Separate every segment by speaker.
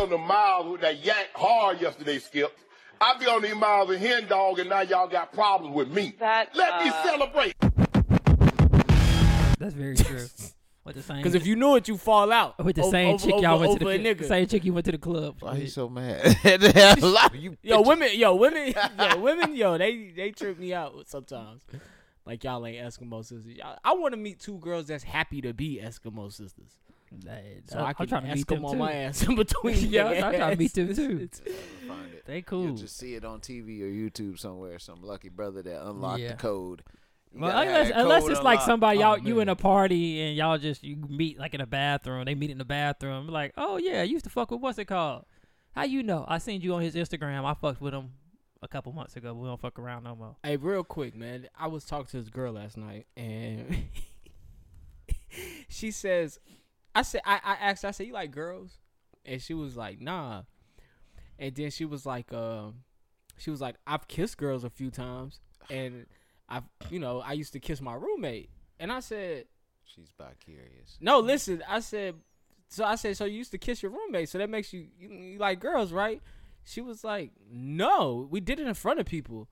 Speaker 1: on the miles with that yank hard yesterday, Skip. I be on these miles with hen dog, and now y'all got problems with me.
Speaker 2: That,
Speaker 1: Let me
Speaker 2: uh,
Speaker 1: celebrate.
Speaker 3: That's very true. With the same,
Speaker 4: Because if you knew it, you fall out.
Speaker 3: with the
Speaker 4: O-
Speaker 3: same
Speaker 4: over-
Speaker 3: chick y'all
Speaker 4: over-
Speaker 3: went to
Speaker 4: over
Speaker 3: the cl-
Speaker 4: a nigga.
Speaker 3: same chick you went to the club.
Speaker 5: Why
Speaker 3: with.
Speaker 5: you so mad? That's a lot. you
Speaker 4: Yo,
Speaker 5: bitch.
Speaker 4: women, yo, women, yo, women, yo, they they trip me out sometimes. Like y'all ain't Eskimo sisters. Y'all, I want to meet two girls that's happy to be Eskimo sisters,
Speaker 3: Nah,
Speaker 4: so
Speaker 3: I-
Speaker 4: I,
Speaker 3: I'm
Speaker 4: can
Speaker 3: trying to meet
Speaker 4: Eskimo
Speaker 3: them
Speaker 4: on
Speaker 3: too.
Speaker 4: my ass in between.
Speaker 3: yeah,
Speaker 4: their
Speaker 3: I'm trying to meet them too.
Speaker 5: Find it.
Speaker 3: They
Speaker 5: You'll
Speaker 3: cool.
Speaker 5: just see it on TV or YouTube somewhere. Some lucky brother that unlocked
Speaker 3: Yeah.
Speaker 5: the code. You
Speaker 3: Well,
Speaker 5: gotta have
Speaker 3: unless,
Speaker 5: that
Speaker 3: unless
Speaker 5: code
Speaker 3: it's like
Speaker 5: unlocked.
Speaker 3: somebody
Speaker 4: Oh,
Speaker 3: y'all you in
Speaker 4: man.
Speaker 3: a party and y'all just you meet like in a bathroom. They meet in the bathroom. Like, oh yeah, I used to fuck with what's it called? How you know? I seen you on his Instagram. I fucked with him a couple months ago. We don't fuck around no more.
Speaker 4: Hey, real quick, man. I was talking to this girl last night, and she says, "I said, I, I asked, her, I said, you like girls?" And she was like, "Nah." And then she was like, uh, she was like, "I've kissed girls a few times, and I've, you know, I used to kiss my roommate." And I said,
Speaker 5: She's bi curious.
Speaker 4: "No, listen," I said, "So I said, so you used to kiss your roommate, so that makes you you, you like girls, right?" She was like, "No, we did it in front of people."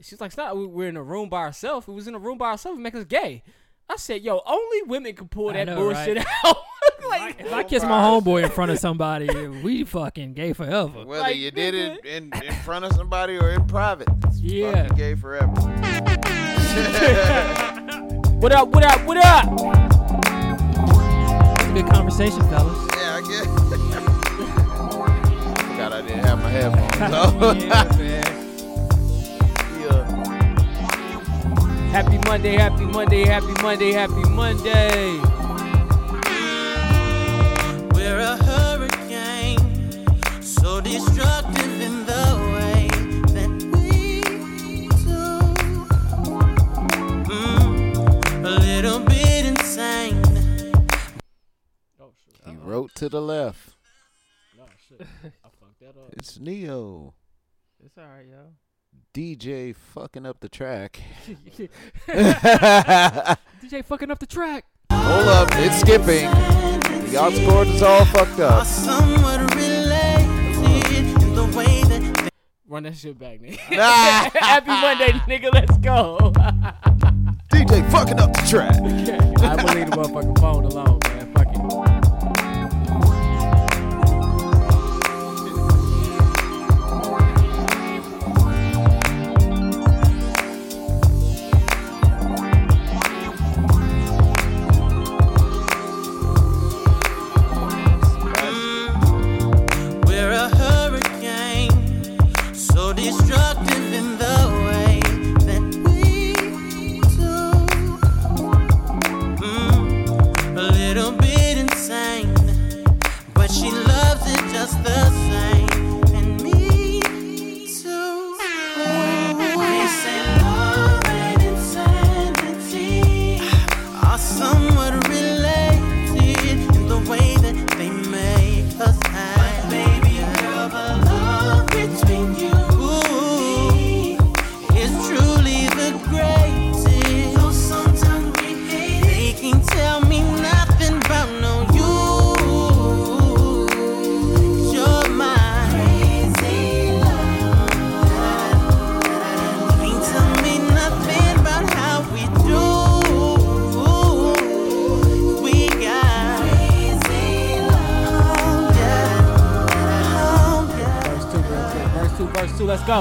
Speaker 4: She's like, it's not, we we're in a room by ourselves. It was in a room by ourselves. It make us gay. I said, yo, only women can pull
Speaker 3: I
Speaker 4: that
Speaker 3: know,
Speaker 4: bullshit out. like,
Speaker 3: If I kiss my homeboy in front of somebody, we fucking gay forever.
Speaker 5: Whether
Speaker 4: Like,
Speaker 5: you did
Speaker 4: nigga.
Speaker 5: it in, in front of somebody or in private, it's
Speaker 3: Yeah.
Speaker 5: fucking gay forever.
Speaker 4: what up, what up, what up?
Speaker 3: It's a good conversation, fellas.
Speaker 5: Yeah, I guess. God, I didn't have my headphones on. Yeah.
Speaker 4: Happy Monday, happy Monday, happy Monday, happy Monday.
Speaker 6: We're a hurricane, so destructive in the way that we do. Mm, a little bit insane.
Speaker 5: He wrote to the left.
Speaker 4: I fucked that up.
Speaker 5: It's Neo.
Speaker 3: It's all right, yo.
Speaker 5: DJ fucking up the track.
Speaker 3: DJ fucking up the track.
Speaker 5: Hold up, it's skipping. Y'all scored is all fucked
Speaker 6: Are
Speaker 5: up.
Speaker 6: somewhat related in the way that
Speaker 4: Run that shit back, nigga.
Speaker 5: Nah,
Speaker 4: happy Monday, nigga. Let's go.
Speaker 5: DJ fucking up the track.
Speaker 4: I believe the motherfucking phone alone, man. Fuck it.
Speaker 6: we're a hurricane, so destructive in the way that we do. Mm, a little bit insane, but she loves it just the same, and me too. They say love and insanity are somewhat related in the way that they make us act. But baby, girl, the love between you and me is truly the greatest. Though sometimes we hate it, they can tell me nothing about no you. You're my crazy love. Ain't tell me nothing about how we do. We got crazy love, yeah.
Speaker 4: Verse two, verse two, verse two, verse two. Let's go.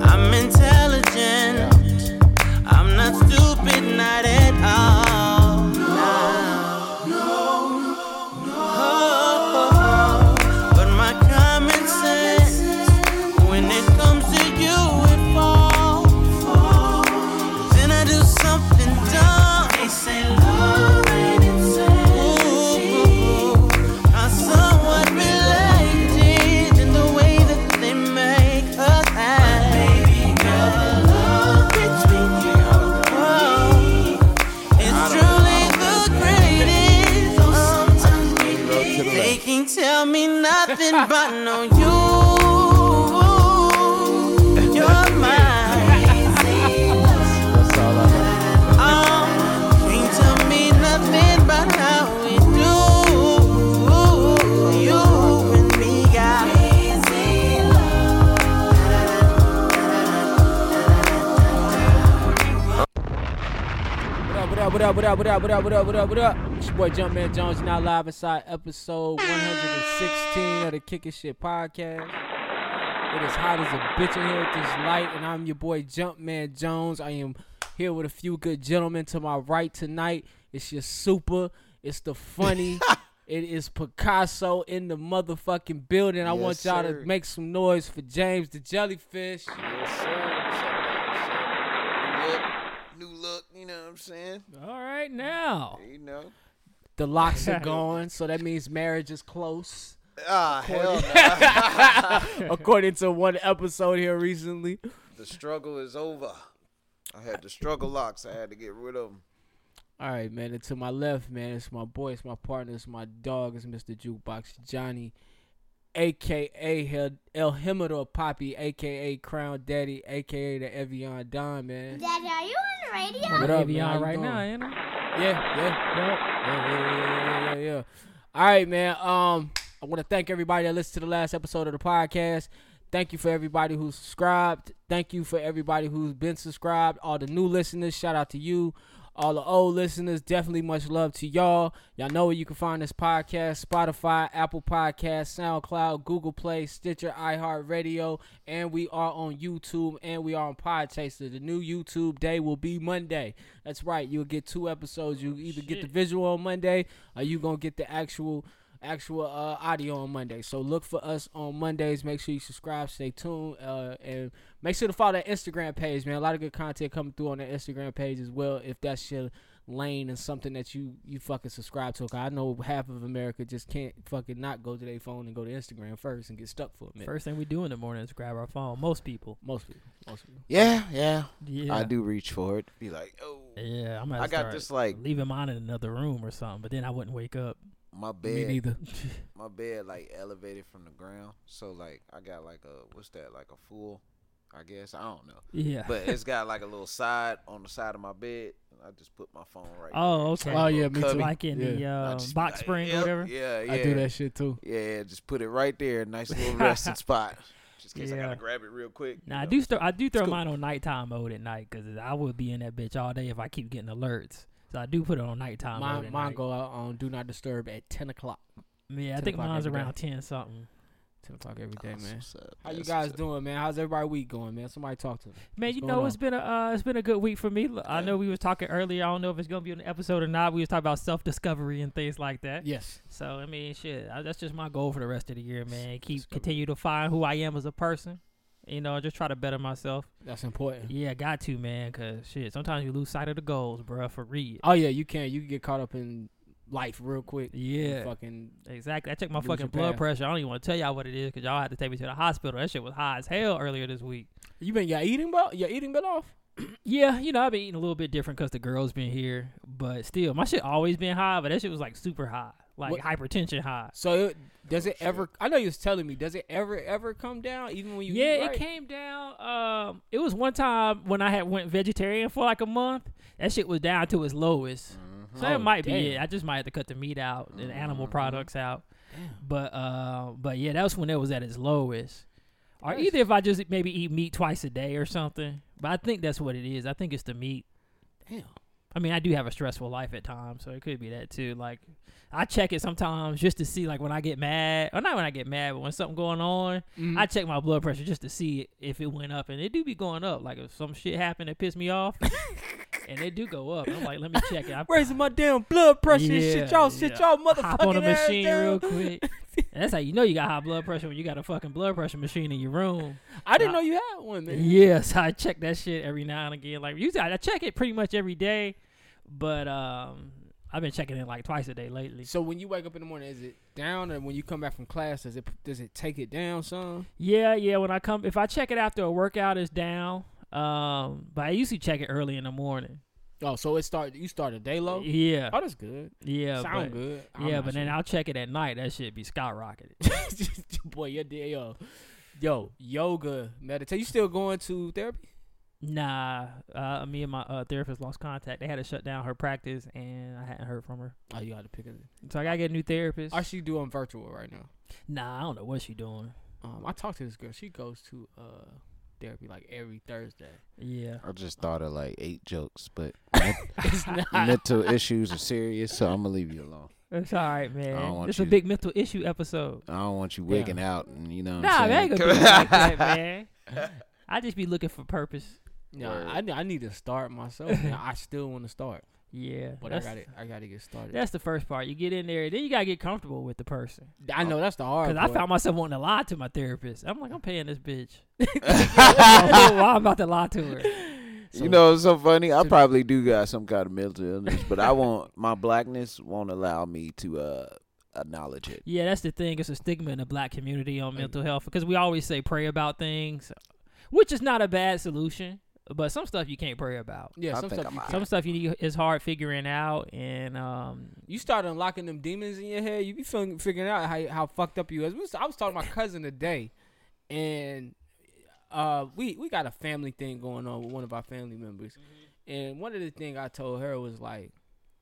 Speaker 6: I'm intelligent. I'm not stupid, not at all. No, no, no. But my common sense, when it comes to you, it falls. Then I do something dumb. They say love ain't insanity. Are somewhat related in the way that they make us act. Baby girl, the love between you and me is Oh. truly the greatest. Though sometimes we
Speaker 5: Wrote to the
Speaker 6: they
Speaker 5: left.
Speaker 6: can't tell me nothing but no you. You're mine.
Speaker 5: That's all I
Speaker 6: Oh, can't tell me nothing but how we do. You and me.
Speaker 4: up? What up? What up? What up? What up? What up? What up? What up? It's your boy Jumpman Jones. You're Now live inside episode 116 of the Kicking Shit podcast. It is hot as a bitch in here with this light, and I'm your boy Jumpman Jones. I am here with a few good gentlemen to my right tonight. It's your super. It's the funny. it is Picasso in the motherfucking building. I
Speaker 2: Yes,
Speaker 4: want y'all
Speaker 2: sir.
Speaker 4: to make some noise for James the Jellyfish.
Speaker 2: Yes, sir. What's up, man? What's up? New look, new look. You know what I'm saying?
Speaker 3: All right now.
Speaker 2: You know.
Speaker 4: The locks are gone, so that means marriage is close.
Speaker 2: Ah, hell no.
Speaker 4: according to one episode here recently.
Speaker 2: the struggle is over. I had the struggle locks. I had to get rid of them.
Speaker 4: All right, man. And to my left, man, it's my boy, it's my partner, it's my dog, it's Mr. Jukebox Johnny, aka Hel- El Himador Poppy, aka Crown Daddy, aka the Evian Don, man.
Speaker 7: Daddy, are you on the radio?
Speaker 4: What up, man? How
Speaker 3: Avion
Speaker 4: you
Speaker 3: right
Speaker 4: doing?
Speaker 3: now, ain't it?
Speaker 4: Yeah, yeah, yeah, yeah, yeah, yeah, yeah, yeah. All right, man. Um, I want to thank everybody that listened to the last episode of the podcast. Thank you for everybody who subscribed. Thank you for everybody who's been subscribed. All the new listeners, shout out to you. All the old listeners, definitely much love to y'all. Y'all know where you can find this podcast Spotify, Apple Podcast, SoundCloud, Google Play, Stitcher, iHeartRadio, and we are on YouTube and we are on Podchaser. The new YouTube day will be Monday. That's right. You'll get two episodes. You either get the visual on Monday or you going to get the actual actual uh, audio on Monday. So look for us on Mondays. Make sure you subscribe, stay tuned, uh, and make sure to follow that Instagram page, man. A lot of good content coming through on that Instagram page as well. If that's your lane and something that you you fucking subscribe to, 'Cause I know half of America just can't fucking not go to their phone and go to Instagram first and get stuck for a minute.
Speaker 3: First thing we do in the morning is grab our phone. Most people.
Speaker 4: Most people, most people.
Speaker 2: Yeah, yeah.
Speaker 3: Yeah.
Speaker 2: I do reach for it. Be like, oh,
Speaker 3: Yeah, I'm gonna
Speaker 2: I got
Speaker 3: start
Speaker 2: this like
Speaker 3: leaving mine in another room or something, but then I wouldn't wake up.
Speaker 2: my
Speaker 4: Me
Speaker 2: bed,
Speaker 4: neither.
Speaker 2: my bed like elevated from the ground. So like, I got like a what's that? Like a full, I guess. I don't know.
Speaker 3: Yeah.
Speaker 2: But it's got like a little side on the side of my bed. and I just put my phone right.
Speaker 3: oh, okay.
Speaker 4: Oh yeah, me
Speaker 2: Cubby.
Speaker 4: too.
Speaker 3: like in the
Speaker 4: Yeah.
Speaker 2: there. I
Speaker 3: uh,
Speaker 2: just be
Speaker 3: box
Speaker 2: like,
Speaker 3: spring
Speaker 2: yep,
Speaker 3: or whatever.
Speaker 2: Yeah, yeah.
Speaker 4: I do that shit too.
Speaker 2: Yeah, just put it right there. Nice little resting spot. Just in case I
Speaker 3: Yeah.
Speaker 2: gotta grab it real quick.
Speaker 3: Now I
Speaker 2: you
Speaker 3: do st- I do throw
Speaker 2: cool.
Speaker 3: mine on nighttime mode at night because I will be in that bitch all day if I keep getting alerts. So I do put it on nighttime mode.
Speaker 4: Mine,
Speaker 3: at
Speaker 4: mine
Speaker 3: night.
Speaker 4: go out on do not disturb at ten o'clock.
Speaker 3: Yeah, I
Speaker 4: 10
Speaker 3: think
Speaker 4: o'clock
Speaker 3: mine's
Speaker 4: every day.
Speaker 3: around ten something.
Speaker 4: Ten o'clock every
Speaker 2: know.
Speaker 4: day, man.
Speaker 2: That's what's up.
Speaker 4: How you
Speaker 2: That's
Speaker 4: guys
Speaker 2: what's up.
Speaker 4: doing, man? How's everybody week going, man? Somebody talk to me.
Speaker 3: Man,
Speaker 4: What's
Speaker 3: you
Speaker 4: going
Speaker 3: know
Speaker 4: on?
Speaker 3: it's been a uh, it's been a good week for me. L- I know we was talking earlier. I don't know if it's gonna be an episode or not. We was talking about self discovery and things like that.
Speaker 4: Yes.
Speaker 3: So I mean, shit, I, that's just my goal for the rest of the year, man. Keep continue to find who I am as a person. You know, just try to better myself.
Speaker 4: That's important.
Speaker 3: Yeah, got to man, cause shit, sometimes you lose sight of the goals, bruh, For real.
Speaker 4: Oh yeah, you can. You can get caught up in life real quick. You
Speaker 3: Yeah.
Speaker 4: Fucking
Speaker 3: Exactly. I checked my
Speaker 4: Lose
Speaker 3: fucking
Speaker 4: your
Speaker 3: blood
Speaker 4: path.
Speaker 3: pressure. I don't even want to tell y'all what it is because y'all had to take me to the hospital. That shit was high as hell earlier this week.
Speaker 4: You been your eating belt your eating belt off?
Speaker 3: Yeah, you know, I've been eating a little bit different because the girls been here, but still, my shit always been high, but that shit was like super high, like
Speaker 4: What-
Speaker 3: hypertension high.
Speaker 4: So it, does it ever I know you was telling me, does it ever ever come down even when you
Speaker 3: yeah,
Speaker 4: eat
Speaker 3: it
Speaker 4: right?
Speaker 3: came down. Um, it was one time when I had went vegetarian for like a month. That shit was down to its lowest. So
Speaker 4: Oh,
Speaker 3: that might be
Speaker 4: damn. Mm-hmm.
Speaker 3: it. I just might have to cut the meat out and animal products out. But uh, but yeah, that's when it was at its lowest. Or
Speaker 4: Nice.
Speaker 3: either if I just maybe eat meat twice a day or something. But I think that's what it is. I think it's the meat.
Speaker 4: Damn.
Speaker 3: I mean, I do have a stressful life at times, so it could be that too. Like, I check it sometimes just to see, like, when I get mad, or not when I get mad, but when something going on,
Speaker 4: Mm-hmm.
Speaker 3: I check my blood pressure just to see if it went up, and it do be going up. Like, if some shit happened that pissed me off, and it do go up. I'm like, let me check it. I
Speaker 4: Raising my damn blood pressure and shit,
Speaker 3: Yeah,
Speaker 4: y'all shit,
Speaker 3: yeah.
Speaker 4: y'all motherfucking
Speaker 3: hop on a
Speaker 4: ass
Speaker 3: machine
Speaker 4: down.
Speaker 3: real quick. And that's how you know you got high blood pressure when you got a fucking blood pressure machine in your room.
Speaker 4: I didn't
Speaker 3: Nah.
Speaker 4: know you had one, man.
Speaker 3: Yes, I check that shit every now and again. Like usually, I I check it pretty much every day, but um, I've been checking it like twice a day lately.
Speaker 4: So when you wake up in the morning, is it down, or when you come back from class, does it does it take it down some?
Speaker 3: Yeah, yeah. When I come, if I check it after a workout, it's down. Um, but I usually check it early in the morning.
Speaker 4: Oh, so it start you start a day low.
Speaker 3: Yeah,
Speaker 4: Oh, that's good.
Speaker 3: yeah.
Speaker 4: Sound
Speaker 3: but,
Speaker 4: good.
Speaker 3: Yeah, but then I'll check it at night. That shit be skyrocketed.
Speaker 4: I'll boy, your day yo, yo yoga meditate. You still going to therapy?
Speaker 3: Nah, uh, me and my uh, therapist lost contact. They had to shut down her practice, and I hadn't heard from her.
Speaker 4: Oh, you got to pick it.
Speaker 3: So I gotta get a new therapist.
Speaker 4: Are she doing virtual right now?
Speaker 3: nah, I don't know what she doing.
Speaker 4: Um, I talked to this girl. She goes to uh, therapy like every Thursday.
Speaker 3: Yeah.
Speaker 2: I just thought of like eight jokes, but
Speaker 4: It's not.
Speaker 2: mental issues are serious, so I'm gonna leave you alone.
Speaker 3: It's all right, man.
Speaker 2: want
Speaker 3: This
Speaker 2: you-
Speaker 3: a big mental issue episode.
Speaker 2: I don't want you wigging out, and you know. What
Speaker 3: Nah, man,
Speaker 2: I'm saying?
Speaker 3: ain't gonna be like that, man. I just be looking for purpose.
Speaker 4: no, I, I need to start myself. man. I still want to start,
Speaker 3: Yeah,
Speaker 4: but I
Speaker 3: that's,
Speaker 4: got to I got to get started.
Speaker 3: that's the first part. You get in there, then you gotta get comfortable with the person.
Speaker 4: I know that's the hard.
Speaker 3: Because I
Speaker 4: part.
Speaker 3: found myself wanting to lie to my therapist. I'm like, I'm paying this bitch. Why I'm about to lie to her?
Speaker 2: you know, it's so funny. I probably do got some kind of mental illness, but I won't. My blackness won't allow me to uh acknowledge it.
Speaker 3: Yeah, that's the thing. It's a stigma in the black community on mental health because we always say pray about things, which is not a bad solution. But some stuff you can't pray about.
Speaker 4: yeah,
Speaker 2: I
Speaker 4: some
Speaker 2: think
Speaker 4: stuff
Speaker 2: I'm
Speaker 4: you,
Speaker 2: out.
Speaker 3: Some stuff you need is hard figuring out, and um,
Speaker 4: you start unlocking them demons in your head. You be feeling, figuring out how how fucked up you is. We was- I was talking to my cousin today, and uh, we we got a family thing going on with one of our family members, and one of the things I told her was like,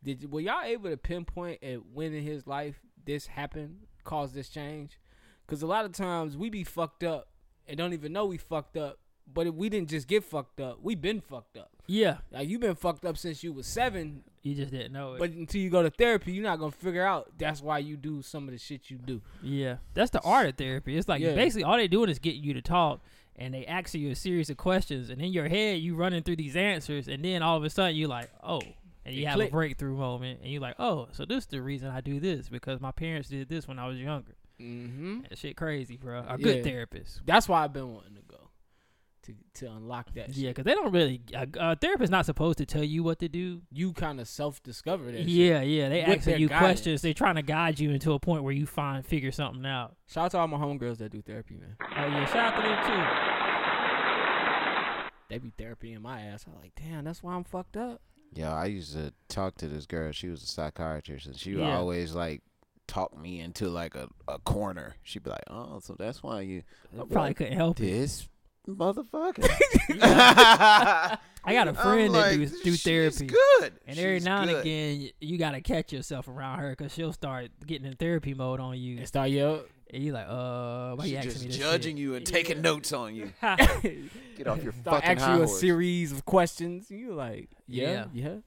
Speaker 4: did you- were y'all able to pinpoint at when in his life this happened, caused this change? Because a lot of times we be fucked up and don't even know we fucked up. But if we didn't just get fucked up, we been fucked up.
Speaker 3: yeah,
Speaker 4: Like you been fucked up since you was seven,
Speaker 3: you just didn't know it.
Speaker 4: but until you go to therapy, you're not gonna figure out that's why you do some of the shit you do.
Speaker 3: Yeah, that's the art of therapy. It's like
Speaker 4: Yeah.
Speaker 3: basically all they doing is getting you to talk, and they ask you a series of questions, and in your head you running through these answers, and then all of a sudden you like, oh, and you
Speaker 4: It
Speaker 3: have
Speaker 4: click.
Speaker 3: a breakthrough moment, and you like, oh, so this is the reason I do this because my parents did this when I was younger.
Speaker 4: Mm-hmm.
Speaker 3: That shit crazy, bro. A good
Speaker 4: Yeah.
Speaker 3: therapist.
Speaker 4: That's why I've been wanting to go to to unlock that.
Speaker 3: Yeah,
Speaker 4: shit.
Speaker 3: because they don't really. A, a therapist not supposed to tell you what to do.
Speaker 4: you kind of self discover that. shit.
Speaker 3: Yeah, yeah. They
Speaker 4: With their
Speaker 3: asking you
Speaker 4: guidance.
Speaker 3: questions. They're trying to guide you into a point where you find figure something out.
Speaker 4: Shout out to all my homegirls that do therapy, man.
Speaker 3: Oh yeah, shout out to them too.
Speaker 4: They be therapying my ass. I'm like, damn, that's why I'm fucked up.
Speaker 2: Yeah, I used to talk to this girl. She was a psychiatrist, and she would
Speaker 3: Yeah.
Speaker 2: always like talk me into like a, a corner. She'd be like, "Oh, so that's why you
Speaker 3: I probably couldn't help it.
Speaker 2: this motherfucker."
Speaker 3: I got a friend that
Speaker 2: like,
Speaker 3: do, do
Speaker 2: "She's
Speaker 3: therapy.
Speaker 2: Good.
Speaker 3: And every
Speaker 2: She's
Speaker 3: now and
Speaker 2: good."
Speaker 3: again, y- you gotta catch yourself around her because she'll start getting in therapy mode on you.
Speaker 4: And start yell.
Speaker 3: And you like, uh, why you
Speaker 2: She's
Speaker 3: asking
Speaker 2: just
Speaker 3: me this?
Speaker 2: judging you and taking notes on you. Get off your
Speaker 4: Start
Speaker 2: fucking
Speaker 4: asking
Speaker 2: high
Speaker 4: you a
Speaker 2: horse.
Speaker 4: series of questions. You like, yeah, yeah,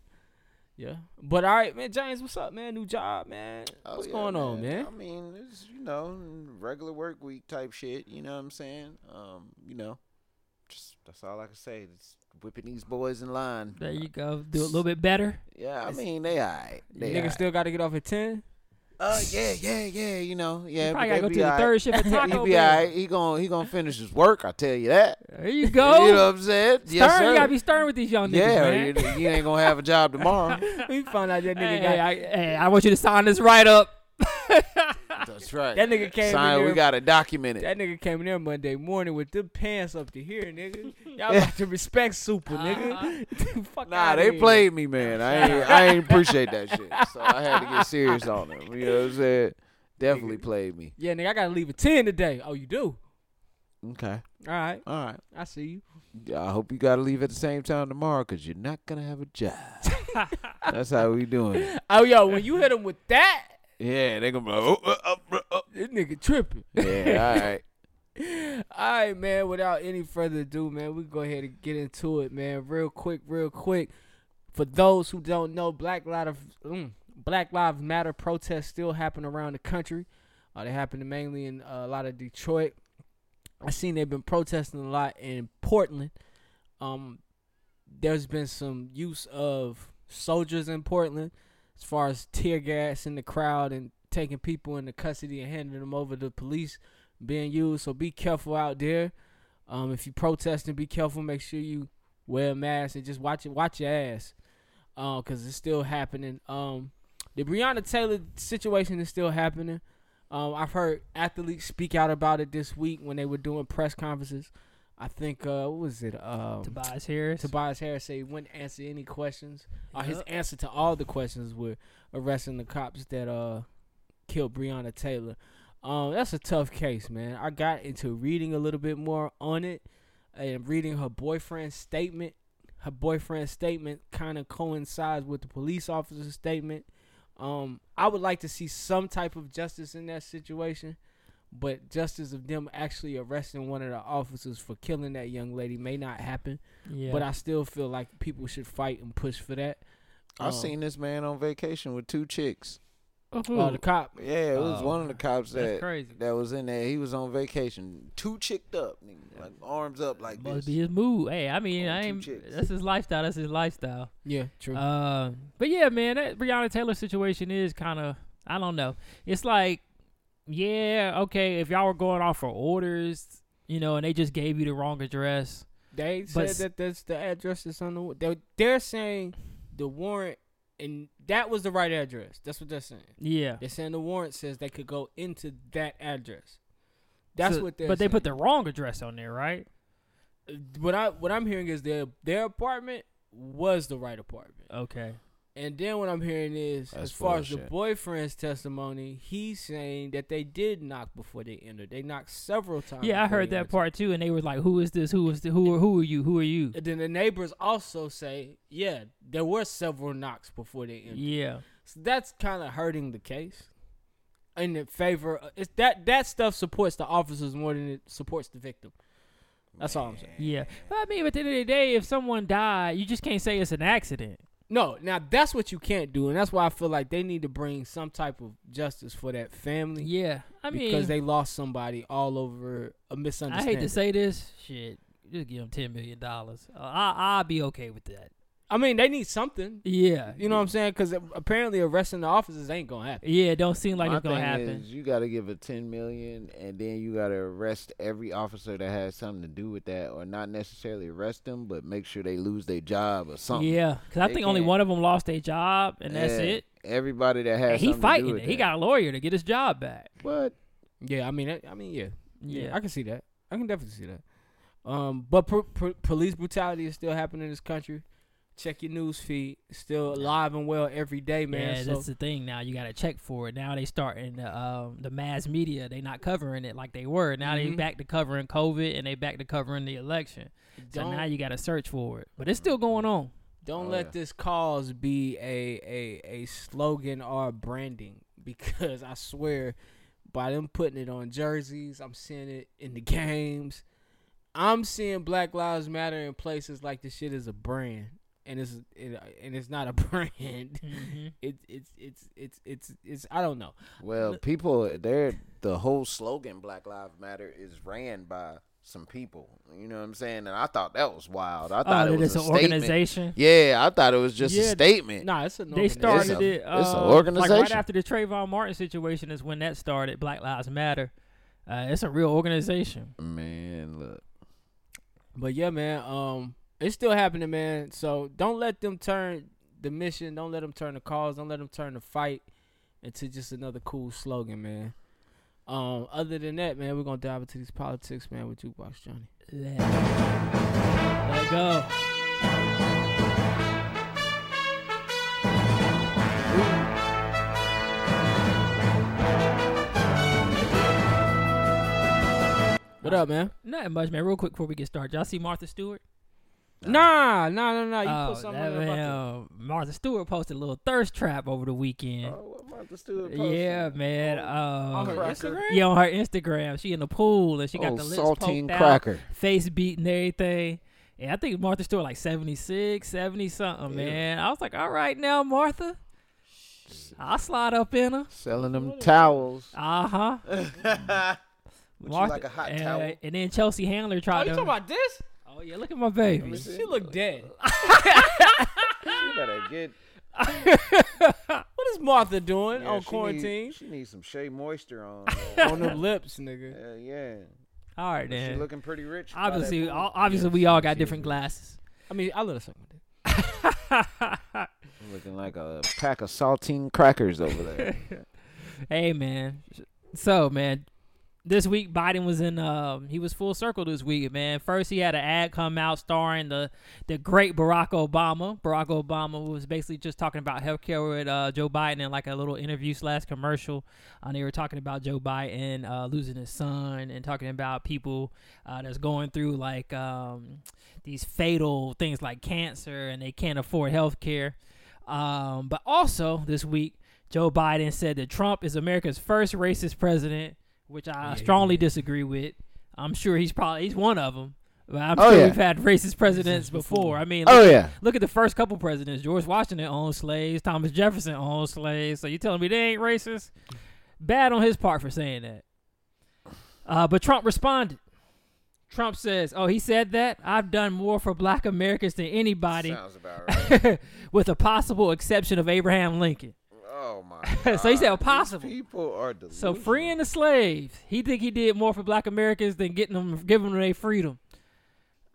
Speaker 4: yeah. But all right, man, James, what's up, man? New job, man.
Speaker 2: Oh,
Speaker 4: what's
Speaker 2: yeah,
Speaker 4: going on, man?
Speaker 2: I mean, it's you know, regular work week type shit. You know what I'm saying? Um, you know, just that's all I can say. Just whipping these boys in line.
Speaker 3: There you go. Do a little bit better.
Speaker 2: Yeah, I
Speaker 4: It's-
Speaker 2: mean they alright. They
Speaker 4: Nigga
Speaker 2: alright.
Speaker 4: still got to get off at ten.
Speaker 2: Uh, yeah, yeah, yeah. You know, yeah.
Speaker 3: You
Speaker 2: but
Speaker 3: probably
Speaker 2: they
Speaker 3: gotta go
Speaker 2: be
Speaker 3: through the
Speaker 2: alright.
Speaker 3: third shift of
Speaker 2: He
Speaker 3: Taco
Speaker 2: be
Speaker 3: Bell.
Speaker 2: alright. He gon' he gonna finish his work. I tell you that.
Speaker 3: There you go.
Speaker 2: You know what I'm saying? yes,
Speaker 3: Stern,
Speaker 2: sir.
Speaker 3: you gotta be stern with these young niggas,
Speaker 2: yeah, or
Speaker 3: man.
Speaker 2: you, you ain't gonna have a job tomorrow.
Speaker 4: We found out that nigga
Speaker 3: Hey,
Speaker 4: got
Speaker 3: hey, I, hey, I want you to sign this right up.
Speaker 2: That's right.
Speaker 4: That nigga came in
Speaker 2: Sign.
Speaker 4: here.
Speaker 2: We gotta document it.
Speaker 4: that nigga came in there Monday morning with them pants up to here, nigga. Y'all about to respect Super, nigga. Fuck
Speaker 2: Nah,
Speaker 4: outta
Speaker 2: they
Speaker 4: here.
Speaker 2: played me, man. I ain't, I ain't appreciate that shit. So I had to get serious on them. You know what I'm saying? Definitely played me.
Speaker 4: Yeah, nigga, I gotta leave at ten today. Oh, you do?
Speaker 2: Okay.
Speaker 4: All right,
Speaker 2: All right.
Speaker 4: I see you.
Speaker 2: Yeah, I hope you got to leave at the same time tomorrow because you're not going to have a job. That's how we doing it.
Speaker 4: Oh, yo, when you hit him with that,
Speaker 2: Yeah, they going to be like, oh, uh, uh, uh, uh.
Speaker 4: this nigga tripping.
Speaker 2: Yeah, all right.
Speaker 4: All right, man. Without any further ado, man, we go ahead and get into it, man. Real quick, real quick. For those who don't know, Black Lives mm, Black Lives Matter protests still happen around the country. Uh, they happen mainly in uh, a lot of Detroit. I seen they've been protesting a lot in Portland. Um, there's been some use of soldiers in Portland, as far as tear gas in the crowd and taking people into custody and handing them over to police being used. So be careful out there. Um, if you protesting, be careful. Make sure you wear a mask and just watch it. Watch your ass, uh, cause it's still happening. Um, the Breonna Taylor situation is still happening. Um, I've heard athletes speak out about it this week when they were doing press conferences. I think uh, what was it? Um,
Speaker 3: Tobias Harris.
Speaker 4: Tobias Harris said he wouldn't answer any questions. Uh, his
Speaker 3: Yup.
Speaker 4: answer to all the questions were arresting the cops that uh killed Breonna Taylor. Um, that's a tough case, man. I got into reading a little bit more on it and reading her boyfriend's statement. Her boyfriend's statement kind of coincides with the police officer's statement. Um, I would like to see some type of justice in that situation, But justice of them actually arresting one of the officers for killing that young lady may not happen.
Speaker 3: Yeah.
Speaker 4: But I still feel like people should fight and push for that.
Speaker 2: I
Speaker 4: Um,
Speaker 2: seen this man on vacation with two chicks.
Speaker 3: Oh,
Speaker 4: uh, the cop.
Speaker 2: Yeah, it was
Speaker 4: Oh,
Speaker 2: one of the cops
Speaker 4: that's
Speaker 2: that
Speaker 4: crazy.
Speaker 2: that was in there. He was on vacation, two chicked up, nigga, like arms up like
Speaker 3: Must
Speaker 2: this.
Speaker 3: be his mood. Hey, I mean,
Speaker 2: Oh,
Speaker 3: I
Speaker 2: two
Speaker 3: ain't.
Speaker 2: chicks.
Speaker 3: That's his lifestyle. That's his lifestyle.
Speaker 4: Yeah, true.
Speaker 3: Uh, but yeah, man, that Breonna Taylor situation is kind of I don't know. It's like, yeah, okay, if y'all were going off for orders, you know, and they just gave you the wrong address.
Speaker 4: They
Speaker 3: But
Speaker 4: said that that's the address that's on the. wa- They, they're saying the warrant, and that was the right address. That's what they're saying.
Speaker 3: Yeah,
Speaker 4: They're saying the warrant says they could go into that address. That's
Speaker 3: So-
Speaker 4: what they're.
Speaker 3: But they
Speaker 4: saying.
Speaker 3: put the wrong address on there, right?
Speaker 4: What I what I'm hearing is their their apartment was the right apartment,
Speaker 3: Okay.
Speaker 4: and then what I'm hearing is
Speaker 2: That's
Speaker 4: as far as
Speaker 2: bullshit.
Speaker 4: the boyfriend's testimony, he's saying that they did knock before they entered. They knocked several times.
Speaker 3: Yeah, I
Speaker 4: before
Speaker 3: heard
Speaker 4: they
Speaker 3: that
Speaker 4: entered.
Speaker 3: part too, and they were like, "Who is this? Who is the, who? Are, who are you? Who are you?"
Speaker 4: And then the neighbors also say, yeah, there were several knocks before they entered.
Speaker 3: Yeah,
Speaker 4: So that's kind of hurting the case. In the favor, it's that that stuff supports the officers more than it supports the victim. That's all I'm saying.
Speaker 3: yeah. But I mean, at the end of the day, if someone died, you just can't say it's an accident.
Speaker 4: No, now that's what you can't do, and that's why I feel like they need to bring some type of justice for that family.
Speaker 3: Yeah, I mean,
Speaker 4: because they lost somebody all over a
Speaker 3: I
Speaker 4: misunderstanding.
Speaker 3: hate to say this, shit. Just give them ten million dollars. Uh, I I'll be okay with that.
Speaker 4: I mean, they need something.
Speaker 3: Yeah,
Speaker 4: You know what I'm saying? Because apparently arresting the officers ain't gonna happen.
Speaker 3: yeah. Don't seem like
Speaker 2: My
Speaker 3: it's gonna
Speaker 2: thing
Speaker 3: happen.
Speaker 2: is, you got to give a ten million, and then you got to arrest every officer that has something to do with that, or not necessarily arrest them, but make sure they lose their job or something.
Speaker 3: Yeah, because I
Speaker 2: They
Speaker 3: think only
Speaker 2: can't-
Speaker 3: one of them lost their job, and that's
Speaker 2: Yeah,
Speaker 3: it.
Speaker 2: Everybody that has
Speaker 3: And he
Speaker 2: something to do
Speaker 3: fighting
Speaker 2: with
Speaker 3: it. He
Speaker 2: that.
Speaker 3: got a lawyer to get his job back.
Speaker 2: what?
Speaker 4: Yeah, I mean, that- I mean, yeah. Yeah,
Speaker 3: Yeah.
Speaker 4: I can see that. I can definitely see that. Um, but pr- pr- police brutality is still happening in this country. Check your news feed. It's Still alive and well every day, man.
Speaker 3: yeah,
Speaker 4: so
Speaker 3: that's the thing. Now you got to check for it. Now they starting the um, the mass media. They not covering it like they were. Now they
Speaker 4: Mhm.
Speaker 3: back to covering COVID and they back to covering the election. So
Speaker 4: Don't-
Speaker 3: now you got to search for it. But it's still going on.
Speaker 4: don't
Speaker 2: Oh,
Speaker 4: let
Speaker 2: yeah.
Speaker 4: this cause be a, a a slogan or branding because I swear, by them putting it on jerseys, I'm seeing it in the games. I'm seeing Black Lives Matter in places like this shit is a brand, and it's it, and it's not a brand.
Speaker 3: Mm-hmm.
Speaker 4: It, it's it's it's it's it's I don't know.
Speaker 2: Well, people, they're the whole slogan "Black Lives Matter" is ran by some people. You know what I'm saying? And I thought that was wild. I thought
Speaker 3: Oh,
Speaker 2: it
Speaker 3: that it's
Speaker 2: was a
Speaker 3: an
Speaker 2: statement.
Speaker 3: organization.
Speaker 2: Yeah, I thought it was just
Speaker 3: Yeah,
Speaker 2: a statement.
Speaker 4: Nah, it's a
Speaker 3: They started
Speaker 2: a-
Speaker 3: it.
Speaker 2: it's a
Speaker 3: Uh, Like right
Speaker 2: organization.
Speaker 3: after the Trayvon Martin situation is when that started. Black Lives Matter. Uh, it's a real organization.
Speaker 2: Man, look.
Speaker 4: But yeah, man, um, it's still happening, man. So don't let them turn the mission. Don't let them turn the cause. Don't let them turn the fight into just another cool slogan, man. Um, other than that, man, we're gonna dive into these politics, man, with Jukebox Johnny.
Speaker 3: Let, let go.
Speaker 4: What up, man?
Speaker 3: Nothing much, man. Real quick before we get started, y'all see Martha Stewart?
Speaker 4: Nah, nah, nah, nah. You put
Speaker 3: oh,
Speaker 4: something
Speaker 3: that
Speaker 4: about
Speaker 3: man,
Speaker 4: the-
Speaker 3: uh, Martha Stewart posted a little thirst trap over the weekend.
Speaker 4: Oh,
Speaker 2: what Martha Stewart
Speaker 3: yeah, man.
Speaker 4: on her
Speaker 3: Uh,
Speaker 4: Instagram.
Speaker 3: yeah, on her Instagram, she in the pool and she got
Speaker 2: Oh,
Speaker 3: the lips
Speaker 2: saltine
Speaker 3: poked out,
Speaker 2: cracker.
Speaker 3: face beat and everything. And I think Martha Stewart like 76, 70 something, man. I was like, all right now, Martha. I'll slide up in her.
Speaker 2: Selling them towels.
Speaker 3: Uh huh.
Speaker 2: you like, a hot
Speaker 3: and,
Speaker 2: towel?
Speaker 3: And then Chelsea Handler
Speaker 4: Oh,
Speaker 3: tried
Speaker 4: you
Speaker 3: to.
Speaker 4: talking about this?
Speaker 3: oh yeah, look at my baby.
Speaker 4: She look dead.
Speaker 2: You better get.
Speaker 4: What is Martha doing
Speaker 2: yeah,
Speaker 4: on
Speaker 2: she
Speaker 4: quarantine?
Speaker 2: Need, she needs some Shea Moisture on.
Speaker 4: on them lips, nigga.
Speaker 2: Hell yeah.
Speaker 3: All right,
Speaker 2: She
Speaker 3: then.
Speaker 2: looking pretty rich. by that
Speaker 3: Obviously,
Speaker 2: pool.
Speaker 3: all, obviously, we all got different glasses.
Speaker 4: I mean, I love something.
Speaker 2: Looking like a pack of saltine crackers over there.
Speaker 3: Hey man. So man, this week Biden was in um he was full circle this week, man. First he had an ad come out starring the the great Barack Obama. Barack Obama was basically just talking about healthcare with uh, Joe Biden in like a little interview slash commercial. Uh, they were talking about Joe Biden uh, losing his son and talking about people uh, that's going through like um these fatal things like cancer and they can't afford healthcare. Um, but also this week Joe Biden said that Trump is America's first racist president, which I strongly disagree with. I'm sure he's probably he's one of them. But I'm
Speaker 2: Oh,
Speaker 3: sure
Speaker 2: yeah.
Speaker 3: we've had racist presidents before. I mean,
Speaker 2: Oh
Speaker 3: look-
Speaker 2: yeah.
Speaker 3: Look at the first couple presidents. George Washington owned slaves. Thomas Jefferson owned slaves. So you telling me they ain't racist? Bad on his part for saying that. Uh, but Trump responded. Trump says, "Oh, he said that. I've done more for Black Americans than anybody,
Speaker 2: Sounds about right.
Speaker 3: with a possible exception of Abraham Lincoln."
Speaker 2: Oh my.
Speaker 3: So he said,
Speaker 2: God. These
Speaker 3: possible.
Speaker 2: People are delusional.
Speaker 3: So freeing the slaves, he think he did more for Black Americans than getting them, giving them their freedom.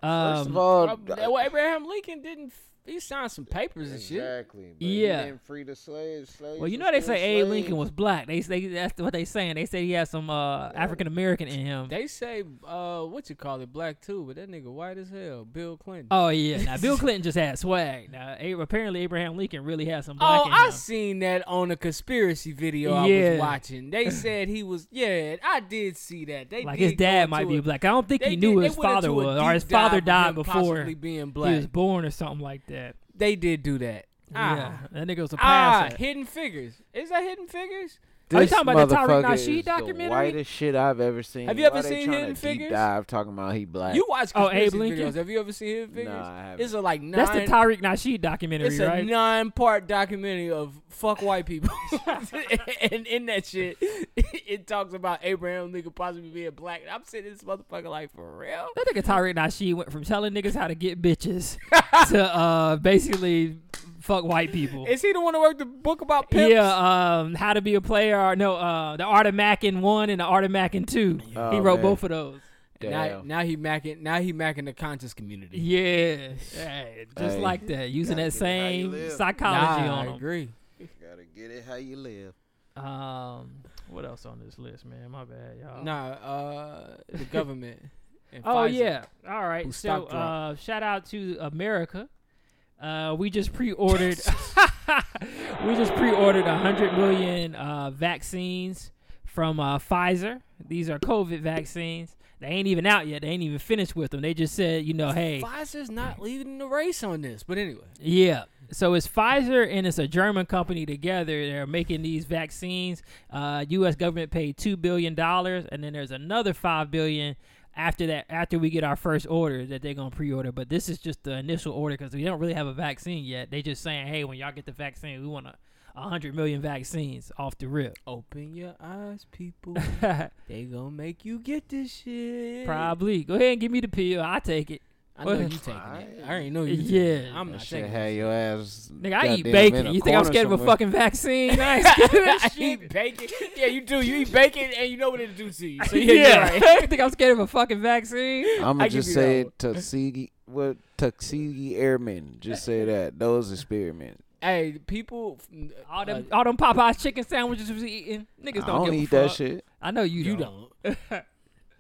Speaker 3: Um,
Speaker 2: First of all,
Speaker 4: Uh, well, Abraham Lincoln didn't. He signed some papers and shit.
Speaker 2: exactly. But he
Speaker 3: Yeah.
Speaker 2: didn't free the slaves. slaves
Speaker 3: Well, you
Speaker 2: were
Speaker 3: know they
Speaker 2: still
Speaker 3: say Abe Lincoln
Speaker 2: slaves.
Speaker 3: was black. They say that's what they saying. They say he has some uh, African American in him.
Speaker 4: They say, uh, what you call it, black too, but that nigga white as hell, Bill Clinton.
Speaker 3: Oh yeah. Now Bill Clinton just had swag. Now Abe, apparently Abraham Lincoln really had some black
Speaker 4: Oh,
Speaker 3: in
Speaker 4: I
Speaker 3: him.
Speaker 4: seen that on a conspiracy video I
Speaker 3: Yeah.
Speaker 4: was watching. They said he was. Yeah, I did see that. They
Speaker 3: Like
Speaker 4: did
Speaker 3: his dad
Speaker 4: go
Speaker 3: might
Speaker 4: into
Speaker 3: be
Speaker 4: a-
Speaker 3: black. I don't think
Speaker 4: They
Speaker 3: he
Speaker 4: did-
Speaker 3: knew
Speaker 4: they
Speaker 3: his
Speaker 4: went into
Speaker 3: father
Speaker 4: a
Speaker 3: was, or
Speaker 4: deep
Speaker 3: his father
Speaker 4: dive
Speaker 3: died
Speaker 4: of him
Speaker 3: before
Speaker 4: possibly
Speaker 3: he
Speaker 4: being black.
Speaker 3: was born or something like that.
Speaker 4: They did do that.
Speaker 3: yeah,
Speaker 4: Ah,
Speaker 3: that nigga was a
Speaker 4: ah,
Speaker 3: passer.
Speaker 4: Hidden Figures. Is that Hidden Figures?
Speaker 3: Are you
Speaker 2: This
Speaker 3: talking about the Tariq
Speaker 2: motherfucker
Speaker 3: Nasheed
Speaker 2: is
Speaker 3: documentary?
Speaker 2: The whitest shit I've ever seen.
Speaker 4: Have you ever
Speaker 2: Why they
Speaker 4: seen
Speaker 2: tryna
Speaker 4: Hidden
Speaker 2: deep
Speaker 4: Figures?
Speaker 2: Dive talking about he black.
Speaker 4: You watch
Speaker 3: Oh, Abe
Speaker 4: conspiracy
Speaker 3: Lincoln?
Speaker 4: videos. Have you ever seen Hidden Figures?
Speaker 2: I haven't.
Speaker 4: It's a like nine.
Speaker 3: That's the Tariq Nasheed documentary,
Speaker 4: It's a
Speaker 3: right?
Speaker 4: nine-part documentary of fuck white people, and in that shit, it talks about Abraham Lincoln possibly being black. And I'm sitting this motherfucker like for real.
Speaker 3: That nigga Tyreek Nasheed went from telling niggas how to get bitches to uh, basically fuck white people.
Speaker 4: Is he the one who wrote the book about pimps?
Speaker 3: Yeah, um, how to be a player. Or, no, uh, the Art of Mackin one and the Art of Mackin two. he
Speaker 2: Oh,
Speaker 3: wrote
Speaker 2: man.
Speaker 3: both of those.
Speaker 4: Now,
Speaker 2: Damn.
Speaker 4: now he macking. Now he macking the conscious community.
Speaker 3: Yeah, Hey, just
Speaker 2: Hey.
Speaker 3: like that, using that
Speaker 2: get it how you
Speaker 3: same
Speaker 2: live.
Speaker 3: psychology
Speaker 4: Nah,
Speaker 3: on
Speaker 4: I
Speaker 3: them.
Speaker 4: agree.
Speaker 2: Gotta get it how you live.
Speaker 3: Um, what else on this list, man? My bad, y'all.
Speaker 4: Nah, uh, the government. and
Speaker 3: Oh
Speaker 4: Pfizer.
Speaker 3: yeah. All
Speaker 4: who
Speaker 3: right. So
Speaker 4: stock
Speaker 3: uh, shout out to America. Uh, we just pre-ordered. we just pre-ordered 100 million uh, vaccines from uh, Pfizer. These are COVID vaccines. They ain't even out yet. They ain't even finished with them. They just said, you know, hey,
Speaker 4: Pfizer's not leading the race on this. But anyway,
Speaker 3: yeah. So it's Pfizer and it's a German company together. They're making these vaccines. Uh, U.S. government paid two billion dollars, and then there's another five billion after that. After we get our first order, that they're gonna pre-order. But this is just the initial order because we don't really have a vaccine yet. They just saying, hey, when y'all get the vaccine, we want a hundred million vaccines off the rip.
Speaker 4: open your eyes, people. they gonna make you get this shit.
Speaker 3: Probably. Go ahead and give me the pill. I take it.
Speaker 4: I know
Speaker 3: Well,
Speaker 4: you taking it. I already know you. Taking it.
Speaker 3: Yeah.
Speaker 4: I'm
Speaker 2: That
Speaker 4: not
Speaker 2: shit
Speaker 4: taking
Speaker 2: had
Speaker 4: it.
Speaker 2: your ass.
Speaker 3: Nigga, I eat
Speaker 2: goddamn in
Speaker 3: bacon.
Speaker 2: a
Speaker 3: You think I'm
Speaker 2: corner
Speaker 3: scared of a
Speaker 2: somewhere.
Speaker 3: fucking vaccine? I ain't scared of
Speaker 4: I
Speaker 3: that shit.
Speaker 4: eat bacon. Yeah, you do. You eat bacon, and you know what it do to you. So
Speaker 3: yeah,
Speaker 4: yeah, you're right.
Speaker 3: I think I'm scared of a fucking vaccine.
Speaker 4: I
Speaker 2: I'm gonna
Speaker 4: give
Speaker 2: just
Speaker 4: you that
Speaker 2: say
Speaker 4: one.
Speaker 2: Tuskegee. What Tuskegee Airmen? Just say that those experiments.
Speaker 4: Hey, people.
Speaker 3: All them,
Speaker 4: uh,
Speaker 3: all them Popeyes chicken sandwiches was eating. Niggas don't,
Speaker 2: I don't
Speaker 3: give
Speaker 2: eat
Speaker 3: a
Speaker 2: that
Speaker 3: fuck.
Speaker 2: shit.
Speaker 3: I know you,
Speaker 4: you
Speaker 3: don't.
Speaker 4: don't.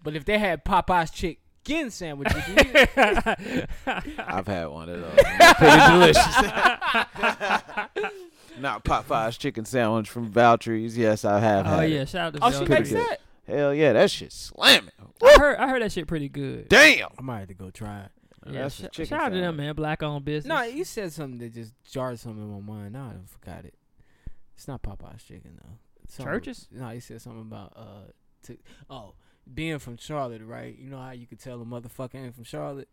Speaker 4: but if they had Popeye's chicken sandwiches, you
Speaker 3: Oh,
Speaker 2: I've had one of those. It's Pretty delicious. Not Popeye's chicken sandwich from Valtry's. Yes, I have.
Speaker 3: Oh
Speaker 2: had
Speaker 3: yeah,
Speaker 2: it.
Speaker 3: shout out to
Speaker 4: oh, she
Speaker 3: Zelda.
Speaker 2: Pretty
Speaker 4: makes
Speaker 2: good.
Speaker 4: that.
Speaker 2: Hell yeah, that shit slamming.
Speaker 3: I heard, I heard that shit pretty good.
Speaker 2: Damn.
Speaker 4: I might have to go try it.
Speaker 3: Yeah,
Speaker 2: That's
Speaker 3: sh-
Speaker 2: a chicken
Speaker 3: shout out to them,
Speaker 2: sandwich.
Speaker 3: man. Black owned business.
Speaker 4: No, you said something that just jarred something in my mind. Now I forgot it. It's not Popeye's chicken though. Something-
Speaker 3: Churches?
Speaker 4: No, he said something about uh, t- oh, being from Charlotte, right? You know how you could tell a motherfucker ain't from Charlotte.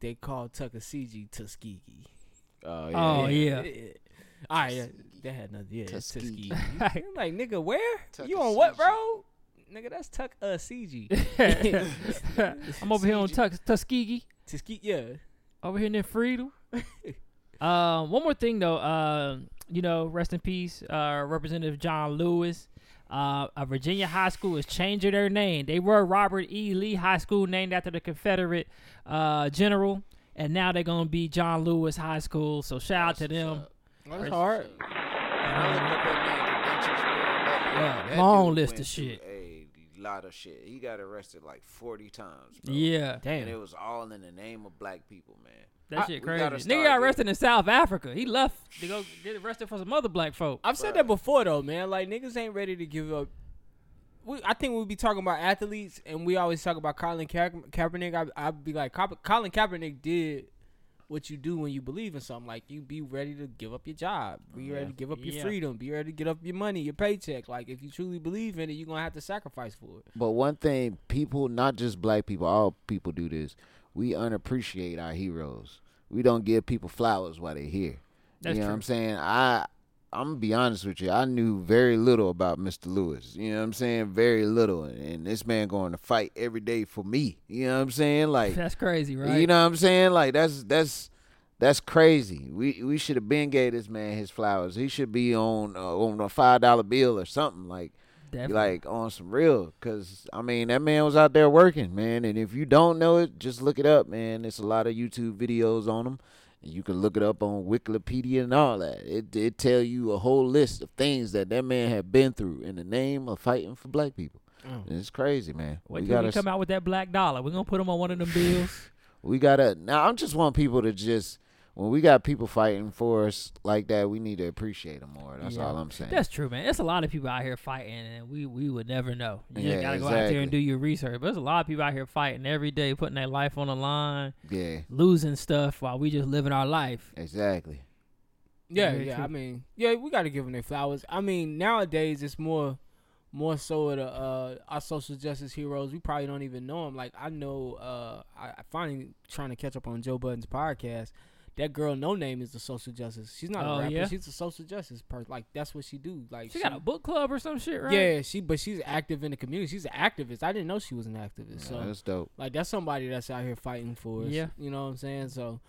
Speaker 4: They call Tuckasegee Tuskegee.
Speaker 2: Oh yeah.
Speaker 3: Oh yeah.
Speaker 4: All right, yeah. That had nothing. Yeah, Tuskegee.
Speaker 2: Tuskegee.
Speaker 4: I'm like, nigga, where? You on what
Speaker 2: Tuckasegee.
Speaker 4: road? Nigga, that's Tuck uh CG.
Speaker 3: I'm over here on Tux- Tuskegee.
Speaker 4: Tuskegee, yeah.
Speaker 3: Over here near Freedom. um, one more thing though. Um, you know, rest in peace, uh, Representative John Lewis. Uh, a Virginia high school is changing their name. They were Robert E. Lee High School, named after the Confederate uh, general, and now they're gonna be John Lewis High School. So shout out to them.
Speaker 4: That's hard.
Speaker 3: Yeah, long list of shit.
Speaker 2: A lot of shit. He got arrested like 40 times. bro.
Speaker 3: Yeah,
Speaker 2: And it
Speaker 4: Damn.
Speaker 2: was all in the name of black people, man.
Speaker 3: that
Speaker 2: I-
Speaker 3: shit
Speaker 2: we gotta
Speaker 3: crazy. Nigga
Speaker 2: start
Speaker 3: got
Speaker 2: getting-
Speaker 3: arrested in South Africa. He left to go get arrested for some other black folk.
Speaker 4: I've said that before though, man. Like niggas ain't ready to give up. We, I think we'll be talking about athletes, and we always talk about Colin Ka- Kaepernick. I, I'd be like, Ka- Colin Kaepernick did what you do when you believe in something. Like you be ready to give up your job, be ready to give up your
Speaker 3: Yeah.
Speaker 4: freedom, be ready to give up your money, your paycheck. Like if you truly believe in it, you're gonna have to sacrifice for it.
Speaker 2: But one thing, people, not just black people, all people do this. We unappreciate our heroes. We don't give people flowers while they're here.
Speaker 3: That's
Speaker 2: you know
Speaker 3: true.
Speaker 2: what I'm saying? I I'm gonna be honest with you. I knew very little about Mr. Lewis. You know what I'm saying? Very little. And this man going to fight every day for me. You know what I'm saying? Like
Speaker 3: That's crazy, right?
Speaker 2: you know what I'm saying? Like that's that's that's crazy. We we should have been gave this man his flowers. He should be on uh, on a five dollar bill or something like
Speaker 3: Definitely.
Speaker 2: like on some real. Cause I mean that man was out there working, man. And if you don't know it, just look it up, man. It's a lot of YouTube videos on him. And you can look it up on Wikipedia and all that. It it tell you a whole list of things that that man had been through in the name of fighting for black people.
Speaker 3: Oh.
Speaker 2: And it's crazy, man.
Speaker 3: Wait
Speaker 2: we
Speaker 3: till
Speaker 2: gotta
Speaker 3: we
Speaker 2: s-
Speaker 3: come out with that black dollar. We're gonna put them on one of them bills.
Speaker 2: we gotta now. I'm just want people to just when we got people fighting for us like that, we need to appreciate them more. That's
Speaker 3: Yeah.
Speaker 2: all I'm saying.
Speaker 3: That's true, man. It's a lot of people out here fighting, and we we would never know. You
Speaker 2: Yeah,
Speaker 3: just gotta go out there
Speaker 2: exactly.
Speaker 3: and do your research. But there's a lot of people out here fighting every day, putting their life on the line,
Speaker 2: yeah,
Speaker 3: losing stuff while we just living our life.
Speaker 2: exactly.
Speaker 4: Yeah,
Speaker 3: Very
Speaker 4: yeah.
Speaker 3: true.
Speaker 4: I mean, yeah, we got to give them their flowers. I mean, nowadays it's more, more so of the uh, our social justice heroes. We probably don't even know them. Like I know, uh, I I finally trying to catch up on Joe Budden's podcast. That girl, no name, is a social justice. She's not
Speaker 3: Oh,
Speaker 4: a rapper.
Speaker 3: yeah?
Speaker 4: She's a social justice person. Like that's what she do. Like
Speaker 3: She got a book club or some shit, right?
Speaker 4: yeah. She but she's active in the community. She's an activist. I didn't know she was an activist.
Speaker 2: Yeah,
Speaker 4: so
Speaker 2: that's dope.
Speaker 4: like that's somebody that's out here fighting for us.
Speaker 3: Yeah.
Speaker 4: You know what I'm saying? So,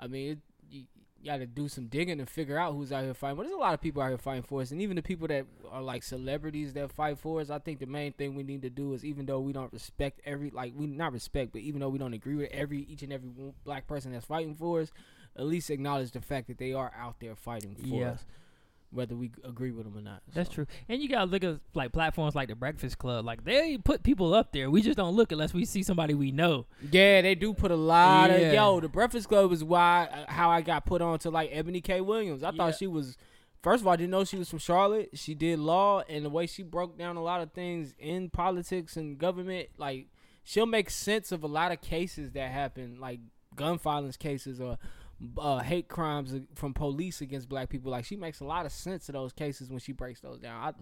Speaker 4: I mean, it, you, you got to do some digging and figure out who's out here fighting. But there's a lot of people out here fighting for us, and even the people that are like celebrities that fight for us. I think the main thing we need to do is, even though we don't respect every, like we not respect, but even though we don't agree with every each and every one- black person that's fighting for us, at least acknowledge the fact that they are out there fighting for
Speaker 3: Yeah.
Speaker 4: us, whether we agree with them or not.
Speaker 3: That's
Speaker 4: So,
Speaker 3: true. And you gotta look at like platforms like the Breakfast Club. Like they put people up there. We just don't look unless we see somebody we know.
Speaker 4: Yeah, they do put a lot
Speaker 3: Yeah.
Speaker 4: of yo. Oh, The Breakfast Club is why uh, how I got put on to like Ebony K. Williams. I
Speaker 3: Yeah.
Speaker 4: thought she was first of all, I didn't know she was from Charlotte. She did law, and the way she broke down a lot of things in politics and government, like she'll make sense of a lot of cases that happen, like gun violence cases or uh, hate crimes from police against black people. Like she makes a lot of sense of those cases when she breaks those down. I,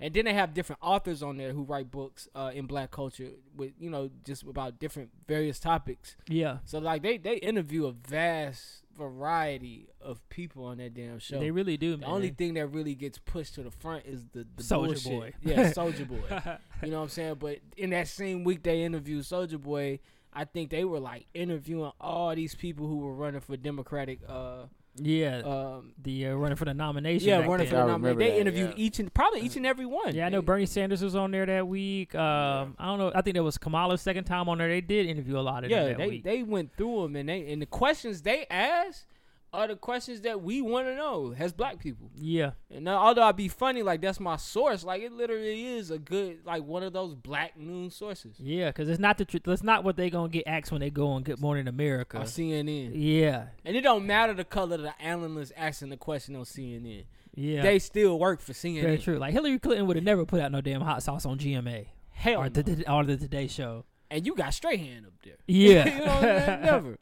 Speaker 4: And then they have different authors on there who write books uh, in black culture with you know just about different various topics.
Speaker 3: Yeah.
Speaker 4: So like they they interview a vast variety of people on that damn show.
Speaker 3: They really do,
Speaker 4: the
Speaker 3: man.
Speaker 4: only thing that really gets pushed to the front is the, the
Speaker 3: Soulja
Speaker 4: bullshit.
Speaker 3: Boy.
Speaker 4: Yeah, Soldier Boy. you know what I'm saying? But in that same week they interviewed Soldier Boy, I think they were like interviewing all these people who were running for Democratic uh
Speaker 3: yeah.
Speaker 4: um
Speaker 3: the uh, running for the nomination.
Speaker 4: yeah,
Speaker 3: back
Speaker 4: running
Speaker 3: then.
Speaker 4: for
Speaker 2: I
Speaker 4: the
Speaker 2: remember
Speaker 4: nomination. They
Speaker 2: that,
Speaker 4: interviewed
Speaker 2: yeah.
Speaker 4: each and probably each and every one.
Speaker 3: Yeah, I know
Speaker 4: They-
Speaker 3: Bernie Sanders was on there that week. Um, I don't know. I think that was Kamala's second time on there. They did interview a lot of them
Speaker 4: yeah,
Speaker 3: that
Speaker 4: they
Speaker 3: week.
Speaker 4: they went through them and they and the questions they asked are the questions that we want to know as black people.
Speaker 3: yeah,
Speaker 4: And now, although I be funny, like that's my source. Like it literally is a good, like one of those black news sources.
Speaker 3: yeah, because it's not the truth. That's not what they gonna get asked when they go on Good Morning America.
Speaker 4: On CNN,
Speaker 3: Yeah,
Speaker 4: and it don't matter the color of the analyst asking the question on CNN.
Speaker 3: yeah,
Speaker 4: They still work for
Speaker 3: very
Speaker 4: CNN.
Speaker 3: true. Like Hillary Clinton would have never put out no damn hot sauce on GMA
Speaker 4: Hell,
Speaker 3: or
Speaker 4: no.
Speaker 3: the, the or the Today Show.
Speaker 4: and you got straight hand up there.
Speaker 3: Yeah.
Speaker 4: you know what I'm saying? Never.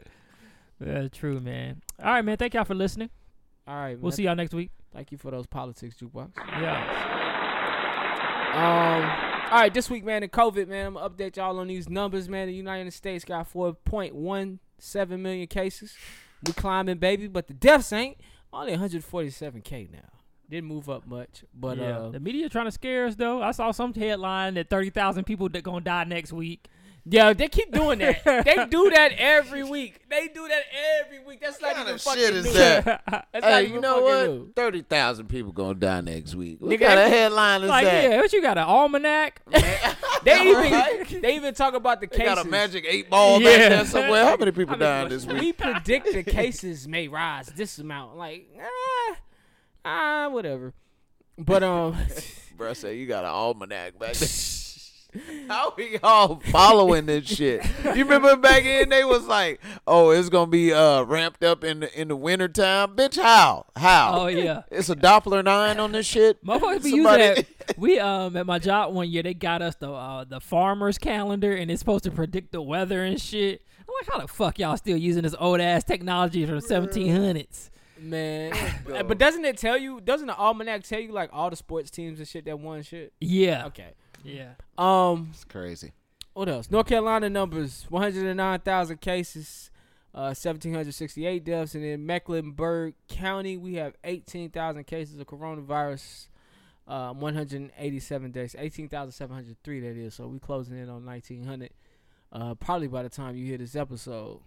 Speaker 3: Yeah, true, man. All right, man. Thank y'all for listening.
Speaker 4: All right,
Speaker 3: We'll
Speaker 4: man.
Speaker 3: see y'all next week.
Speaker 4: Thank you for those politics jukebox.
Speaker 3: Yeah,
Speaker 4: Um. All right, this week, man, in COVID, man, I'm gonna update y'all on these numbers, man. The United States got 4.17 million cases. We climbing, baby, but the deaths ain't only 147k now. Didn't move up much, but
Speaker 3: yeah.
Speaker 4: uh,
Speaker 3: the media trying to scare us though. I saw some headline that thirty thousand people that gonna die next week.
Speaker 4: yeah, they keep doing that. they do that every week. They do that every week. That's not
Speaker 2: kind
Speaker 4: even
Speaker 2: of
Speaker 4: fucking
Speaker 2: shit is
Speaker 4: new.
Speaker 2: that?
Speaker 4: That's not
Speaker 2: Hey,
Speaker 4: even
Speaker 2: you know
Speaker 4: fucking
Speaker 2: what?
Speaker 4: new.
Speaker 2: Thirty thousand people gonna die next week. What
Speaker 4: Nigga,
Speaker 2: kind of
Speaker 4: that's-
Speaker 2: headline is
Speaker 3: Like,
Speaker 2: that?
Speaker 3: yeah, what you got an almanac?
Speaker 4: They even
Speaker 2: Right?
Speaker 4: they even talk about the
Speaker 2: They
Speaker 4: cases.
Speaker 2: got a magic eight ball
Speaker 3: Yeah.
Speaker 2: back there somewhere. How many people dying this week?
Speaker 4: we predict the cases may rise this amount. Like, ah, ah whatever. But um,
Speaker 2: Bro said you got an almanac back there. How we all following this shit? You remember back in they was like, "Oh, it's gonna be uh, ramped up in the in the winter time, bitch." How? How?
Speaker 3: Oh yeah.
Speaker 2: It's a Doppler nine on this shit.
Speaker 3: Motherfuckers be
Speaker 2: Somebody-
Speaker 3: using that we um at my job one year they got us the uh, the farmers calendar and it's supposed to predict the weather and shit. I'm like, how the fuck y'all still using this old ass technology from the 1700s?
Speaker 4: man. Uh, but doesn't it tell you? Doesn't the almanac tell you like all the sports teams and shit that won shit?
Speaker 3: Yeah,
Speaker 4: Okay.
Speaker 3: yeah.
Speaker 4: Um,
Speaker 2: It's crazy.
Speaker 4: what else? North Carolina numbers: one hundred and nine thousand cases, uh, seventeen hundred sixty-eight deaths, and in Mecklenburg County we have eighteen thousand cases of coronavirus, um, one hundred eighty-seven deaths, eighteen thousand seven hundred three. That is. So we closing in on nineteen hundred. Uh, probably by the time you hear this episode,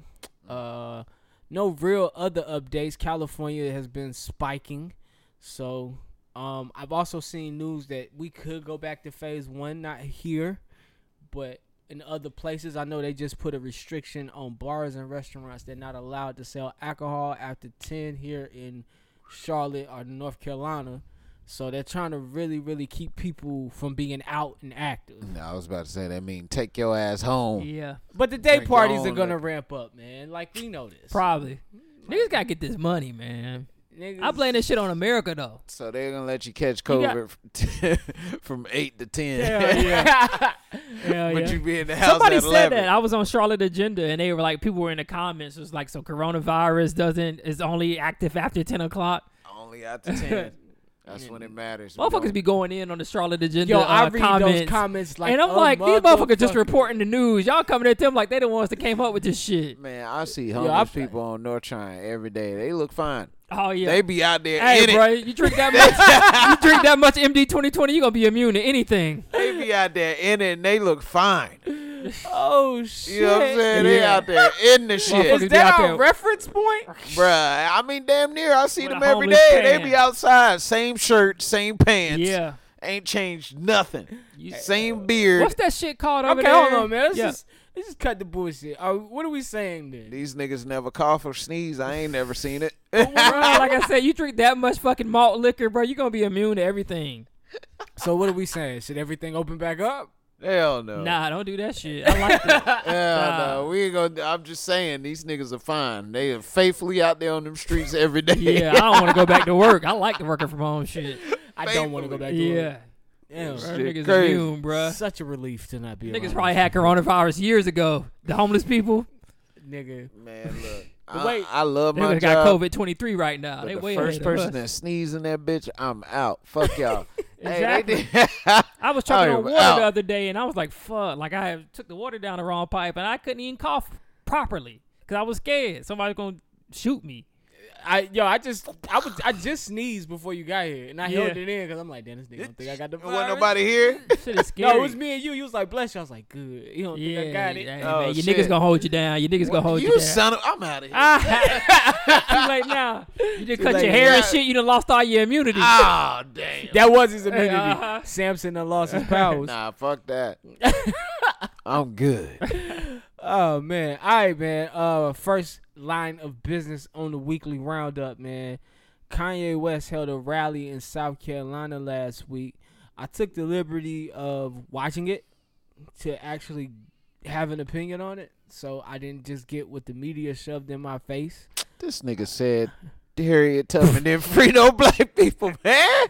Speaker 4: uh, no real other updates. California has been spiking, so. Um, I've also seen news that we could go back to phase one, not here, but in other places, I know they just put a restriction on bars and restaurants. They're not allowed to sell alcohol after 10 here in Charlotte or North Carolina. So they're trying to really, really keep people from being out and active.
Speaker 2: No, I was about to say that mean take your ass home.
Speaker 3: Yeah,
Speaker 4: But the day
Speaker 2: Drink your
Speaker 4: parties are
Speaker 2: own
Speaker 4: going to ramp up, man. Like, we know this.
Speaker 3: probably. Niggas gotta get this money, man.
Speaker 4: Niggas-
Speaker 3: I blame this shit on America though.
Speaker 2: So they're gonna let you catch
Speaker 3: got-
Speaker 2: COVID from, eight to ten,
Speaker 3: Hell yeah. Hell
Speaker 2: but
Speaker 3: Oh, yeah.
Speaker 2: you be in the house
Speaker 3: Somebody
Speaker 2: at
Speaker 3: said
Speaker 2: 11.
Speaker 3: that I was on Charlotte Agenda, and they were like, people were in the comments. It was like, so coronavirus doesn't is only active after ten o'clock.
Speaker 2: Only after ten. That's when it matters. We
Speaker 3: Motherfuckers
Speaker 2: don't-
Speaker 3: be going in on the Charlotte Agenda.
Speaker 4: Yo, I
Speaker 3: uh,
Speaker 4: read
Speaker 3: comments.
Speaker 4: those comments like,
Speaker 3: and I'm
Speaker 4: a
Speaker 3: like, these motherfuckers just
Speaker 4: motherfucker.
Speaker 3: reporting the news. Y'all coming at them like they the ones that came up with this shit.
Speaker 2: Man, I see
Speaker 4: I-
Speaker 2: homeless people on North Trine every day. They look fine.
Speaker 3: Oh yeah.
Speaker 2: They be out there in
Speaker 3: hey, bro,
Speaker 2: it.
Speaker 3: you drink that much, you drink that much MD 2020, you gonna be immune to anything.
Speaker 2: They be out there in it, and they look fine.
Speaker 4: Oh, shit.
Speaker 2: You know what I'm saying? They
Speaker 3: Yeah.
Speaker 2: out there in the
Speaker 3: Motherfuckers
Speaker 2: shit,
Speaker 4: Is that
Speaker 3: out
Speaker 4: our
Speaker 3: there-
Speaker 4: reference point?
Speaker 2: bruh. I mean, damn near. I see
Speaker 3: With a
Speaker 2: them every
Speaker 3: homeless
Speaker 2: day. They
Speaker 3: pan.
Speaker 2: be outside, same shirt, same pants.
Speaker 3: Yeah.
Speaker 2: ain't changed nothing.
Speaker 3: You-
Speaker 2: Same beard.
Speaker 3: What's that shit called over
Speaker 4: Okay,
Speaker 3: there?
Speaker 4: hold on, man. Let's,
Speaker 3: Yeah.
Speaker 4: just, let's just cut the bullshit. Uh, what are we saying then?
Speaker 2: These niggas never cough or sneeze. I ain't never seen it.
Speaker 3: Bro, like I said, you drink that much fucking malt liquor, bro, you're gonna be immune to everything.
Speaker 4: So what are we saying? Should everything open back up?
Speaker 2: Hell no.
Speaker 3: Nah, don't do that shit. I like that.
Speaker 2: Hell no. We ain't gonna. I'm just saying these niggas are fine. They are faithfully out there on them streets every day.
Speaker 3: yeah, I don't want to go back to work. I like the working from home shit.
Speaker 4: I don't want to go back to
Speaker 3: Yeah,
Speaker 4: work.
Speaker 3: bro,
Speaker 4: Damn.
Speaker 2: Shit
Speaker 3: niggas
Speaker 2: crazy.
Speaker 3: immune, bro.
Speaker 4: Such a relief to not be
Speaker 3: Niggas
Speaker 4: around
Speaker 3: probably had coronavirus years ago. The homeless people,
Speaker 4: Nigga.
Speaker 2: Man, look. I,
Speaker 4: wait.
Speaker 2: I love
Speaker 3: they
Speaker 2: my
Speaker 3: got
Speaker 2: job.
Speaker 3: COVID twenty three right now.
Speaker 2: but
Speaker 3: They
Speaker 2: the
Speaker 3: way
Speaker 2: first
Speaker 3: ahead of
Speaker 2: person
Speaker 3: us.
Speaker 2: that sneezes in that bitch, I'm out. Fuck y'all.
Speaker 3: Exactly.
Speaker 2: Hey, they did.
Speaker 3: I was chugging
Speaker 2: Oh,
Speaker 3: on
Speaker 2: yeah,
Speaker 3: water
Speaker 2: out.
Speaker 3: the other day, and I was like, "Fuck!" Like I had- took the water down the wrong pipe, and I couldn't even cough properly because I was scared somebody was gonna shoot me.
Speaker 4: I yo, I just I was I just sneezed before you got here, and I
Speaker 3: Yeah.
Speaker 4: held it in because I'm like, damn, this nigga don't think I got the virus.
Speaker 2: Wasn't nobody here.
Speaker 3: Shit is scary.
Speaker 4: No, it was me and you. You was like, bless you. I was like, good. You don't
Speaker 3: Yeah,
Speaker 4: think I got it?
Speaker 3: hey,
Speaker 2: Oh,
Speaker 3: man, your
Speaker 2: shit.
Speaker 3: niggas gonna hold you down. Your niggas gonna hold you,
Speaker 2: you
Speaker 3: down.
Speaker 2: son of. I'm out of here.
Speaker 3: Ah, like now, you just cut
Speaker 4: late
Speaker 3: your hair
Speaker 2: now.
Speaker 3: and shit. You done lost all your immunity.
Speaker 2: Ah, damn.
Speaker 4: That was his immunity.
Speaker 3: uh-huh.
Speaker 4: Samson done lost his powers.
Speaker 2: Nah, fuck that. I'm good.
Speaker 4: Oh man. All right, man. Uh first line of business on the weekly roundup, man. Kanye West held a rally in South Carolina last week. I took the liberty of watching it to actually have an opinion on it. So I didn't just get what the media shoved in my face.
Speaker 2: This nigga said Harriet Tubman didn't free no black people, man.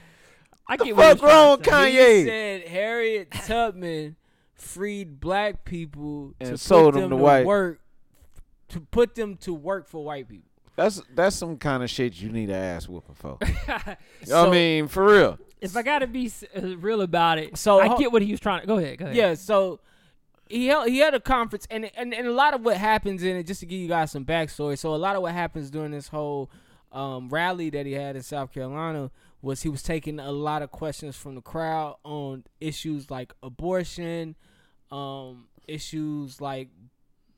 Speaker 3: I
Speaker 2: The
Speaker 3: get what
Speaker 2: fuck
Speaker 3: you're trying
Speaker 2: wrong,
Speaker 3: to say.
Speaker 4: He
Speaker 2: Kanye?
Speaker 4: said Harriet Tubman freed black people
Speaker 2: And
Speaker 4: to
Speaker 2: sold
Speaker 4: put them
Speaker 2: them to
Speaker 4: to
Speaker 2: white.
Speaker 4: work to put them to work for white people.
Speaker 2: That's that's some kind of shit you need an ass whooping for. I
Speaker 4: So-
Speaker 2: mean, for real.
Speaker 3: If I gotta be s- uh, real about it,
Speaker 4: So,
Speaker 3: so I
Speaker 4: ho-
Speaker 3: get what he was trying to. Go ahead, go ahead.
Speaker 4: Yeah, so he held, he had a conference, and, and and a lot of what happens in it, just to give you guys some backstory. So a lot of what happens during this whole um, rally that he had in South Carolina was he was taking a lot of questions from the crowd on issues like abortion, um, issues like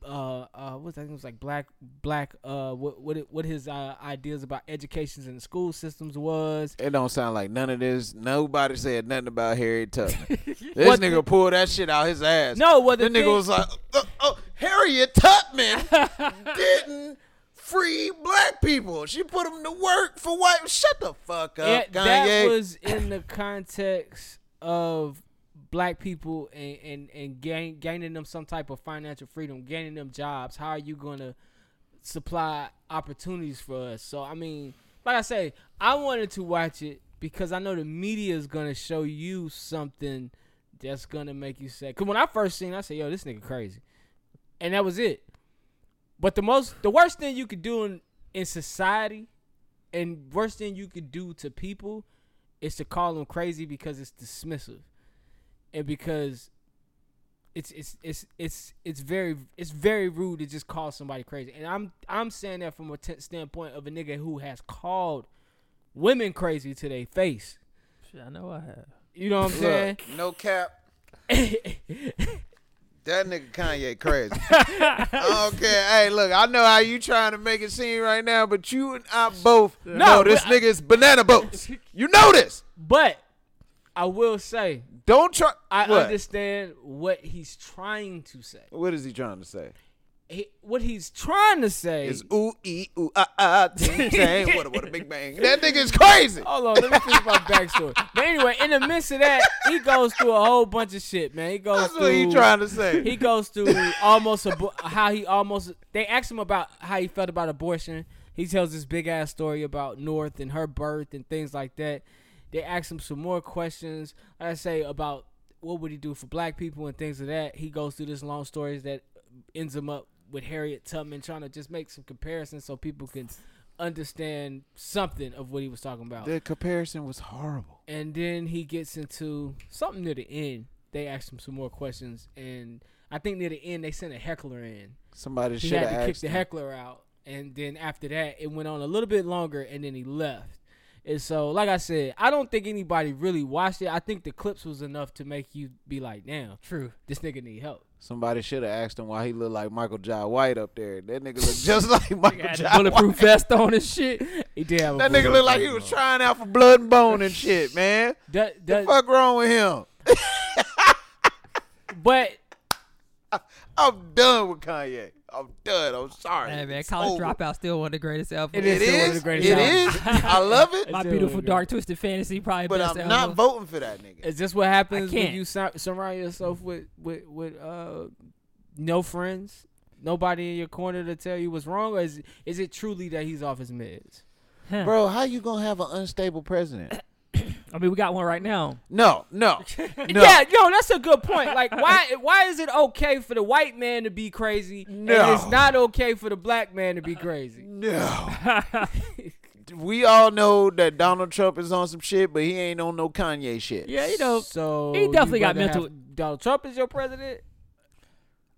Speaker 4: uh, uh, what's that? It was like black, black. Uh, what what it, what his uh, ideas about educations and school systems was.
Speaker 2: It don't sound like none of this. Nobody said nothing about Harriet Tubman. this
Speaker 4: What the-
Speaker 2: nigga pulled that shit out his ass.
Speaker 4: No, well, the
Speaker 2: this nigga
Speaker 4: thing-
Speaker 2: was like, oh, oh, Harriet Tubman didn't free black people. She put them to work for white. Shut the fuck up,
Speaker 4: It-
Speaker 2: Kanye.
Speaker 4: that was in the context of black people and and, and gain, gaining them some type of financial freedom, gaining them jobs. How are you going to supply opportunities for us? So I mean, like I say, I wanted to watch it because I know the media is gonna show you something that's gonna make you say. Cause when I first seen, it, I said, "Yo, this nigga crazy," and that was it. But the most, the worst thing you could do in in society, and worst thing you could do to people, is to call them crazy because it's dismissive, and because it's it's it's it's it's very it's very rude to just call somebody crazy. And I'm I'm saying that from a t- standpoint of a nigga who has called women crazy to their face.
Speaker 3: Shit, I know I have.
Speaker 4: You know what I'm saying?
Speaker 2: Look, no cap. That nigga Kanye crazy. I don't care. Hey, look, I know how you trying to make it seem right now, but you and I both know this
Speaker 4: but I-
Speaker 2: nigga's banana boats. You know this.
Speaker 4: But I will say
Speaker 2: Don't try.
Speaker 4: I
Speaker 2: what?
Speaker 4: understand what he's trying to say.
Speaker 2: What is he trying to say?
Speaker 4: He, what he's trying to say
Speaker 2: It's ooh ee ooh ah ah ting ting. What a what a big bang. That nigga is crazy.
Speaker 4: Hold on, let me finish my backstory. But anyway, in the midst of that, he goes through a whole bunch of shit, man. He goes
Speaker 2: That's
Speaker 4: through.
Speaker 2: what he trying to say.
Speaker 4: He goes through almost abo- how he almost. They asked him about how he felt about abortion. He tells this big ass story about North and her birth and things like that. They asked him some more questions. Like I say about what would he do for black people and things of that. He goes through this long stories that ends him up with Harriet Tubman trying to just make some comparisons so people can understand something of what he was talking about.
Speaker 2: the comparison was horrible.
Speaker 4: And then he gets into something near the end. They asked him some more questions, and I think near the end they sent a heckler in.
Speaker 2: Somebody
Speaker 4: He
Speaker 2: should
Speaker 4: had to
Speaker 2: have
Speaker 4: kick
Speaker 2: asked.
Speaker 4: the
Speaker 2: him.
Speaker 4: heckler out, and then after that it went on a little bit longer, and then he left. And so, like I said, I don't think anybody really watched it. I think the clips was enough to make you be like, "Damn,
Speaker 3: True.
Speaker 4: this nigga need help."
Speaker 2: Somebody should have asked him why he looked like Michael J. White up there. That nigga looked just like
Speaker 3: I
Speaker 2: Michael
Speaker 3: had
Speaker 2: J.
Speaker 3: the
Speaker 2: White.
Speaker 3: bulletproof vest on and shit.
Speaker 4: He did have a
Speaker 2: That nigga looked like he was trying out for blood and bone and shit, man.
Speaker 4: That,
Speaker 2: The
Speaker 4: that,
Speaker 2: fuck wrong with him?
Speaker 4: but
Speaker 2: I'm done with Kanye. I'm done. I'm sorry.
Speaker 3: Hey, man,
Speaker 2: It's
Speaker 3: college
Speaker 2: over.
Speaker 3: dropout still one of the greatest albums.
Speaker 4: It
Speaker 2: It
Speaker 4: It's still one of
Speaker 2: is.
Speaker 4: the
Speaker 2: It
Speaker 4: greatest
Speaker 2: is. I love it,
Speaker 3: My
Speaker 4: Still one
Speaker 3: beautiful
Speaker 4: of the
Speaker 3: dark twisted fantasy, probably
Speaker 2: but
Speaker 3: best
Speaker 2: I'm
Speaker 3: album.
Speaker 2: not voting for that nigga.
Speaker 4: Is this what happens when
Speaker 3: can't.
Speaker 4: you sur- surround yourself with with with uh no friends, nobody in your corner to tell you what's wrong, or is is it truly that he's off his meds?
Speaker 3: Huh.
Speaker 2: Bro, how you gonna have an unstable president?
Speaker 3: I mean, we got one right now.
Speaker 2: No, no, no.
Speaker 4: Yeah, yo, that's a good point. Like, why why is it okay for the white man to be crazy,
Speaker 2: No.
Speaker 4: and it's not okay for the black man to be crazy?
Speaker 2: No. we all know that Donald Trump is on some shit, but he ain't on no Kanye shit.
Speaker 3: Yeah, you know,
Speaker 4: So
Speaker 3: He definitely
Speaker 4: you
Speaker 3: got
Speaker 4: rather
Speaker 3: mental-
Speaker 4: have Donald Trump is your president.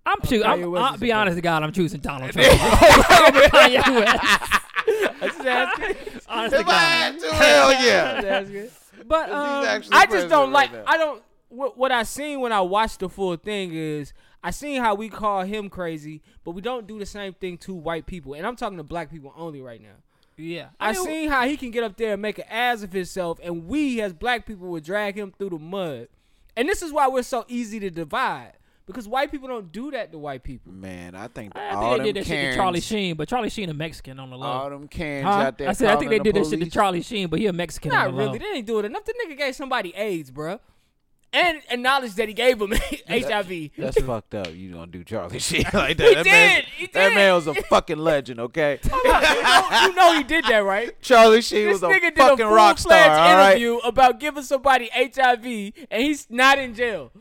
Speaker 3: I'm choosing.
Speaker 4: Kanye
Speaker 3: I'm,
Speaker 4: West
Speaker 3: I'll
Speaker 4: is
Speaker 3: be
Speaker 4: the
Speaker 3: honest to God, I'm choosing Donald Trump. over Kanye West.
Speaker 4: I just asking.
Speaker 3: Honest to
Speaker 2: If
Speaker 3: God.
Speaker 2: I had to, hell
Speaker 4: Just
Speaker 2: yeah.
Speaker 4: asking.
Speaker 3: But
Speaker 2: He's
Speaker 3: um,
Speaker 2: actually
Speaker 4: I just don't
Speaker 2: president
Speaker 4: like.
Speaker 2: right now.
Speaker 4: I don't. What, what I seen when I watched the full thing is I seen how we call him crazy, but we don't do the same thing to white people, and I'm talking to black people only right now.
Speaker 3: yeah,
Speaker 4: I,
Speaker 3: mean,
Speaker 4: seen how he can get up there and make an ass of himself, and we as black people would drag him through the mud. And this is why we're so easy to divide because white people don't do that to white people.
Speaker 2: Man, I think
Speaker 3: I
Speaker 2: all
Speaker 3: think they
Speaker 2: them
Speaker 3: did that shit
Speaker 2: Karens,
Speaker 3: to Charlie Sheen, but Charlie Sheen a Mexican on the low.
Speaker 2: all them Karens
Speaker 3: Huh?
Speaker 2: out there.
Speaker 3: I said I think
Speaker 2: calling
Speaker 3: they
Speaker 2: the
Speaker 3: did that shit to
Speaker 2: police.
Speaker 3: Charlie Sheen, but he a Mexican on
Speaker 4: Not
Speaker 3: the
Speaker 4: really.
Speaker 3: low.
Speaker 4: They didn't do it enough. The nigga gave somebody AIDS, bruh, and acknowledged that he gave him HIV.
Speaker 2: That's fucked up. You gonna do Charlie Sheen like that? He that Man,
Speaker 4: did. He
Speaker 2: That
Speaker 4: did.
Speaker 2: man was a fucking legend. Okay,
Speaker 4: you know he did that, right?
Speaker 2: Charlie Sheen
Speaker 4: This
Speaker 2: was a
Speaker 4: nigga did a
Speaker 2: fucking rock
Speaker 4: full-fledged
Speaker 2: star. All right,
Speaker 4: interview about giving somebody HIV, and he's not in jail.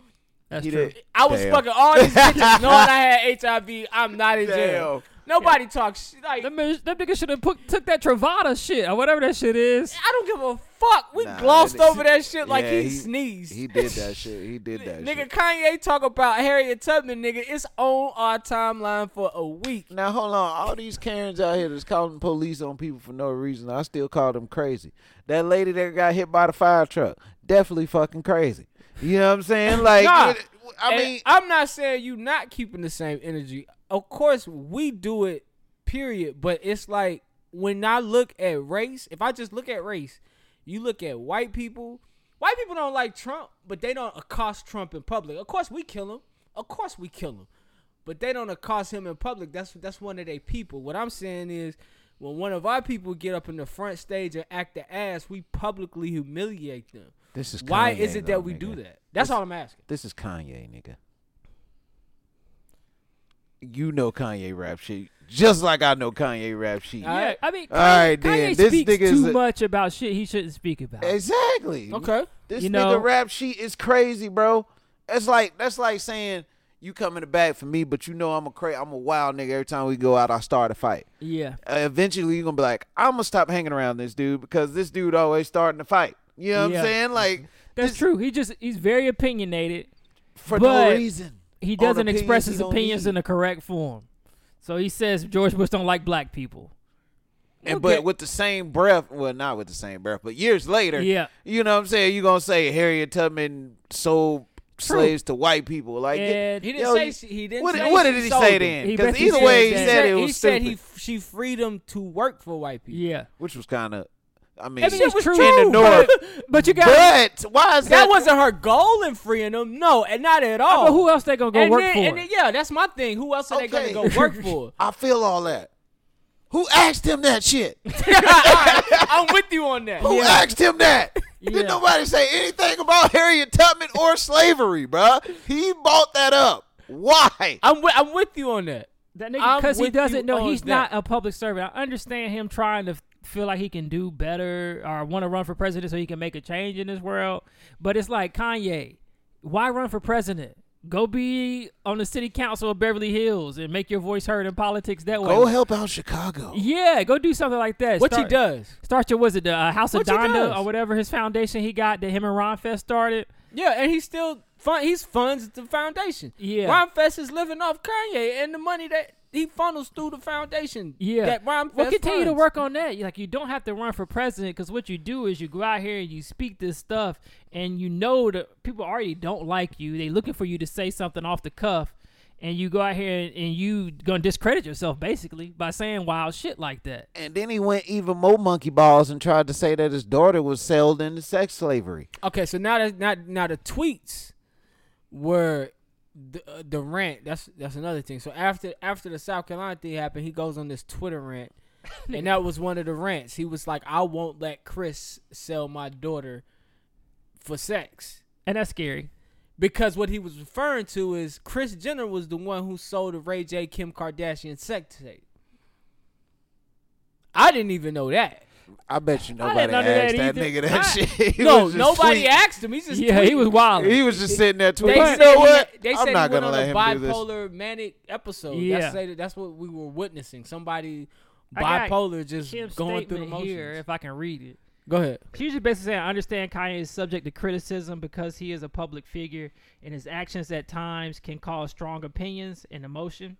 Speaker 3: That's
Speaker 2: He
Speaker 3: true.
Speaker 2: did.
Speaker 4: I was
Speaker 2: Damn.
Speaker 4: fucking all these bitches knowing I had HIV. I'm not in jail.
Speaker 2: Damn.
Speaker 4: Nobody talks shit. Like,
Speaker 3: That, man, that nigga should have took that Travada shit or whatever that shit is.
Speaker 4: I don't give a fuck. We
Speaker 2: Nah,
Speaker 4: glossed
Speaker 2: that nigga-
Speaker 4: over that shit like
Speaker 2: Yeah,
Speaker 4: he,
Speaker 2: he-
Speaker 4: sneezed.
Speaker 2: He did that shit. He did that
Speaker 4: nigga,
Speaker 2: shit.
Speaker 4: Kanye talk about Harriet Tubman, nigga. It's on our timeline for a week.
Speaker 2: Now hold on, all these Karens out here that's calling police on people for no reason. I still call them crazy. That lady that got hit by the fire truck, definitely fucking crazy. You know what I'm saying? Like,
Speaker 4: Nah.
Speaker 2: it- I
Speaker 4: And
Speaker 2: mean,
Speaker 4: I'm not saying you not keeping the same energy. Of course, we do it, period. But it's like when I look at race, if I just look at race, you look at white people. White people don't like Trump, but they don't accost Trump in public. Of course, we kill him. Of course, we kill him. But they don't accost him in public. That's that's one of their people. What I'm saying is, when one of our people get up in the front stage and act the ass, we publicly humiliate them.
Speaker 2: this is
Speaker 4: Why
Speaker 2: Kanye,
Speaker 4: is it
Speaker 2: though,
Speaker 4: that we
Speaker 2: nigga.
Speaker 4: do that? That's all I'm asking.
Speaker 2: This is Kanye, nigga. you know Kanye rap sheet, just like I know Kanye rap sheet.
Speaker 4: All
Speaker 3: Yeah,
Speaker 4: right.
Speaker 3: I mean, Kanye,
Speaker 2: All right, then.
Speaker 3: Kanye
Speaker 2: This
Speaker 3: speaks
Speaker 2: nigga is
Speaker 3: too
Speaker 2: a-
Speaker 3: much about shit he shouldn't speak about.
Speaker 2: Exactly.
Speaker 4: Okay.
Speaker 2: This
Speaker 3: You know-
Speaker 2: nigga rap sheet is crazy, bro. That's like that's like saying you come in the back for me, but you know I'm a cra- I'm a wild nigga. Every time we go out, I start a fight.
Speaker 3: yeah,
Speaker 2: Uh, eventually, you're gonna be like, I'm gonna stop hanging around this dude because this dude always starting a fight. You know what
Speaker 3: Yeah.
Speaker 2: I'm saying? Like
Speaker 3: that's
Speaker 2: this-
Speaker 3: true. He just he's very opinionated.
Speaker 2: for
Speaker 3: but
Speaker 2: no reason.
Speaker 3: He
Speaker 2: On
Speaker 3: doesn't
Speaker 2: opinions
Speaker 3: express
Speaker 2: he
Speaker 3: his
Speaker 2: don't
Speaker 3: opinions
Speaker 2: need.
Speaker 3: in the correct form. So he says George Bush don't like black people.
Speaker 2: And
Speaker 3: Okay.
Speaker 2: but with the same breath, well, not with the same breath, but years later,
Speaker 3: Yeah.
Speaker 2: you know what I'm saying? You're gonna say Harriet Tubman sold slaves to white people, like
Speaker 3: And
Speaker 4: He didn't
Speaker 2: Yo,
Speaker 4: say
Speaker 2: you-
Speaker 4: she, he didn't.
Speaker 2: what,
Speaker 4: say
Speaker 2: what
Speaker 4: she
Speaker 2: did he
Speaker 4: sold
Speaker 2: say
Speaker 4: them.
Speaker 2: then?
Speaker 3: He
Speaker 2: Because
Speaker 3: basically
Speaker 2: either way,
Speaker 3: said
Speaker 2: he
Speaker 3: that.
Speaker 4: He said
Speaker 2: said, it
Speaker 4: he
Speaker 2: was
Speaker 4: said
Speaker 2: stupid,
Speaker 4: he she freed him to work for white people.
Speaker 3: yeah.
Speaker 2: which was kind of, I mean,
Speaker 3: I mean, it's
Speaker 4: was
Speaker 3: true.
Speaker 2: in the north.
Speaker 3: But, but you got
Speaker 2: But why is that?
Speaker 4: That wasn't her goal in freeing them. No, and not at all.
Speaker 3: but who else they gonna go
Speaker 4: Oh. and
Speaker 3: work
Speaker 4: then,
Speaker 3: for?
Speaker 4: And then, yeah, that's my thing. Who else are they
Speaker 2: Okay.
Speaker 4: gonna go work for?
Speaker 2: I feel all that. Who asked him that shit?
Speaker 4: I'm with you on that.
Speaker 2: Who asked him that?
Speaker 3: Yeah.
Speaker 2: Did nobody say anything about Harriet Tubman or slavery, bruh? He bought that up. Why?
Speaker 4: I'm with, I'm with you on that.
Speaker 3: That
Speaker 4: I'm
Speaker 3: nigga, because he
Speaker 4: with you
Speaker 3: doesn't know,
Speaker 4: on
Speaker 3: he's
Speaker 4: that.
Speaker 3: not a public servant. I understand him trying to f- feel like he can do better or want to run for president so he can make a change in this world. But it's like Kanye, why run for president? Go be on the city council of Beverly Hills and make your voice heard in politics that way.
Speaker 2: Go help out Chicago.
Speaker 3: yeah, go do something like that.
Speaker 4: What
Speaker 3: Start-
Speaker 4: he does.
Speaker 3: Start your was it the uh, House of
Speaker 4: What he
Speaker 3: Donda
Speaker 4: does.
Speaker 3: or whatever his foundation he got that him and Ron Fest started.
Speaker 4: Yeah, and he still fund. He's funds the foundation.
Speaker 3: Yeah.
Speaker 4: Ron Fest is living off Kanye and the money that he funnels through the foundation.
Speaker 3: Yeah.
Speaker 4: that Ron Fest
Speaker 3: well, continue to
Speaker 4: funds.
Speaker 3: work on that. You- Like you don't have to run for president because what you do is you go out here and you speak this stuff, and you know that people already don't like you. They looking for you to say something off the cuff, and you go out here and, and you gonna discredit yourself basically by saying wild shit like that.
Speaker 2: And then he went even more monkey balls and tried to say that his daughter was sold into sex slavery.
Speaker 4: Okay, so now that now, now the tweets were the, uh, the rant. That's that's another thing. So after after the South Carolina thing happened, he goes on this Twitter rant, and that was one of the rants. He was like, "I won't let Chris sell my daughter for sex."
Speaker 3: And that's scary.
Speaker 4: Because what he was referring to is Chris Jenner was the one who sold the Ray J Kim Kardashian sex tape. I didn't even know that.
Speaker 2: I bet you
Speaker 3: I
Speaker 2: nobody
Speaker 3: didn't know
Speaker 2: asked
Speaker 3: that either.
Speaker 2: that, nigga that
Speaker 3: I-
Speaker 2: shit. He
Speaker 4: no,
Speaker 2: was just
Speaker 4: nobody
Speaker 2: tweeting.
Speaker 4: asked him. He's just
Speaker 3: Yeah, he
Speaker 4: tweeting.
Speaker 3: was wild.
Speaker 2: He was just sitting there
Speaker 4: They
Speaker 2: tweeting. you
Speaker 4: said
Speaker 2: know
Speaker 4: he-
Speaker 2: what?
Speaker 4: they
Speaker 2: I'm
Speaker 4: said
Speaker 2: not
Speaker 4: he went
Speaker 2: gonna
Speaker 4: on
Speaker 2: let
Speaker 4: a
Speaker 2: him do this.
Speaker 4: bipolar manic episode.
Speaker 3: Yeah.
Speaker 4: That's, say- that's what we were witnessing. Somebody
Speaker 3: I got
Speaker 4: bipolar just
Speaker 3: Kim's
Speaker 4: going through the
Speaker 3: statement
Speaker 4: motions.
Speaker 3: here, if I can read it.
Speaker 4: Go ahead.
Speaker 3: She's just basically saying, I understand Kanye is subject to criticism because he is a public figure and his actions at times can cause strong opinions and emotion.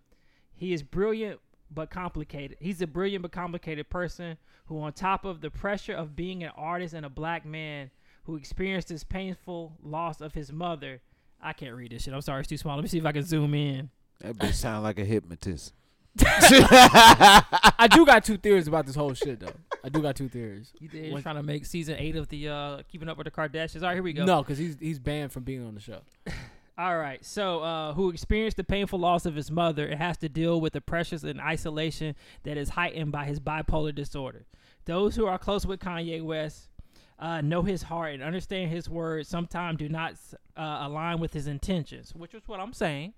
Speaker 3: He is brilliant but complicated. He's a brilliant but complicated person who, on top of the pressure of being an artist and a black man who experienced this painful loss of his mother, I can't read this shit. I'm sorry, it's too small. Let me see if I can zoom in.
Speaker 2: That bitch sound like a hypnotist.
Speaker 4: I do got two theories about this whole shit though. I do got two theories.
Speaker 3: You did trying to make season eight of the uh, Keeping Up with the Kardashians. All right, here we go.
Speaker 4: No, because he's he's banned from being on the show.
Speaker 3: All right. So, uh, who experienced the painful loss of his mother and has to deal with the pressures and isolation that is heightened by his bipolar disorder. Those who are close with Kanye West uh, know his heart and understand his words sometimes do not uh, align with his intentions, which is what I'm saying.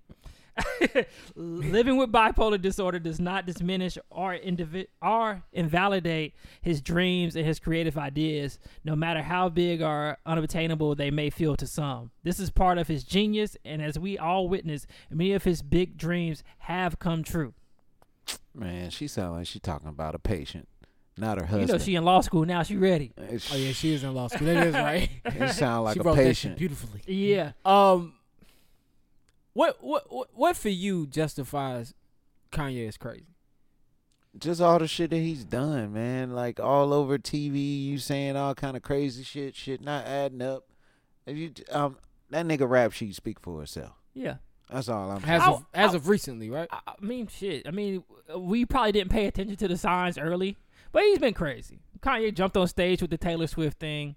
Speaker 3: Living with bipolar disorder does not diminish or, indivi- or invalidate his dreams and his creative ideas, no matter how big or unobtainable they may feel to some. This is part of his genius, and as we all witness, many of his big dreams have come true.
Speaker 2: Man, she sound like she talking about a patient, not her
Speaker 3: You
Speaker 2: husband.
Speaker 3: know, she in law school now. She ready.
Speaker 4: Oh yeah, she is in law school. That is right.
Speaker 2: She sound like
Speaker 4: she
Speaker 2: a
Speaker 4: wrote that shit
Speaker 2: patient.
Speaker 4: beautifully.
Speaker 3: Yeah.
Speaker 4: Um, what what what, what for you justifies Kanye is crazy?
Speaker 2: just all the shit that he's done, man. Like all over TV, you saying all kind of crazy shit, shit not adding up. If you um that nigga rap sheet speak for itself.
Speaker 3: Yeah.
Speaker 2: That's all I'm.
Speaker 4: As
Speaker 3: Ow,
Speaker 4: of as
Speaker 3: ow.
Speaker 4: of recently, right?
Speaker 3: I I mean, shit. I mean, we probably didn't pay attention to the signs early, but he's been crazy. Kanye jumped on stage with the Taylor Swift thing.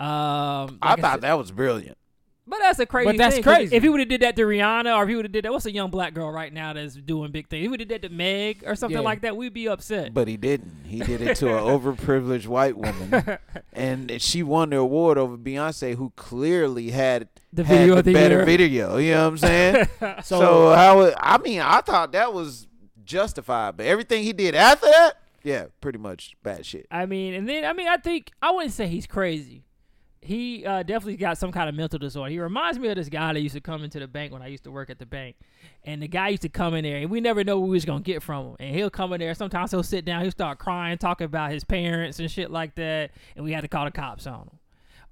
Speaker 3: Um,
Speaker 2: I
Speaker 3: like
Speaker 2: thought
Speaker 3: said-
Speaker 2: that was brilliant.
Speaker 3: but that's that's a crazy.
Speaker 4: But that's
Speaker 3: thing, 'cause
Speaker 4: crazy.
Speaker 3: If he would have did that to Rihanna, or if he would have did that, what's a young black girl right now that's doing big things? If he would have did that to Meg or something
Speaker 4: Yeah.
Speaker 3: like that, we'd be upset.
Speaker 2: But he didn't. He did it to an overprivileged white woman, and she won the award over Beyonce, who clearly had
Speaker 3: The
Speaker 2: had
Speaker 3: video
Speaker 2: the
Speaker 3: of the
Speaker 2: better
Speaker 3: year.
Speaker 2: video. You know what I'm saying? so, how? it- I mean, I thought that was justified, but everything he did after that, yeah, pretty much bad shit.
Speaker 3: I mean, and then I mean, I think I wouldn't say he's crazy. He uh, definitely got some kind of mental disorder. He reminds me of this guy that used to come into the bank when I used to work at the bank, and the guy used to come in there, and we never know what we was gonna get from him. And he'll come in there. Sometimes he'll sit down, he'll start crying, talking about his parents and shit like that, and we had to call the cops on him.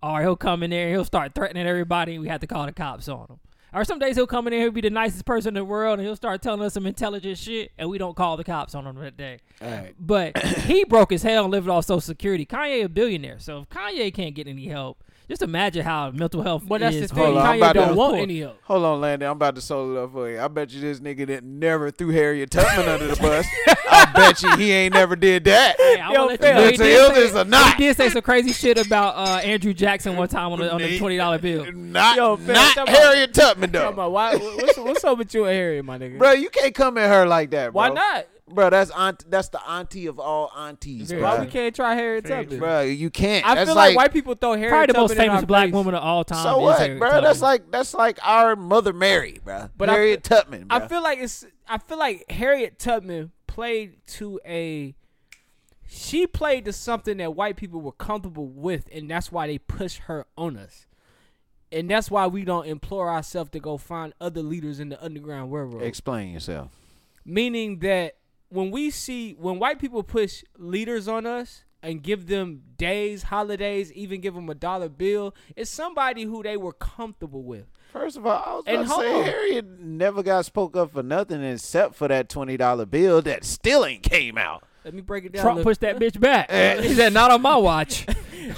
Speaker 3: Or he'll come in there, and he'll start threatening everybody, and we had to call the cops on him. Or some days he'll come in there, he'll be the nicest person in the world, and he'll start telling us some intelligent shit, and we don't call the cops on him that day. But he broke his hell and living off Social Security. Kanye a billionaire, so if Kanye can't get any help, just imagine how mental health.
Speaker 4: But that's the
Speaker 3: is
Speaker 4: thing.
Speaker 2: Hold on, I'm
Speaker 4: Kanye
Speaker 2: about to-
Speaker 4: don't want any help.
Speaker 2: Hold on, Landon. I'm about to solo it up for you. I bet you this nigga that never threw Harriet Tubman under the bus. I bet you he ain't never did that.
Speaker 3: Hey, I wanna let you know, he
Speaker 2: Mental
Speaker 3: did say-
Speaker 2: illness or not.
Speaker 3: He did say some crazy shit about uh, Andrew Jackson one time on the, on the twenty dollar bill.
Speaker 2: Not,
Speaker 4: Yo, fam,
Speaker 2: not
Speaker 4: come on.
Speaker 2: Harriet Tubman
Speaker 4: Talking
Speaker 2: though,
Speaker 4: about why, what's, what's up with you and Harry, my nigga?
Speaker 2: bro. You can't come at her like that. Bro.
Speaker 4: why not?
Speaker 2: bro? That's aunt. That's the auntie of all aunties,
Speaker 4: Why
Speaker 2: bro.
Speaker 4: we can't try Harry Tubman?
Speaker 2: Bro, you can't.
Speaker 4: I
Speaker 2: that's
Speaker 4: feel like,
Speaker 2: like,
Speaker 4: white people throw Harry
Speaker 3: Probably the
Speaker 4: Tubman
Speaker 3: most
Speaker 4: in our
Speaker 3: famous black
Speaker 4: face.
Speaker 3: woman of all time.
Speaker 2: So
Speaker 3: is
Speaker 2: what,
Speaker 3: Harriet
Speaker 2: bro?
Speaker 3: Tubman.
Speaker 2: That's like that's like our mother Mary, bro.
Speaker 4: But I
Speaker 2: Harriet Tubman. Bro.
Speaker 4: I feel like it's. I feel like Harriet Tubman played to a. She played to something that white people were comfortable with, and that's why they push her on us, and that's why we don't implore ourselves to go find other leaders in the underground railroad.
Speaker 2: Explain yourself.
Speaker 4: Meaning that when we see when white people push leaders on us and give them days, holidays, even give them a dollar bill, it's somebody who they were comfortable with.
Speaker 2: First of all, I was
Speaker 4: And
Speaker 2: about to say
Speaker 4: hold on.
Speaker 2: Harriet never got spoke up for nothing except for that twenty dollar bill that still ain't came out.
Speaker 4: Let me break it down. a
Speaker 3: Trump
Speaker 4: little-
Speaker 3: pushed that bitch back. he said, "Not on my watch."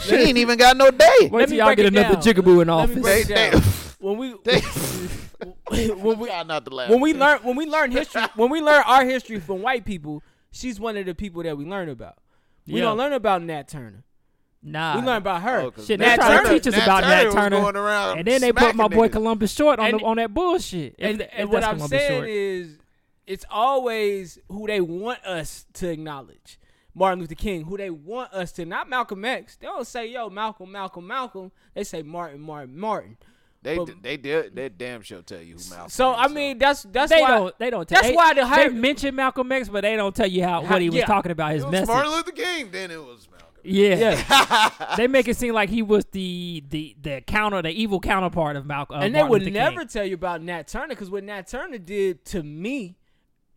Speaker 2: She ain't even got no day.
Speaker 3: Wait
Speaker 4: Let
Speaker 3: till
Speaker 4: me
Speaker 3: y'all
Speaker 4: break
Speaker 3: get
Speaker 4: it
Speaker 3: another
Speaker 4: down.
Speaker 3: jigaboo in
Speaker 4: Let me
Speaker 3: office.
Speaker 4: break
Speaker 2: They,
Speaker 4: it
Speaker 2: they,
Speaker 4: down. when we
Speaker 2: they,
Speaker 4: when we
Speaker 2: Try not to laugh.
Speaker 4: when we learn when we learn history when we learn our history from white people, she's one of the people that we learn about. We
Speaker 3: Yeah.
Speaker 4: don't learn about Nat Turner.
Speaker 3: Nah,
Speaker 4: We learn about her.
Speaker 2: Oh, 'cause
Speaker 3: Shit,
Speaker 2: Nat
Speaker 3: they trying to
Speaker 2: Turner-
Speaker 3: teach us about Nat
Speaker 2: was
Speaker 3: Turner.
Speaker 2: going around
Speaker 3: and then they put my
Speaker 2: smacking
Speaker 3: boy
Speaker 2: niggas.
Speaker 3: Columbus Short on
Speaker 4: And-
Speaker 3: the, on that bullshit. If-
Speaker 4: and
Speaker 3: if
Speaker 4: and what
Speaker 3: that's
Speaker 4: I'm
Speaker 3: Columbus
Speaker 4: saying
Speaker 3: Short.
Speaker 4: is, it's always who they want us to acknowledge. Martin Luther King, who they want us to, not Malcolm X. They don't say, "Yo, Malcolm, Malcolm, Malcolm." They say Martin, Martin, Martin.
Speaker 2: They
Speaker 4: But-
Speaker 2: d- they did that damn sure tell you who Malcolm.
Speaker 4: So
Speaker 2: is,
Speaker 4: I mean, that's that's
Speaker 3: they
Speaker 4: why
Speaker 3: don't. They don't. Tell,
Speaker 4: that's
Speaker 3: they,
Speaker 4: why the
Speaker 3: they
Speaker 4: higher
Speaker 3: mention Malcolm X, but they don't tell you how,
Speaker 4: How-
Speaker 3: what he was
Speaker 4: yeah.
Speaker 3: talking about his
Speaker 2: it was
Speaker 3: message.
Speaker 2: Martin Luther King. Then it was Malcolm.
Speaker 3: Yeah, they make it seem like he was the the the counter, the evil counterpart of uh, Malcolm.
Speaker 4: and they would never tell you about Nat Turner because what Nat Turner did to me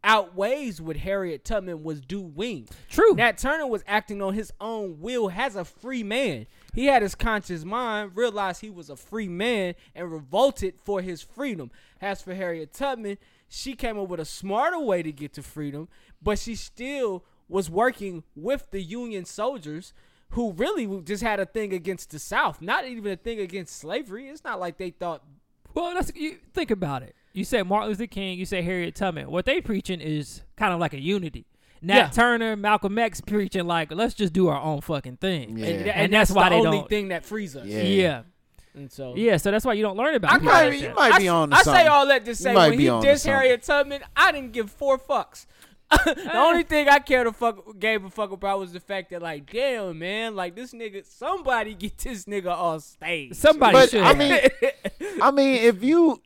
Speaker 4: outweighs what Harriet Tubman was doing.
Speaker 3: True.
Speaker 4: Nat Turner was acting on his own will as a free man. He had his conscious mind, realized he was a free man, and revolted for his freedom. As for Harriet Tubman, she came up with a smarter way to get to freedom, but she still was working with the Union soldiers who really just had a thing against the South, not even a thing against slavery. It's not like they thought
Speaker 3: Well, that's you think about it. You said Martin Luther King. You said Harriet Tubman. What they preaching is kind of like a unity. Nat
Speaker 4: Yeah.
Speaker 3: Turner, Malcolm X preaching like let's just do our own fucking thing.
Speaker 2: Yeah.
Speaker 4: and,
Speaker 2: And
Speaker 4: tha-
Speaker 3: And
Speaker 4: and
Speaker 3: that's
Speaker 4: that's,
Speaker 3: why
Speaker 4: the
Speaker 3: they
Speaker 4: only
Speaker 3: don't-
Speaker 4: thing that frees us.
Speaker 2: Yeah.
Speaker 3: Yeah, yeah.
Speaker 4: And so
Speaker 3: so that's why you don't learn about.
Speaker 4: I
Speaker 3: people
Speaker 4: might-
Speaker 3: like
Speaker 2: you
Speaker 3: that.
Speaker 2: might
Speaker 4: I,
Speaker 2: be
Speaker 4: s-
Speaker 2: on to
Speaker 4: I
Speaker 2: something.
Speaker 4: say all that to say
Speaker 2: might
Speaker 4: when
Speaker 2: be
Speaker 4: he
Speaker 2: on to
Speaker 4: dissed
Speaker 2: something.
Speaker 4: Harriet Tubman, I didn't give four fucks. the only thing I cared a fuck gave a fuck about was the fact that like, damn man, like this nigga, somebody get this nigga off stage.
Speaker 3: Somebody
Speaker 2: But
Speaker 3: should.
Speaker 2: I mean, I mean, if you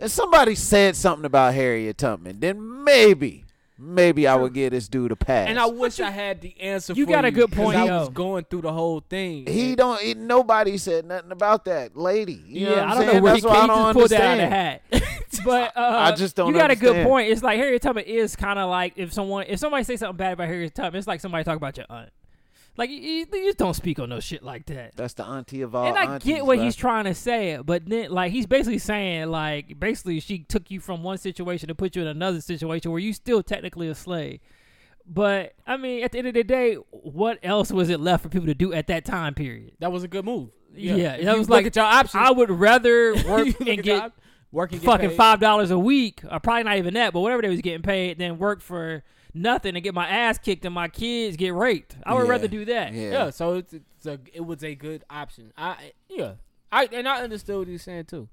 Speaker 2: if somebody said something about Harriet Tubman, then maybe maybe I would give this dude a pass.
Speaker 4: and I wish I had the answer.
Speaker 3: You
Speaker 4: for
Speaker 3: got a good
Speaker 4: 'cause
Speaker 3: point,
Speaker 4: I
Speaker 3: yo.
Speaker 4: was going through the whole thing.
Speaker 2: he don't. He, nobody said nothing about that lady. You know
Speaker 3: yeah,
Speaker 2: what
Speaker 3: I
Speaker 2: I'm
Speaker 3: don't know
Speaker 2: saying?
Speaker 3: where
Speaker 2: That's
Speaker 3: he,
Speaker 2: why
Speaker 3: he
Speaker 2: I don't
Speaker 3: just pulled that out of
Speaker 2: understand.
Speaker 3: the hat. But uh,
Speaker 2: I just don't
Speaker 3: You got a good
Speaker 2: understand.
Speaker 3: point. It's like Harriet Tubman is kind of like if someone if somebody say something bad about Harriet Tubman, it's like somebody talk about your aunt. Like you, you, you just don't speak on no shit like that.
Speaker 2: That's the Oh, auntie of all.
Speaker 3: and I
Speaker 2: aunties,
Speaker 3: get what
Speaker 2: bruh.
Speaker 3: he's trying to say, but then like he's basically saying like basically she took you from one situation to put you in another situation where you still technically a slave. But I mean, at the end of the day, what else was it left for people to do at that time period?
Speaker 4: That was a good move.
Speaker 3: Yeah,
Speaker 4: If
Speaker 3: that
Speaker 4: you
Speaker 3: was
Speaker 4: look
Speaker 3: like-
Speaker 4: at your options.
Speaker 3: I would rather
Speaker 4: You
Speaker 3: work
Speaker 4: look
Speaker 3: and
Speaker 4: at your
Speaker 3: get
Speaker 4: op- work and get
Speaker 3: fucking
Speaker 4: paid.
Speaker 3: five dollars a week, or probably not even that, but whatever they was getting paid, then work for nothing and get my ass kicked and my kids get raped. I would
Speaker 2: Yeah.
Speaker 3: rather do that.
Speaker 2: Yeah.
Speaker 4: Yeah, so it's, it's a, it was a good option. I yeah, I and I understood what he was saying too,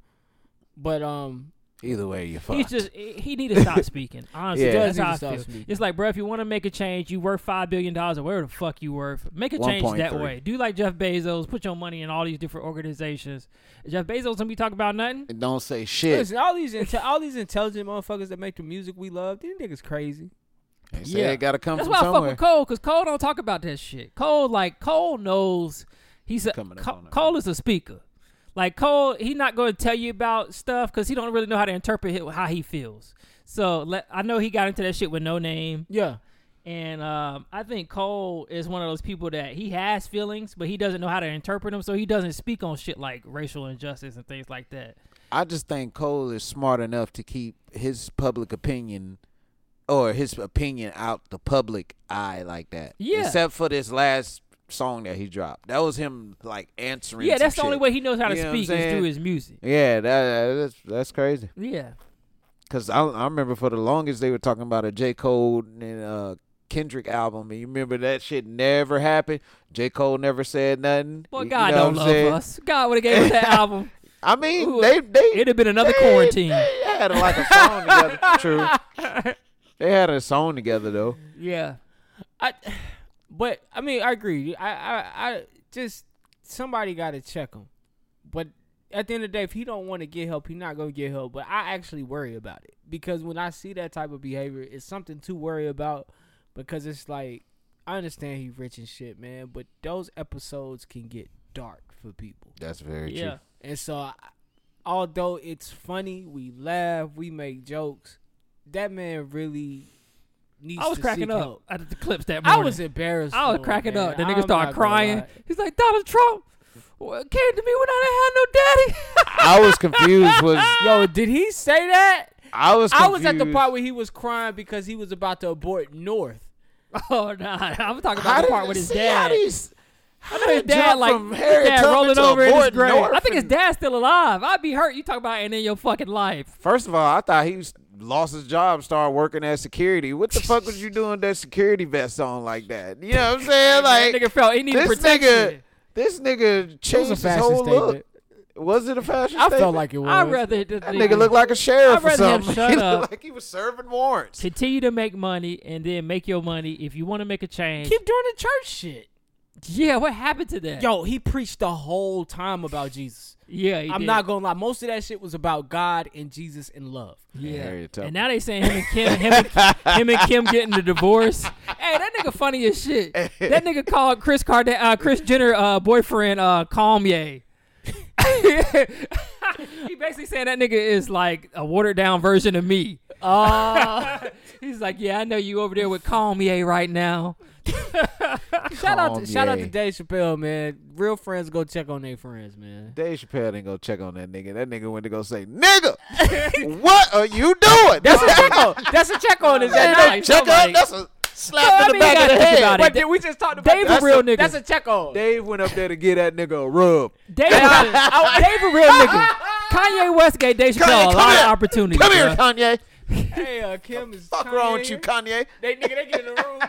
Speaker 4: but um,
Speaker 2: Either way, you're fucked.
Speaker 3: He's just he he need to stop speaking. Honestly,
Speaker 2: Yeah. He
Speaker 4: does
Speaker 3: that's
Speaker 4: need to
Speaker 3: how I
Speaker 4: stop
Speaker 3: feel.
Speaker 4: speaking.
Speaker 3: It's like, bro, if you want to make a change, you worth five billion dollars or whatever the fuck you worth. Make a change that
Speaker 2: 1.3.
Speaker 3: way. Do like Jeff Bezos. Put your money in all these different organizations. Jeff Bezos don't be talking about nothing.
Speaker 2: And don't say shit.
Speaker 4: listen, all these inte- all these intelligent motherfuckers that make the music we love, these niggas crazy.
Speaker 2: They say
Speaker 4: yeah.
Speaker 2: it gotta come
Speaker 3: That's
Speaker 2: from
Speaker 3: why I fuck
Speaker 2: somewhere.
Speaker 3: with Cole because Cole don't talk about that shit. Cole like Cole knows he's a
Speaker 2: Coming up
Speaker 3: Co-
Speaker 2: on that.
Speaker 3: Cole is a speaker. Like Cole, he not going to tell you about stuff because he don't really know how to interpret it- how he feels. So let, I know he got into that shit with no name.
Speaker 4: Yeah,
Speaker 3: And um, I think Cole is one of those people that he has feelings, but he doesn't know how to interpret them, so he doesn't speak on shit like racial injustice and things like that.
Speaker 2: I just think Cole is smart enough to keep his public opinion or his opinion out the public eye like that.
Speaker 3: Yeah.
Speaker 2: Except for this last song that he dropped. That was him like answering.
Speaker 3: yeah,
Speaker 2: some
Speaker 3: that's the only
Speaker 2: shit.
Speaker 3: way he knows how to
Speaker 2: You know what I'm
Speaker 3: speak is
Speaker 2: saying?
Speaker 3: through his music.
Speaker 2: Yeah, that that's that's crazy.
Speaker 3: Yeah,
Speaker 2: Cause I I remember for the longest they were talking about a J Cole and uh, Kendrick album, and you remember that shit never happened. J Cole never said nothing.
Speaker 3: well,
Speaker 2: You
Speaker 3: God
Speaker 2: know
Speaker 3: don't love
Speaker 2: what I'm saying?
Speaker 3: us. God would have gave us that album.
Speaker 2: I mean,
Speaker 3: Ooh,
Speaker 2: they they
Speaker 3: It'd have been another
Speaker 2: they-
Speaker 3: quarantine.
Speaker 2: They had like a song together. True. They had a song together though.
Speaker 3: Yeah,
Speaker 4: I, but I mean, I agree. I, I, I just somebody got to check him. But at the end of the day, if he don't want to get help, he not gonna get help. But I actually worry about it because when I see that type of behavior, it's something to worry about because it's like I understand he rich and shit, man. But those episodes can get dark for people.
Speaker 2: That's very
Speaker 3: yeah.
Speaker 4: And so, I, although it's funny, we laugh, we make jokes. That man really needs.
Speaker 3: I was
Speaker 4: to
Speaker 3: cracking
Speaker 4: seek
Speaker 3: up
Speaker 4: help.
Speaker 3: at the clips that
Speaker 4: I
Speaker 3: morning.
Speaker 4: was embarrassed.
Speaker 3: I was
Speaker 4: for him,
Speaker 3: cracking
Speaker 4: man.
Speaker 3: up. The
Speaker 4: I'm
Speaker 3: nigga
Speaker 4: not gonna
Speaker 3: started crying.
Speaker 4: lie.
Speaker 3: He's like, Donald Trump well, came to me when I didn't have no daddy.
Speaker 2: I was confused. Was
Speaker 4: Yo, did he say that?
Speaker 2: I was
Speaker 4: I
Speaker 2: confused.
Speaker 4: was at the part where he was crying because he was about to abort North.
Speaker 3: Oh nah, I'm talking about
Speaker 2: How
Speaker 3: the
Speaker 2: did-
Speaker 3: part with his
Speaker 2: see How
Speaker 3: dad.
Speaker 2: these,
Speaker 3: I
Speaker 2: how
Speaker 3: know his
Speaker 2: they jump
Speaker 3: dad like
Speaker 2: from
Speaker 3: his
Speaker 2: Harriet
Speaker 3: dad
Speaker 2: Tubman
Speaker 3: rolling
Speaker 2: to
Speaker 3: over in his
Speaker 2: Boyd
Speaker 3: grave. I
Speaker 2: North
Speaker 3: think his
Speaker 2: and-
Speaker 3: dad's still alive. I'd be hurt. You talking about and in your fucking life.
Speaker 2: First of all, I thought he was, lost his job, started working as security. What the fuck was you doing with that security vest on like that? You know what I'm saying?
Speaker 3: That
Speaker 2: Like
Speaker 3: nigga felt he needed
Speaker 2: this nigga,
Speaker 3: protection.
Speaker 2: this nigga changed his whole look. Was it a fashion
Speaker 4: I
Speaker 2: statement?
Speaker 4: felt like it was.
Speaker 3: I'd rather the
Speaker 2: that nigga looked like a sheriff
Speaker 3: I'd
Speaker 2: or
Speaker 3: rather him
Speaker 2: something.
Speaker 3: shut
Speaker 2: he looked
Speaker 3: up.
Speaker 2: like he was serving warrants.
Speaker 3: continue to make money and then make your money if you want to make a change.
Speaker 4: keep doing the church shit.
Speaker 3: yeah, what happened to that?
Speaker 4: Yo, he preached the whole time about Jesus.
Speaker 3: yeah, he
Speaker 4: I'm
Speaker 3: did.
Speaker 4: not gonna lie. Most of that shit was about God and Jesus and love.
Speaker 3: Yeah,
Speaker 2: Harriet Tubman.
Speaker 3: and now they saying him and Kim, him and, him and Kim getting the divorce. Hey, that nigga funny as shit. That nigga called Chris Card, uh, Chris Jenner uh, boyfriend uh, Kanye. he basically saying that nigga is like a watered down version of me. Uh, he's like, yeah, I know you over there with Kanye right now.
Speaker 4: Shout out, to, shout out to
Speaker 2: Kanye.
Speaker 4: Dave Chappelle, man. Real friends go check on their friends, man.
Speaker 2: Dave Chappelle didn't go check on that nigga. That nigga went to go say, "Nigga, what are you doing?" That's a check on.
Speaker 4: That's a check on. Is that
Speaker 2: Ain't
Speaker 4: not?
Speaker 2: no
Speaker 3: nice?
Speaker 2: check
Speaker 3: Nobody-
Speaker 2: on. That's a slap
Speaker 3: No, I
Speaker 2: in
Speaker 3: mean,
Speaker 2: the
Speaker 3: you
Speaker 2: back of
Speaker 3: gotta
Speaker 2: the
Speaker 3: think
Speaker 2: head.
Speaker 3: about it.
Speaker 4: But did we just talked about
Speaker 3: Dave
Speaker 4: that's
Speaker 3: a real nigga.
Speaker 4: That's a check on.
Speaker 2: Dave went up there to give that nigga a rub.
Speaker 3: Dave, I, Dave a real nigga. Kanye West gave Dave Chappelle a
Speaker 2: come
Speaker 3: lot
Speaker 2: here.
Speaker 3: of opportunities.
Speaker 2: Come here,
Speaker 3: bruh.
Speaker 2: Kanye.
Speaker 4: Hey, uh, Kim is
Speaker 2: Fuck
Speaker 4: Kanye
Speaker 2: wrong with you,
Speaker 4: here?
Speaker 2: Kanye?
Speaker 4: They nigga, they get in the room.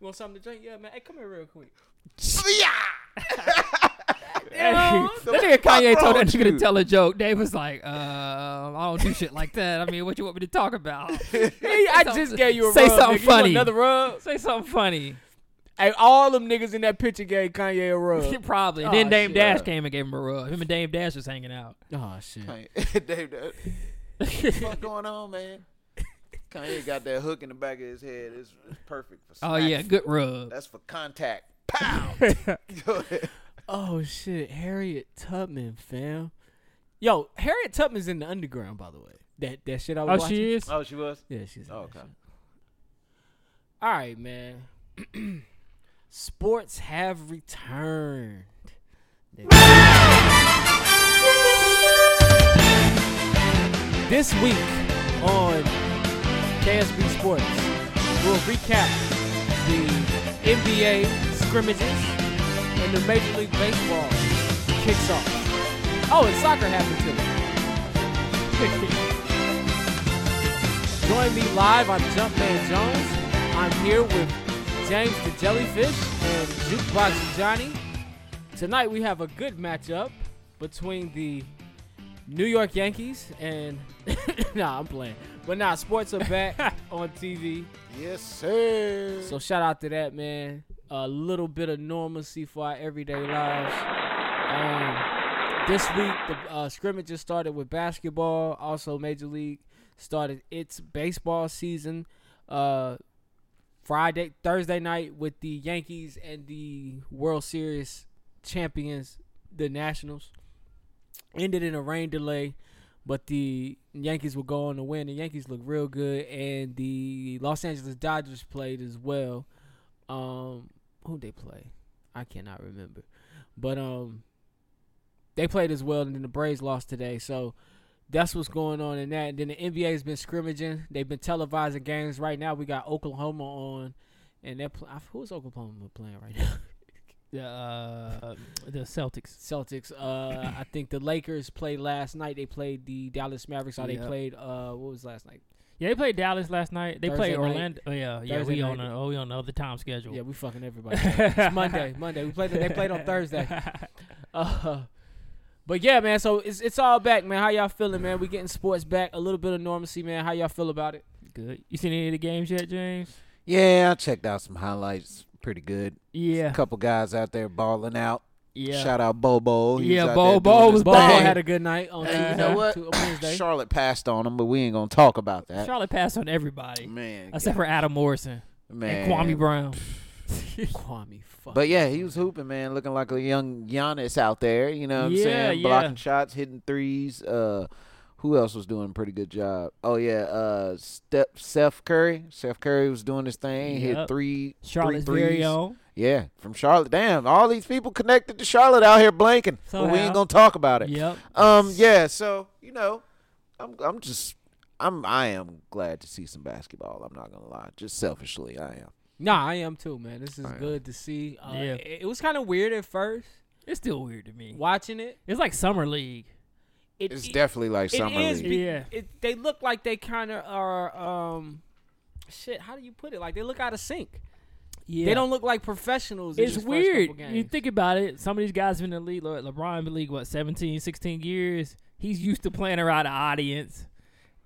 Speaker 4: You want something to drink? Yeah, man. Hey, come here real quick.
Speaker 2: See ya.
Speaker 3: that nigga
Speaker 2: fuck
Speaker 3: Kanye
Speaker 2: wrong
Speaker 3: told that
Speaker 2: with
Speaker 3: nigga to
Speaker 2: you?
Speaker 3: tell a joke. Dave was like, uh, I don't do shit like that. I mean, what you want me to talk about?
Speaker 4: Hey, I
Speaker 3: Say
Speaker 4: just
Speaker 3: something-
Speaker 4: gave you a
Speaker 3: say
Speaker 4: rub.
Speaker 3: something
Speaker 4: nigga. You want
Speaker 3: funny.
Speaker 4: another rub.
Speaker 3: Say something funny.
Speaker 4: Hey, all them niggas in that picture gave Kanye a rub.
Speaker 3: Probably. And then Dame Dash came and gave him a rub. Him and Dame Dash was hanging out.
Speaker 4: oh shit.
Speaker 2: Dave, that- fuck going on, man? Kanye got that hook in the back of his head. It's, it's perfect for.
Speaker 3: Oh,
Speaker 2: smack.
Speaker 3: yeah, good rub.
Speaker 2: That's for contact. Pow.
Speaker 4: Oh shit. Harriet Tubman, fam. Yo, Harriet Tubman's in the underground, by the way. That that shit I
Speaker 3: Oh,
Speaker 4: was watching.
Speaker 3: she is?
Speaker 2: oh, she was.
Speaker 4: Yeah, she's. in
Speaker 2: Oh,
Speaker 4: that
Speaker 2: okay.
Speaker 4: shit. All right, man. Sports have returned. This week on KSB Sports, we'll recap the NBA scrimmages and the Major League Baseball kicks off. Oh, and soccer happened too. Join me live. I'm Jumpman Jones. I'm here with James the Jellyfish and Jukebox Johnny. Tonight we have a good matchup. between the New York Yankees and nah, I'm playing. But nah, sports are back on TV.
Speaker 2: Yes, sir.
Speaker 4: So shout out to that man. A little bit of normalcy for our everyday lives. Um, this week the uh, scrimmages started with basketball. Also, Major League started its baseball season. Uh, Friday, Thursday night with the Yankees and the World Series champions, the Nationals. Ended in a rain delay, but the Yankees will go on to win. The Yankees look real good, and the Los Angeles Dodgers played as well. Um, who they play? I cannot remember, but um, they played as well, and then the Braves lost today. So that's what's going on in that. And then the NBA has been scrimmaging. They've been televising games. Right now, we got Oklahoma on, and they're pl- I- who's Oklahoma playing right now?
Speaker 3: The uh, the Celtics.
Speaker 4: Celtics. Uh, I think the Lakers played last night. They played the Dallas Mavericks. Or they
Speaker 3: Yep.
Speaker 4: played uh, what was last night?
Speaker 3: Yeah, they played Dallas last night. They
Speaker 4: Thursday
Speaker 3: played Orlando.
Speaker 4: night.
Speaker 3: Oh yeah, yeah.
Speaker 4: Thursday
Speaker 3: we on
Speaker 4: night.
Speaker 3: a, oh we on the other time schedule.
Speaker 4: Yeah, we fucking everybody. it's Monday. Monday. We played. They played on Thursday. Uh, but yeah, man. So it's it's all back, man. How y'all feeling, man? We getting sports back. A little bit of normalcy, man. How y'all feel about it?
Speaker 3: Good. You seen any of the games yet, James?
Speaker 2: Yeah, I checked out some highlights. Pretty good.
Speaker 3: Yeah.
Speaker 2: A couple guys out there balling out.
Speaker 3: Yeah.
Speaker 2: Shout out Bobo. He
Speaker 3: Yeah,
Speaker 2: out there
Speaker 3: Bobo
Speaker 2: doing his
Speaker 3: was
Speaker 4: Bobo
Speaker 2: thing.
Speaker 3: balling.
Speaker 4: had a good night on
Speaker 2: Hey, you
Speaker 4: Tuesday-
Speaker 3: uh,
Speaker 2: know what?
Speaker 4: Tu- Wednesday.
Speaker 2: Charlotte passed on him, but we ain't gonna talk about that.
Speaker 3: Charlotte passed on everybody
Speaker 2: Man,
Speaker 3: except for Adam Morrison
Speaker 2: man.
Speaker 3: and Kwame Brown.
Speaker 4: Kwame, fuck.
Speaker 2: But yeah, he was hooping, man, looking like a young Giannis out there. You know what I'm
Speaker 3: Yeah,
Speaker 2: saying?
Speaker 3: yeah.
Speaker 2: Blocking shots, hitting threes. Uh, who else was doing a pretty good job? Oh yeah, uh, Step Seth Curry. Seth Curry was doing his thing. Hit
Speaker 3: Yep.
Speaker 2: three
Speaker 3: Charlotte's
Speaker 2: three
Speaker 3: very
Speaker 2: threes.
Speaker 3: own.
Speaker 2: Yeah, from Charlotte. Damn, all these people connected to Charlotte out here blanking. But we
Speaker 3: Somehow.
Speaker 2: ain't gonna talk about it.
Speaker 3: Yep.
Speaker 2: Um, yeah, so you know, I'm I'm just I'm I am glad to see some basketball. I'm not gonna lie, just selfishly, I am.
Speaker 4: Nah, I am too, man. This is
Speaker 2: I am.
Speaker 4: good to see. Uh,
Speaker 3: Yeah.
Speaker 4: It, it was kind of weird at first
Speaker 3: It's still weird to me.
Speaker 4: watching it.
Speaker 3: It's like summer league.
Speaker 4: it
Speaker 2: It's
Speaker 4: it-
Speaker 2: definitely like
Speaker 4: it
Speaker 2: summer
Speaker 4: is
Speaker 2: league.
Speaker 4: be-
Speaker 3: Yeah.
Speaker 4: it- they look like they kind of are. Um, shit. How do you put it? Like they look out of sync.
Speaker 3: Yeah.
Speaker 4: They don't look like professionals. in
Speaker 3: It's
Speaker 4: these first couple
Speaker 3: weird. You
Speaker 4: games.
Speaker 3: think about it. Some of these guys have been in the league. Le- LeBron been in the league what 17, 16 years. He's used to playing around the audience,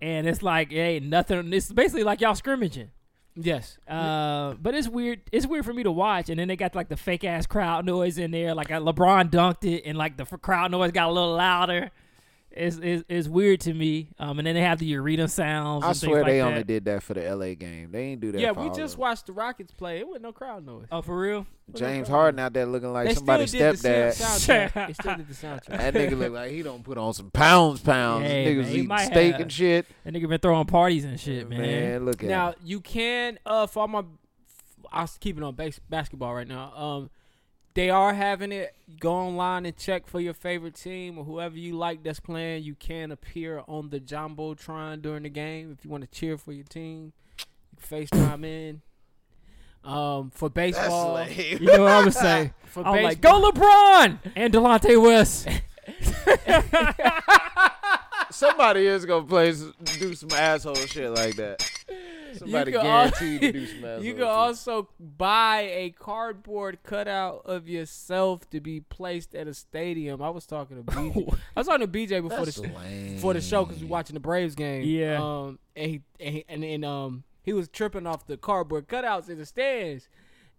Speaker 3: and it's like it ain't nothing. It's basically like y'all scrimmaging.
Speaker 4: Yes.
Speaker 3: Uh, but it's weird. It's weird for me to watch. And then they got like the fake ass crowd noise in there. Like uh, LeBron dunked it, and like the f- crowd noise got a little louder. It's, it's, it's weird to me. Um, and then they have the arena sounds.
Speaker 2: I
Speaker 3: and things
Speaker 2: swear
Speaker 3: like
Speaker 2: they
Speaker 3: that.
Speaker 2: only did that for the LA game. They ain't do that.
Speaker 4: Yeah,
Speaker 2: for
Speaker 4: we
Speaker 2: all
Speaker 4: just
Speaker 2: of
Speaker 4: watched the Rockets play. It wasn't no crowd noise.
Speaker 3: Oh, for real?
Speaker 2: them. James Harden out there looking like
Speaker 4: they still
Speaker 2: somebody's
Speaker 4: did the
Speaker 2: stepdad.
Speaker 4: sound- soundtrack. they still did the soundtrack.
Speaker 2: that nigga look like he don't put on some pounds, pounds.
Speaker 3: Hey,
Speaker 2: Niggas
Speaker 3: man, he
Speaker 2: eating
Speaker 3: might
Speaker 2: steak
Speaker 3: have.
Speaker 2: and shit.
Speaker 3: That nigga been throwing parties and shit, man.
Speaker 2: look at
Speaker 4: Now
Speaker 2: him.
Speaker 4: you can uh for all my I was keeping on base, basketball right now. Um they are having it go online and check for your favorite team or whoever you like that's playing. You can appear on the Jumbotron during the game if you want to cheer for your team. You can FaceTime in. Um for baseball.
Speaker 3: You know what I'm saying?
Speaker 4: For
Speaker 3: I'm like,
Speaker 4: baseball-
Speaker 3: go LeBron and Delonte West.
Speaker 2: Somebody is gonna play s- do some asshole shit like that. Somebody
Speaker 4: can al-
Speaker 2: guaranteed to do some asshole
Speaker 4: You can
Speaker 2: shit.
Speaker 4: also buy a cardboard cutout of yourself to be placed at a stadium. I was talking to BJ. I was talking to BJ before the sh- before the show because we watching the Braves game.
Speaker 3: Yeah.
Speaker 4: Um, and he and, he, and, and um he was tripping off the cardboard cutouts in the stands.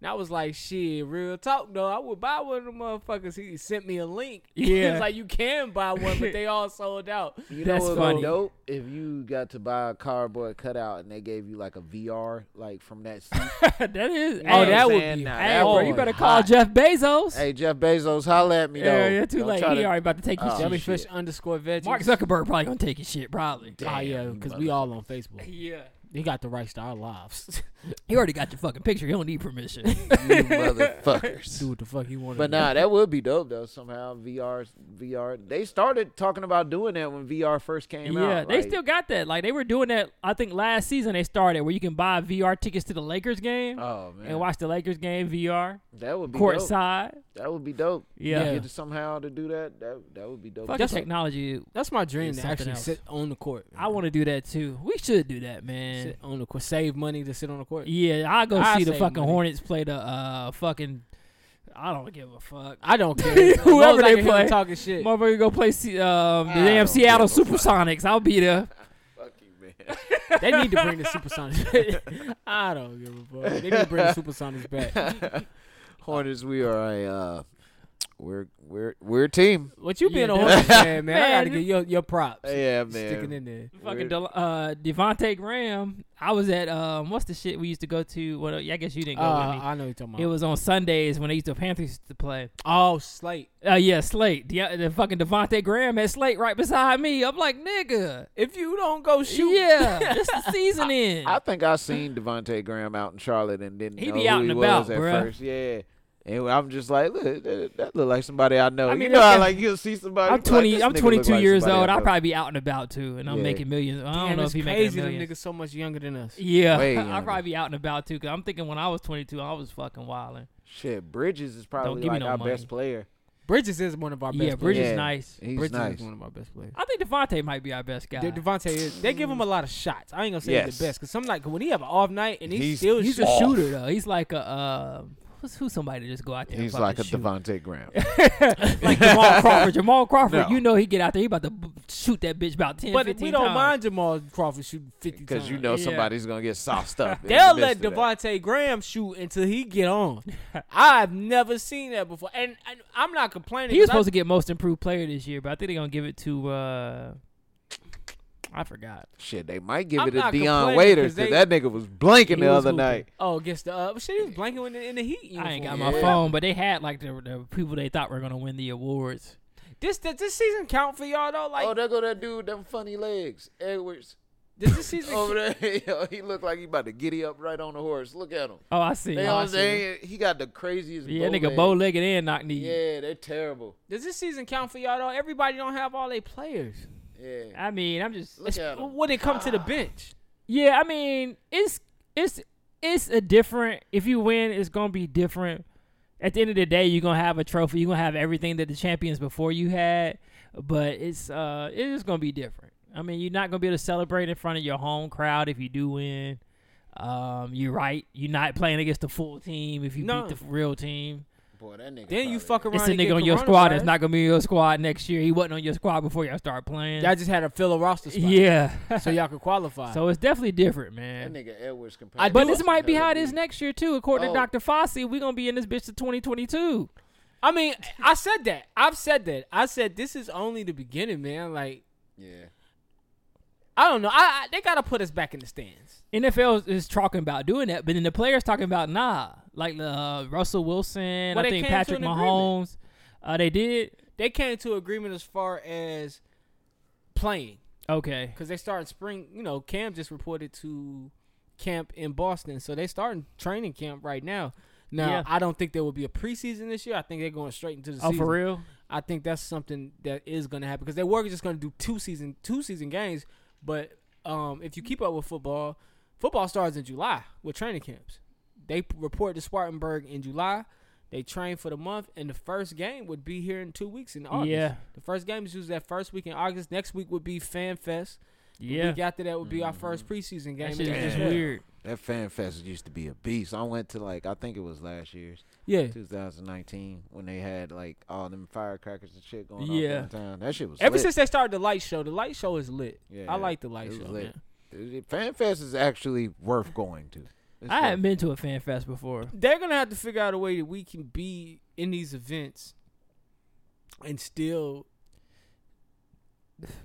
Speaker 4: And I was like, shit, real talk though. I would buy one of them motherfuckers. He sent me a link. he
Speaker 3: Yeah.
Speaker 4: was like, you can buy one, but they all sold out.
Speaker 2: You
Speaker 3: That's
Speaker 2: know what'd be
Speaker 3: funny.
Speaker 2: dope? If you got to buy a cardboard cutout and they gave you like a VR, like from that. Seat.
Speaker 3: that is.
Speaker 2: You know what
Speaker 3: hey,
Speaker 4: that
Speaker 2: I'm
Speaker 4: would
Speaker 2: saying?
Speaker 4: be
Speaker 2: Nah,
Speaker 3: hey,
Speaker 2: that
Speaker 3: bro,
Speaker 2: would
Speaker 3: you
Speaker 2: be
Speaker 3: better call
Speaker 2: hot.
Speaker 3: Jeff Bezos.
Speaker 2: Hey, Jeff Bezos, holla at me though.
Speaker 3: yeah, yeah, too
Speaker 2: Don't
Speaker 3: late.
Speaker 2: try
Speaker 3: He
Speaker 2: to-
Speaker 3: already about to take his
Speaker 2: Oh,
Speaker 3: shit.
Speaker 4: Jellyfish
Speaker 2: shit.
Speaker 4: underscore veggies.
Speaker 3: Mark Zuckerberg probably gonna take his shit, probably.
Speaker 4: Oh yeah, because we all on Facebook.
Speaker 3: Yeah.
Speaker 4: He got the rights to our lives.
Speaker 3: He already got your fucking picture. He don't need permission.
Speaker 2: you motherfuckers.
Speaker 4: Do what the fuck he wanted.
Speaker 2: But nah, that would be dope though. Somehow VR, VR. They started talking about doing that when VR first came out.
Speaker 3: yeah, they
Speaker 2: like-
Speaker 3: still got that. Like they were doing that. I think last season they started where you can buy VR tickets to the Lakers game
Speaker 2: Oh man,
Speaker 3: and watch the Lakers game VR
Speaker 2: that would be dope.
Speaker 3: courtside.
Speaker 2: That would be dope.
Speaker 3: Yeah.
Speaker 2: You get to somehow to do that. That that would be dope.
Speaker 3: Fucking
Speaker 4: That's a-
Speaker 3: technology.
Speaker 4: That's my dream
Speaker 3: It's
Speaker 4: to
Speaker 3: something
Speaker 4: actually
Speaker 3: else.
Speaker 4: sit on the court.
Speaker 3: I want to do that too. We should do that,
Speaker 4: to
Speaker 3: man.
Speaker 4: sit on the court. Save money to sit on the court.
Speaker 3: Yeah, I'll go
Speaker 4: I
Speaker 3: see the
Speaker 4: say
Speaker 3: fucking
Speaker 4: money.
Speaker 3: Hornets play the uh fucking I don't give a fuck.
Speaker 4: I don't care.
Speaker 3: Whoever
Speaker 4: As
Speaker 3: they
Speaker 4: long as I can hear them
Speaker 3: play.
Speaker 4: talking shit.
Speaker 3: Motherfucker, go play C- um, the
Speaker 2: I
Speaker 3: damn
Speaker 2: don't
Speaker 3: Seattle
Speaker 2: give a
Speaker 3: Supersonics. I'll be there.
Speaker 2: Fuck you, man.
Speaker 4: they need to bring the supersonics. I don't give a fuck. They need to bring the supersonics back.
Speaker 2: Hornets, we are a uh, we're we're we're a team.
Speaker 4: What you being
Speaker 3: Yeah, that-
Speaker 4: a Hornets fan, man? I
Speaker 3: Man,
Speaker 4: gotta give your your props.
Speaker 2: Yeah, man.
Speaker 4: Sticking in there.
Speaker 3: Fucking
Speaker 2: Weird.
Speaker 3: Del- uh, Devonte Graham. I was at um, what's the shit we used to go to? What? I guess you didn't
Speaker 4: Uh,
Speaker 3: go with me.
Speaker 4: I know what you're talking about.
Speaker 3: It was on Sundays when they used to Panthers used to play.
Speaker 4: oh slate.
Speaker 3: Uh, yeah, Slate. The, the fucking Devonte Graham had Slate right beside me. I'm like, nigga.
Speaker 4: If you don't go shoot,
Speaker 3: Yeah, this the season in.
Speaker 2: I think I seen Devonte Graham out in Charlotte and didn't
Speaker 3: He
Speaker 2: know
Speaker 3: be
Speaker 2: who
Speaker 3: out
Speaker 2: he
Speaker 3: and
Speaker 2: was
Speaker 3: about,
Speaker 2: at
Speaker 3: bruh.
Speaker 2: first. Yeah. And I'm just like, look, that, that look like somebody I know.
Speaker 3: I mean,
Speaker 2: you know,
Speaker 3: that's-
Speaker 2: how, like you'll see somebody.
Speaker 3: I'm
Speaker 2: like,
Speaker 3: 20.
Speaker 2: this
Speaker 3: I'm
Speaker 2: nigga look
Speaker 3: 22
Speaker 2: like
Speaker 3: years
Speaker 2: somebody
Speaker 3: old.
Speaker 2: I
Speaker 3: I'll
Speaker 2: know.
Speaker 3: probably be out and about too, and I'm
Speaker 2: Yeah.
Speaker 3: making millions. I don't
Speaker 4: Damn,
Speaker 3: know
Speaker 4: it's
Speaker 3: if he
Speaker 4: crazy.
Speaker 3: making
Speaker 4: Them
Speaker 3: millions.
Speaker 4: niggas so much younger than us.
Speaker 3: Yeah,
Speaker 2: Way
Speaker 3: I'll
Speaker 2: younger.
Speaker 3: probably be out and about too. Cause I'm thinking when I was 22, I was fucking wilding.
Speaker 2: Shit, Bridges is probably
Speaker 3: give me
Speaker 2: like
Speaker 3: no
Speaker 2: our
Speaker 3: money.
Speaker 2: best player.
Speaker 4: Bridges is one of our best.
Speaker 3: Yeah, Bridges
Speaker 2: Yeah.
Speaker 3: nice.
Speaker 2: He's
Speaker 4: Bridges
Speaker 2: nice.
Speaker 4: is one of our best players.
Speaker 3: I think Devonte might be our best guy.
Speaker 4: De- Devontae is. They give him a lot of shots. I ain't gonna say he's
Speaker 2: Yes.
Speaker 4: the best because some like when he have an off night and he
Speaker 2: He's-
Speaker 4: still
Speaker 3: He's
Speaker 4: shoot.
Speaker 3: a shooter though. He's like a uh, who's who's somebody to just go out there. and
Speaker 2: He's
Speaker 3: fucking
Speaker 2: like a
Speaker 3: shoot.
Speaker 2: Devonte Graham.
Speaker 3: like Jamal Crawford. Jamal Crawford,
Speaker 2: No.
Speaker 3: you know he get out there, he about to b- shoot that bitch about 10,
Speaker 4: But
Speaker 3: 15
Speaker 4: we don't
Speaker 3: times.
Speaker 4: mind Jamal Crawford shooting fifty
Speaker 2: Because you
Speaker 4: times.
Speaker 2: know
Speaker 3: Yeah.
Speaker 2: somebody's gonna get soft stuff. in the
Speaker 4: They'll
Speaker 2: midst
Speaker 4: let
Speaker 2: of that.
Speaker 4: Devontae Graham shoot until he get on. I've never seen that before, and, and I'm not complaining.
Speaker 3: He was
Speaker 4: 'cause I-
Speaker 3: supposed to get most improved player this year, but I think they're gonna give it to uh, I forgot.
Speaker 2: Shit, they might give
Speaker 4: I'm
Speaker 2: it to
Speaker 4: not
Speaker 2: Deion
Speaker 4: complaining
Speaker 2: Waiters
Speaker 4: 'cause
Speaker 2: because
Speaker 4: they-
Speaker 2: that nigga was blanking
Speaker 3: He
Speaker 2: the
Speaker 3: was
Speaker 2: other
Speaker 3: hooping.
Speaker 2: night.
Speaker 4: Oh, against the uh, shit, he was blanking in the, in the heat.
Speaker 3: I ain't got
Speaker 4: uniform.
Speaker 3: my phone, but they had like the, the people they thought were gonna win the awards.
Speaker 4: This does this season count for y'all though? Like,
Speaker 2: oh, there go that dude, them funny legs, Edwards
Speaker 4: does this season?
Speaker 2: over there. Yo, he looked like he about to giddy up right on the horse. Look at him.
Speaker 3: Oh, I see.
Speaker 2: They
Speaker 3: Oh, I
Speaker 2: all
Speaker 3: see.
Speaker 2: saying he got the craziest.
Speaker 3: Yeah,
Speaker 2: bow
Speaker 3: nigga,
Speaker 2: leg.
Speaker 3: bow legged and knock knee.
Speaker 2: Yeah, they're terrible.
Speaker 4: does this season count for y'all though? Everybody don't have all their players.
Speaker 2: Yeah,
Speaker 3: I mean, I'm just.
Speaker 2: look at him.
Speaker 4: When it come to the bench,
Speaker 3: Yeah, I mean, it's it's it's a different. If you win, it's gonna be different. At the end of the day, you're gonna have a trophy. You're gonna have everything that the champions before you had, but it's uh, it is gonna be different. I mean, you're not gonna be able to celebrate in front of your home crowd if you do win. Um, you're right. You're not playing against the full team if you
Speaker 4: No.
Speaker 3: beat the real team.
Speaker 2: Boy, that nigga.
Speaker 4: then you
Speaker 2: probably-
Speaker 4: fuck around.
Speaker 3: It's a
Speaker 4: and get
Speaker 3: nigga on your squad that's
Speaker 4: coronavirus.
Speaker 3: not gonna be on your squad next year. He wasn't on your squad before y'all start playing.
Speaker 4: Y'all just had to fill a roster spot.
Speaker 3: yeah.
Speaker 4: So y'all could qualify.
Speaker 3: so it's definitely different, man.
Speaker 2: That nigga Edwards compared.
Speaker 4: I
Speaker 2: to
Speaker 3: But
Speaker 4: do-
Speaker 2: what
Speaker 3: this might be
Speaker 2: the hell
Speaker 3: how it
Speaker 2: he-
Speaker 3: is next year too. According
Speaker 2: Oh.
Speaker 3: to Dr. Fossey, we're gonna be in this bitch to 2022.
Speaker 4: I mean, I said that. I've said that. I said this is only the beginning, man. Like,
Speaker 2: Yeah.
Speaker 4: I don't know. I, I they gotta put us back in the stands.
Speaker 3: NFL is, is talking about doing that, but then the players talking about nah. Like uh, Russell Wilson,
Speaker 4: Well,
Speaker 3: I
Speaker 4: they
Speaker 3: think
Speaker 4: came to
Speaker 3: Patrick
Speaker 4: an
Speaker 3: Mahomes. Uh, they did
Speaker 4: They came to agreement as far as playing
Speaker 3: okay.
Speaker 4: because they started spring. You know, Cam just reported to camp in Boston, so they starting training camp right now. Now,
Speaker 3: Yeah.
Speaker 4: I don't think there will be a preseason this year. I think they're going straight into the
Speaker 3: Oh,
Speaker 4: season.
Speaker 3: for real?
Speaker 4: I think that's something that is going to happen because they were just going to do two season two season games. But um, if you keep up with football, football starts in July with training camps. They p- report to Spartanburg in July. They train for the month, and the first game would be here in two weeks in August.
Speaker 3: Yeah.
Speaker 4: The first game is usually that first week in August. Next week would be Fan Fest. The
Speaker 3: Yeah,
Speaker 4: week after that would be our
Speaker 2: Mm.
Speaker 4: first preseason game.
Speaker 3: that shit is just
Speaker 4: Yeah.
Speaker 3: weird.
Speaker 2: That fan fest used to be a beast. I went to like I think it was last year's
Speaker 4: Yeah.
Speaker 2: 2019 when they had like all them firecrackers and shit going
Speaker 3: Yeah.
Speaker 2: on downtown. That shit was
Speaker 4: Ever
Speaker 2: lit.
Speaker 4: since they started the light show, the light show is lit. I like the light
Speaker 2: it
Speaker 4: show.
Speaker 2: was lit.
Speaker 4: man.
Speaker 2: It- Fan fest is actually worth going to. It's
Speaker 3: I haven't
Speaker 2: worth-
Speaker 3: been to a fan fest before.
Speaker 4: they're gonna have to figure out a way that we can be in these events and still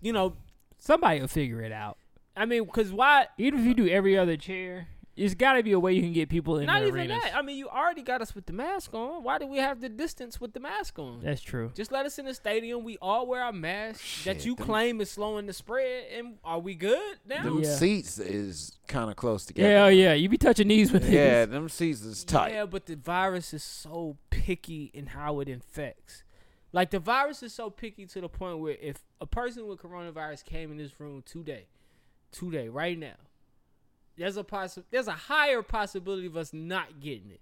Speaker 4: you know
Speaker 3: Somebody will figure it out.
Speaker 4: i mean because why
Speaker 3: Even if you do every other chair, it's got to be a way you can get people in
Speaker 4: not
Speaker 3: the
Speaker 4: even
Speaker 3: arenas.
Speaker 4: that i mean you already got us with the mask on why do we have the distance with the mask on
Speaker 3: That's true.
Speaker 4: just let us in the stadium we all wear our masks that
Speaker 2: Shit,
Speaker 4: you
Speaker 2: them-
Speaker 4: claim is slowing the spread and are we good now
Speaker 2: Them
Speaker 3: Yeah.
Speaker 2: seats is kind of close together.
Speaker 3: Yeah, oh yeah, you be touching knees with
Speaker 2: Yeah,
Speaker 3: niggas.
Speaker 2: them seats is tight.
Speaker 4: Yeah, but the virus is so picky in how it infects. Like the virus is so picky to the point where if a person with coronavirus came in this room today, today, right now, there's a possi- there's a higher possibility of us not getting it.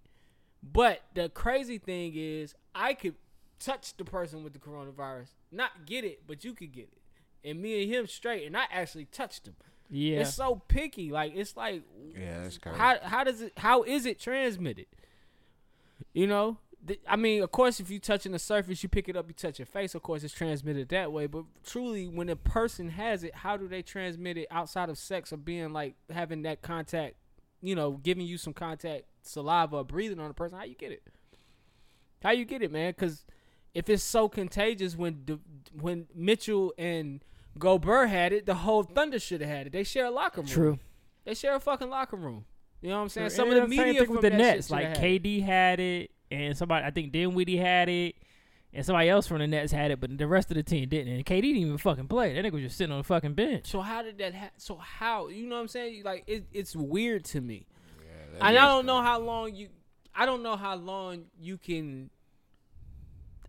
Speaker 4: But the crazy thing is, I could touch the person with the coronavirus, not get it, but you could get it. And me and him straight, and I actually touched him.
Speaker 3: Yeah,
Speaker 4: It's so picky. Like it's like
Speaker 2: Yeah, that's crazy.
Speaker 4: how how does it how is it transmitted? You know, th- I mean, of course, if you touching the surface, you pick it up, you touch your face. Of course, it's transmitted that way. But truly, when a person has it, how do they transmit it outside of sex or being like having that contact? You know, giving you some contact, saliva, or breathing on a person. How you get it? How you get it, man? Because if it's so contagious, when D- when Mitchell and Gobert had it, the whole Thunder should have had it. They share a locker room.
Speaker 3: True.
Speaker 4: They share a fucking locker room. You know what I'm saying?
Speaker 3: And
Speaker 4: Some of the
Speaker 3: I'm trying to
Speaker 4: media
Speaker 3: think
Speaker 4: from
Speaker 3: with the
Speaker 4: that
Speaker 3: Nets,
Speaker 4: shit shoulda
Speaker 3: like
Speaker 4: had it.
Speaker 3: KD had it, and somebody I think Dinwiddie had it, and somebody else from the Nets had it, but the rest of the team didn't. And KD didn't even fucking play. That nigga was just sitting on the fucking bench.
Speaker 4: So how did that happen? So how you know what I'm saying? Like it, it's weird to me, and I don't know how long you. I don't know how long you can.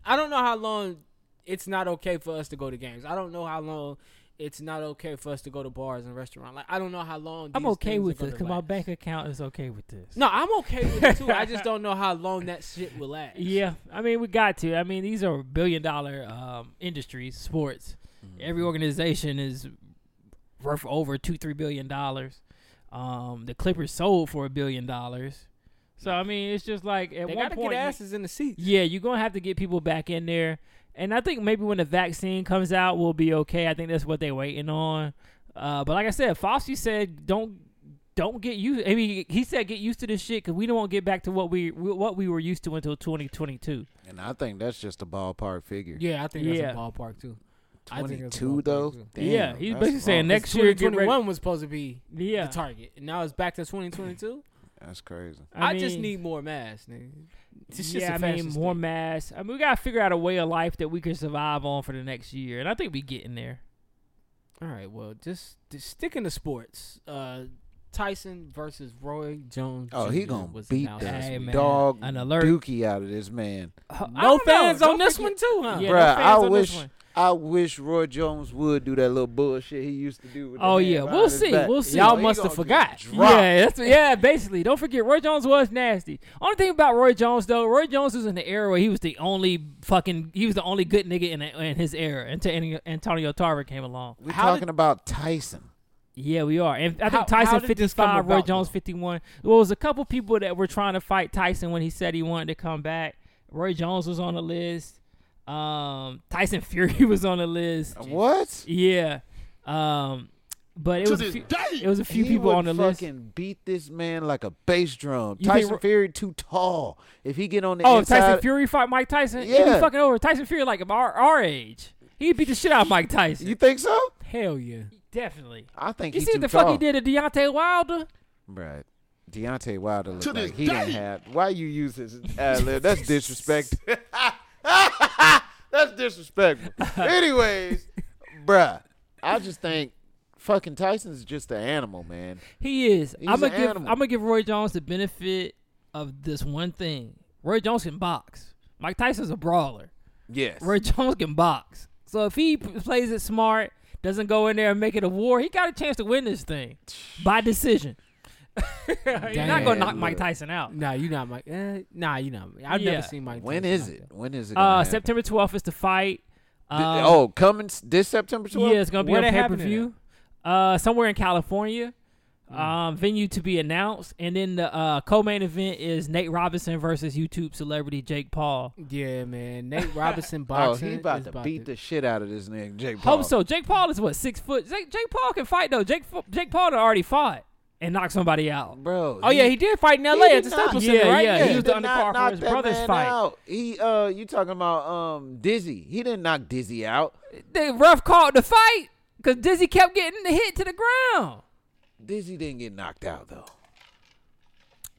Speaker 4: I don't know how long it's not okay for us to go to games. I don't know how long it's not okay for us to go to bars and restaurants. Like I don't know how long.
Speaker 3: I'm
Speaker 4: these
Speaker 3: okay
Speaker 4: things
Speaker 3: with
Speaker 4: are
Speaker 3: this
Speaker 4: gonna
Speaker 3: because my
Speaker 4: last.
Speaker 3: bank account is okay with this.
Speaker 4: No, I'm okay with it too. I just don't know how long that shit will last.
Speaker 3: Yeah, I mean we got to. I mean these are billion dollar um, industries, sports.
Speaker 4: Mm-hmm.
Speaker 3: Every organization is worth over two three billion dollars. Um, the Clippers sold for a billion dollars. So I mean it's just like at
Speaker 4: they
Speaker 3: one
Speaker 4: gotta
Speaker 3: point
Speaker 4: get
Speaker 3: you-
Speaker 4: asses in the seats.
Speaker 3: Yeah, you're gonna have to get people back in there, and I think maybe when the vaccine comes out, we'll be okay. I think that's what they're waiting on. Uh, but like I said, Fossey said don't don't get used. I mean, he said get used to this shit because we don't want to get back to what we what we were used to until 2022.
Speaker 2: And I think that's just a ballpark figure.
Speaker 4: Yeah, I think
Speaker 3: Yeah.
Speaker 4: that's a ballpark too. I think that's a
Speaker 2: 22
Speaker 4: ballpark,
Speaker 2: though.
Speaker 4: too.
Speaker 2: Damn,
Speaker 3: yeah, he's
Speaker 2: that's
Speaker 3: basically saying
Speaker 2: wrong.
Speaker 3: next year get
Speaker 4: 2021
Speaker 3: ready.
Speaker 4: was supposed to be
Speaker 3: Yeah,
Speaker 4: the target, and now it's back to 2022.
Speaker 2: That's crazy.
Speaker 4: I,
Speaker 3: mean,
Speaker 4: just need more masks, nigga. It's
Speaker 3: yeah, I mean more masks. I mean, we gotta figure out a way of life that we can survive on for the next year, and I think we getting there.
Speaker 4: All right, well, just, just sticking to sports. Uh, Tyson versus Roy Jones.
Speaker 2: Oh, he
Speaker 4: Jr.
Speaker 2: gonna
Speaker 4: was
Speaker 2: beat
Speaker 4: announced
Speaker 2: the
Speaker 4: last
Speaker 3: Hey,
Speaker 4: week.
Speaker 3: man.
Speaker 2: dog
Speaker 3: An alert.
Speaker 2: dookie out of this man.
Speaker 3: I
Speaker 4: No
Speaker 3: don't know.
Speaker 4: fans
Speaker 3: Don't
Speaker 4: on this
Speaker 3: forget-
Speaker 4: one too, huh?
Speaker 3: Yeah,
Speaker 2: Bruh,
Speaker 3: no fans
Speaker 2: I
Speaker 3: on this
Speaker 2: wish
Speaker 3: one.
Speaker 2: I wish Roy Jones would do that little bullshit he used to do. With the
Speaker 3: Oh,
Speaker 2: hand
Speaker 3: yeah,
Speaker 2: behind
Speaker 3: we'll
Speaker 2: his
Speaker 3: see,
Speaker 2: back.
Speaker 3: we'll see.
Speaker 4: uh, Y'all
Speaker 2: he
Speaker 4: must have
Speaker 2: gonna
Speaker 4: forgot.
Speaker 2: get dropped.
Speaker 3: Yeah, that's yeah. Basically, don't forget Roy Jones was nasty. Only thing about Roy Jones though, Roy Jones was in the era where he was the only fucking he was the only good nigga in, in his era until Antonio- Antonio Tarver came along.
Speaker 2: We're
Speaker 4: How
Speaker 2: talking about Tyson.
Speaker 3: Yeah, we are. And I
Speaker 4: How-
Speaker 3: think Tyson
Speaker 4: how did this
Speaker 3: fifty
Speaker 4: come
Speaker 3: five, Roy
Speaker 4: about,
Speaker 3: Jones
Speaker 4: though?
Speaker 3: fifty one. Well, it was a couple people that were trying to fight Tyson when he said he wanted to come back. Roy Jones was on the list. Um, Tyson Fury was on the list.
Speaker 2: What?
Speaker 3: Yeah. Um, but it
Speaker 1: To
Speaker 3: was a
Speaker 1: this
Speaker 3: few,
Speaker 1: day.
Speaker 3: it was a few
Speaker 2: He
Speaker 3: people
Speaker 2: would
Speaker 3: on the list.
Speaker 2: fucking beat this man like a bass drum.
Speaker 3: You think
Speaker 2: Tyson
Speaker 3: Ro-
Speaker 2: Fury too tall. If he get on the
Speaker 3: Oh, if
Speaker 2: inside,
Speaker 3: Tyson Fury fight Mike Tyson? He'd be
Speaker 2: Yeah.
Speaker 3: fucking over. Tyson Fury like our, our age. He'd beat the shit out of Mike Tyson.
Speaker 2: you think so?
Speaker 4: Hell yeah.
Speaker 3: Definitely.
Speaker 2: I think
Speaker 3: You
Speaker 2: he
Speaker 3: see
Speaker 2: too
Speaker 3: what the
Speaker 2: tall.
Speaker 3: fuck he did to Deontay Wilder?
Speaker 2: Right. Deontay Wilder looked
Speaker 1: To this
Speaker 2: like he didn't
Speaker 1: day.
Speaker 2: have. Why you use his ad lib? That's disrespect. That's disrespectful. Anyways, bruh, I just think fucking Tyson's just an animal, man.
Speaker 3: He is.
Speaker 2: He's
Speaker 3: I'm gonna
Speaker 2: an
Speaker 3: give
Speaker 2: animal.
Speaker 3: I'm gonna give Roy Jones the benefit of this one thing. Roy Jones can box. Mike Tyson's a brawler.
Speaker 2: Yes.
Speaker 3: Roy Jones can box. So if he p- plays it smart, doesn't go in there and make it a war, he got a chance to win this thing by decision. You're not gonna knock
Speaker 2: Damn.
Speaker 3: Mike Tyson out.
Speaker 4: Nah, you not Mike. Eh, nah, you not. I've
Speaker 3: Yeah.
Speaker 4: never seen Mike.
Speaker 2: When
Speaker 4: Tyson
Speaker 2: is
Speaker 4: like
Speaker 2: it?
Speaker 4: that.
Speaker 2: When is it? gonna
Speaker 3: Uh,
Speaker 2: happen?
Speaker 3: September 12th is the fight.
Speaker 2: Th-
Speaker 3: Um,
Speaker 2: oh, coming s- this September 12th?
Speaker 3: Yeah, it's gonna be
Speaker 4: Where
Speaker 3: on
Speaker 4: they
Speaker 3: pay per
Speaker 4: having it
Speaker 3: view. Uh, somewhere in California. Um, venue to be announced, and then the uh, co-main event is Nate Robinson versus YouTube celebrity Jake Paul.
Speaker 4: Yeah, man. Nate Robinson
Speaker 2: Oh,
Speaker 4: boxing.
Speaker 2: he about
Speaker 4: is
Speaker 2: to beat the shit out of this nigga, Jake Paul.
Speaker 3: Hope so. Jake Paul is what six foot. Jake, Jake Paul can fight though. Jake F- Jake Paul done already fought and knocked somebody out.
Speaker 2: Bro.
Speaker 4: Oh yeah, he did fight in L.A.
Speaker 2: did
Speaker 4: at the
Speaker 2: not-
Speaker 4: Staples
Speaker 3: yeah,
Speaker 4: Center, right?
Speaker 3: yeah, he was the
Speaker 2: did not
Speaker 3: undercard for
Speaker 2: knock
Speaker 3: his
Speaker 2: that
Speaker 3: brother's
Speaker 2: man
Speaker 3: fight.
Speaker 2: Out. He uh you talking about um Dizzy. He didn't knock Dizzy out.
Speaker 3: The ref called the fight because Dizzy kept getting hit to the ground.
Speaker 2: Dizzy didn't get knocked out though.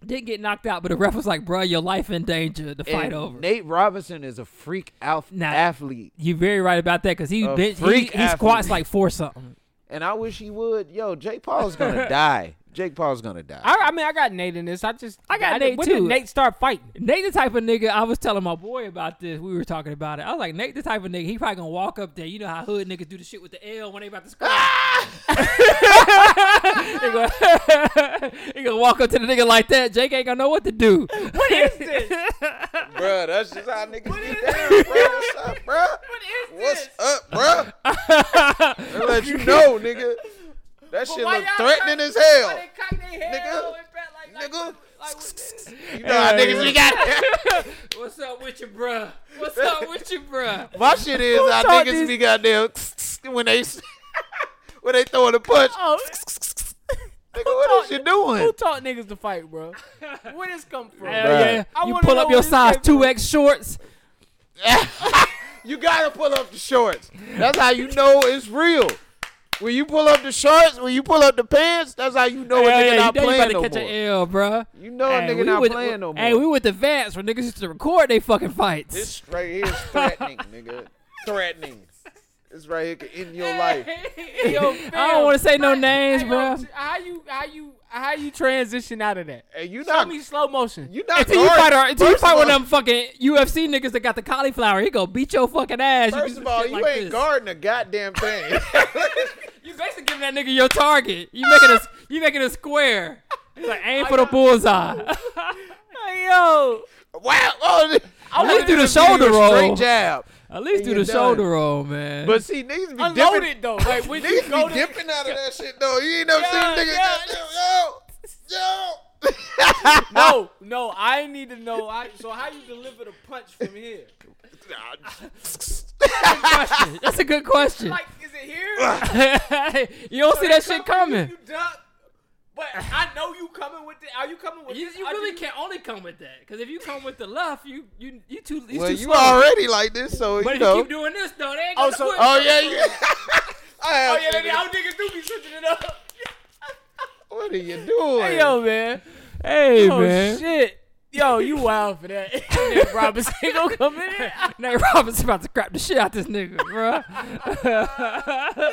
Speaker 3: Didn't get knocked out, but the ref was like, "Bruh, your life in danger. The fight
Speaker 2: And
Speaker 3: over."
Speaker 2: Nate Robinson is a freak alf-
Speaker 3: Nah.
Speaker 2: athlete.
Speaker 3: You're very right about that because he
Speaker 2: A
Speaker 3: bench, he,
Speaker 2: freak
Speaker 3: he squats
Speaker 2: athlete.
Speaker 3: like four something.
Speaker 2: And I wish he would. Yo, Jake Paul's gonna die. Jake Paul's gonna die.
Speaker 4: I, I mean, I got Nate in this. I just
Speaker 3: I got Nate
Speaker 4: when
Speaker 3: too.
Speaker 4: Did Nate start fighting?
Speaker 3: Nate the type of nigga I was telling my boy about this. We were talking about it. I was like, Nate the type of nigga, he probably gonna walk up there. You know how hood niggas do the shit with the L when they about to score. he, gonna, he gonna walk up to the nigga like that. Jake ain't gonna know what to do. What is this?
Speaker 2: Bro, that's just how niggas get down, bro. What's up, bro? What's up, bro? They let you know, nigga. That shit look threatening as hell. Nigga. Nigga.
Speaker 3: niggas.
Speaker 2: You know how niggas we got.
Speaker 3: What's up with you, bruh? What's up with you, bruh?
Speaker 2: My shit is I
Speaker 4: taught
Speaker 2: niggas
Speaker 4: these-
Speaker 2: be goddamn when they when they throwing a punch.
Speaker 3: Oh.
Speaker 2: Nigga, what is you doing?
Speaker 4: Who taught niggas to fight, bro? Where this come from?
Speaker 3: Hell
Speaker 2: Bruh.
Speaker 3: yeah.
Speaker 4: I
Speaker 3: You
Speaker 4: wanna
Speaker 3: pull
Speaker 4: know
Speaker 3: up your
Speaker 4: where this
Speaker 3: size
Speaker 4: came from.
Speaker 3: 2X shorts.
Speaker 2: You gotta pull up the shorts. That's how you know it's real. When you pull up the shorts, when you pull up the pants, that's how you know a
Speaker 3: Hell
Speaker 2: nigga
Speaker 3: yeah,
Speaker 2: not
Speaker 3: you know
Speaker 2: playing
Speaker 3: you
Speaker 2: no
Speaker 3: about to
Speaker 2: more.
Speaker 3: catch an L, bruh.
Speaker 2: You know a
Speaker 3: Hey,
Speaker 2: nigga
Speaker 3: we
Speaker 2: not
Speaker 3: with-
Speaker 2: playing no more.
Speaker 3: Hey, we with the Vance where niggas used to record they fucking fights.
Speaker 2: This right here is threatening, nigga. Threatening. This right here could end your life.
Speaker 3: I don't want to say no names,
Speaker 4: bro.
Speaker 3: bruh.
Speaker 4: How you how you how you transition out of that?
Speaker 2: And you
Speaker 4: Show
Speaker 2: not
Speaker 4: me slow motion.
Speaker 2: you not
Speaker 3: Until you
Speaker 2: guard-
Speaker 3: fight, our, until you
Speaker 2: first
Speaker 3: fight one
Speaker 2: all-
Speaker 3: of them fucking UFC niggas that got the cauliflower, he gonna beat your fucking ass. do
Speaker 2: First
Speaker 3: some
Speaker 2: of all,
Speaker 3: shit
Speaker 2: you
Speaker 3: like
Speaker 2: ain't
Speaker 3: this.
Speaker 2: guarding a goddamn thing.
Speaker 3: You basically giving that nigga your target. You making us, you making a square. It's like aim for the bullseye.
Speaker 4: Hey, yo,
Speaker 2: wow. Oh,
Speaker 3: At least do the
Speaker 2: this nigga
Speaker 3: shoulder
Speaker 2: a Straight
Speaker 3: roll.
Speaker 2: jab.
Speaker 3: At least do
Speaker 2: you're
Speaker 3: the
Speaker 2: done.
Speaker 3: shoulder roll, man.
Speaker 2: But see, niggas be
Speaker 4: unload
Speaker 2: dipping.
Speaker 4: it though. Like when you
Speaker 2: Niggas
Speaker 4: go
Speaker 2: be
Speaker 4: to
Speaker 2: dipping out of that shit though. You ain't never
Speaker 4: Yeah,
Speaker 2: seen niggas
Speaker 4: yeah.
Speaker 2: goddamn. Yo, yo.
Speaker 4: no, no, I need to know. I, so how you deliver the punch from here?
Speaker 3: question. That's a good question.
Speaker 4: Like, is it here?
Speaker 3: you don't see that shit coming.
Speaker 4: You duck, but I know you coming with it. Are you coming with?
Speaker 3: You,
Speaker 4: this?
Speaker 3: you
Speaker 4: Are
Speaker 3: really can only come with that because if you come with the left, you you you too you
Speaker 2: Well,
Speaker 3: too
Speaker 2: you
Speaker 3: slow.
Speaker 2: already like this, so
Speaker 3: but
Speaker 2: you
Speaker 3: if
Speaker 2: know.
Speaker 3: you keep doing this though, they ain't gonna
Speaker 4: so-
Speaker 3: quit.
Speaker 2: oh yeah, you. I have
Speaker 4: Oh yeah, they, our niggas do be switching it up.
Speaker 2: What are you doing?
Speaker 4: Hey, yo, man.
Speaker 3: Hey
Speaker 4: Oh shit. Yo, you wild for that. Nate Robinson ain't gonna come in. here.
Speaker 3: Nate Robinson's about to crap the shit out this nigga, bro.
Speaker 4: Wait,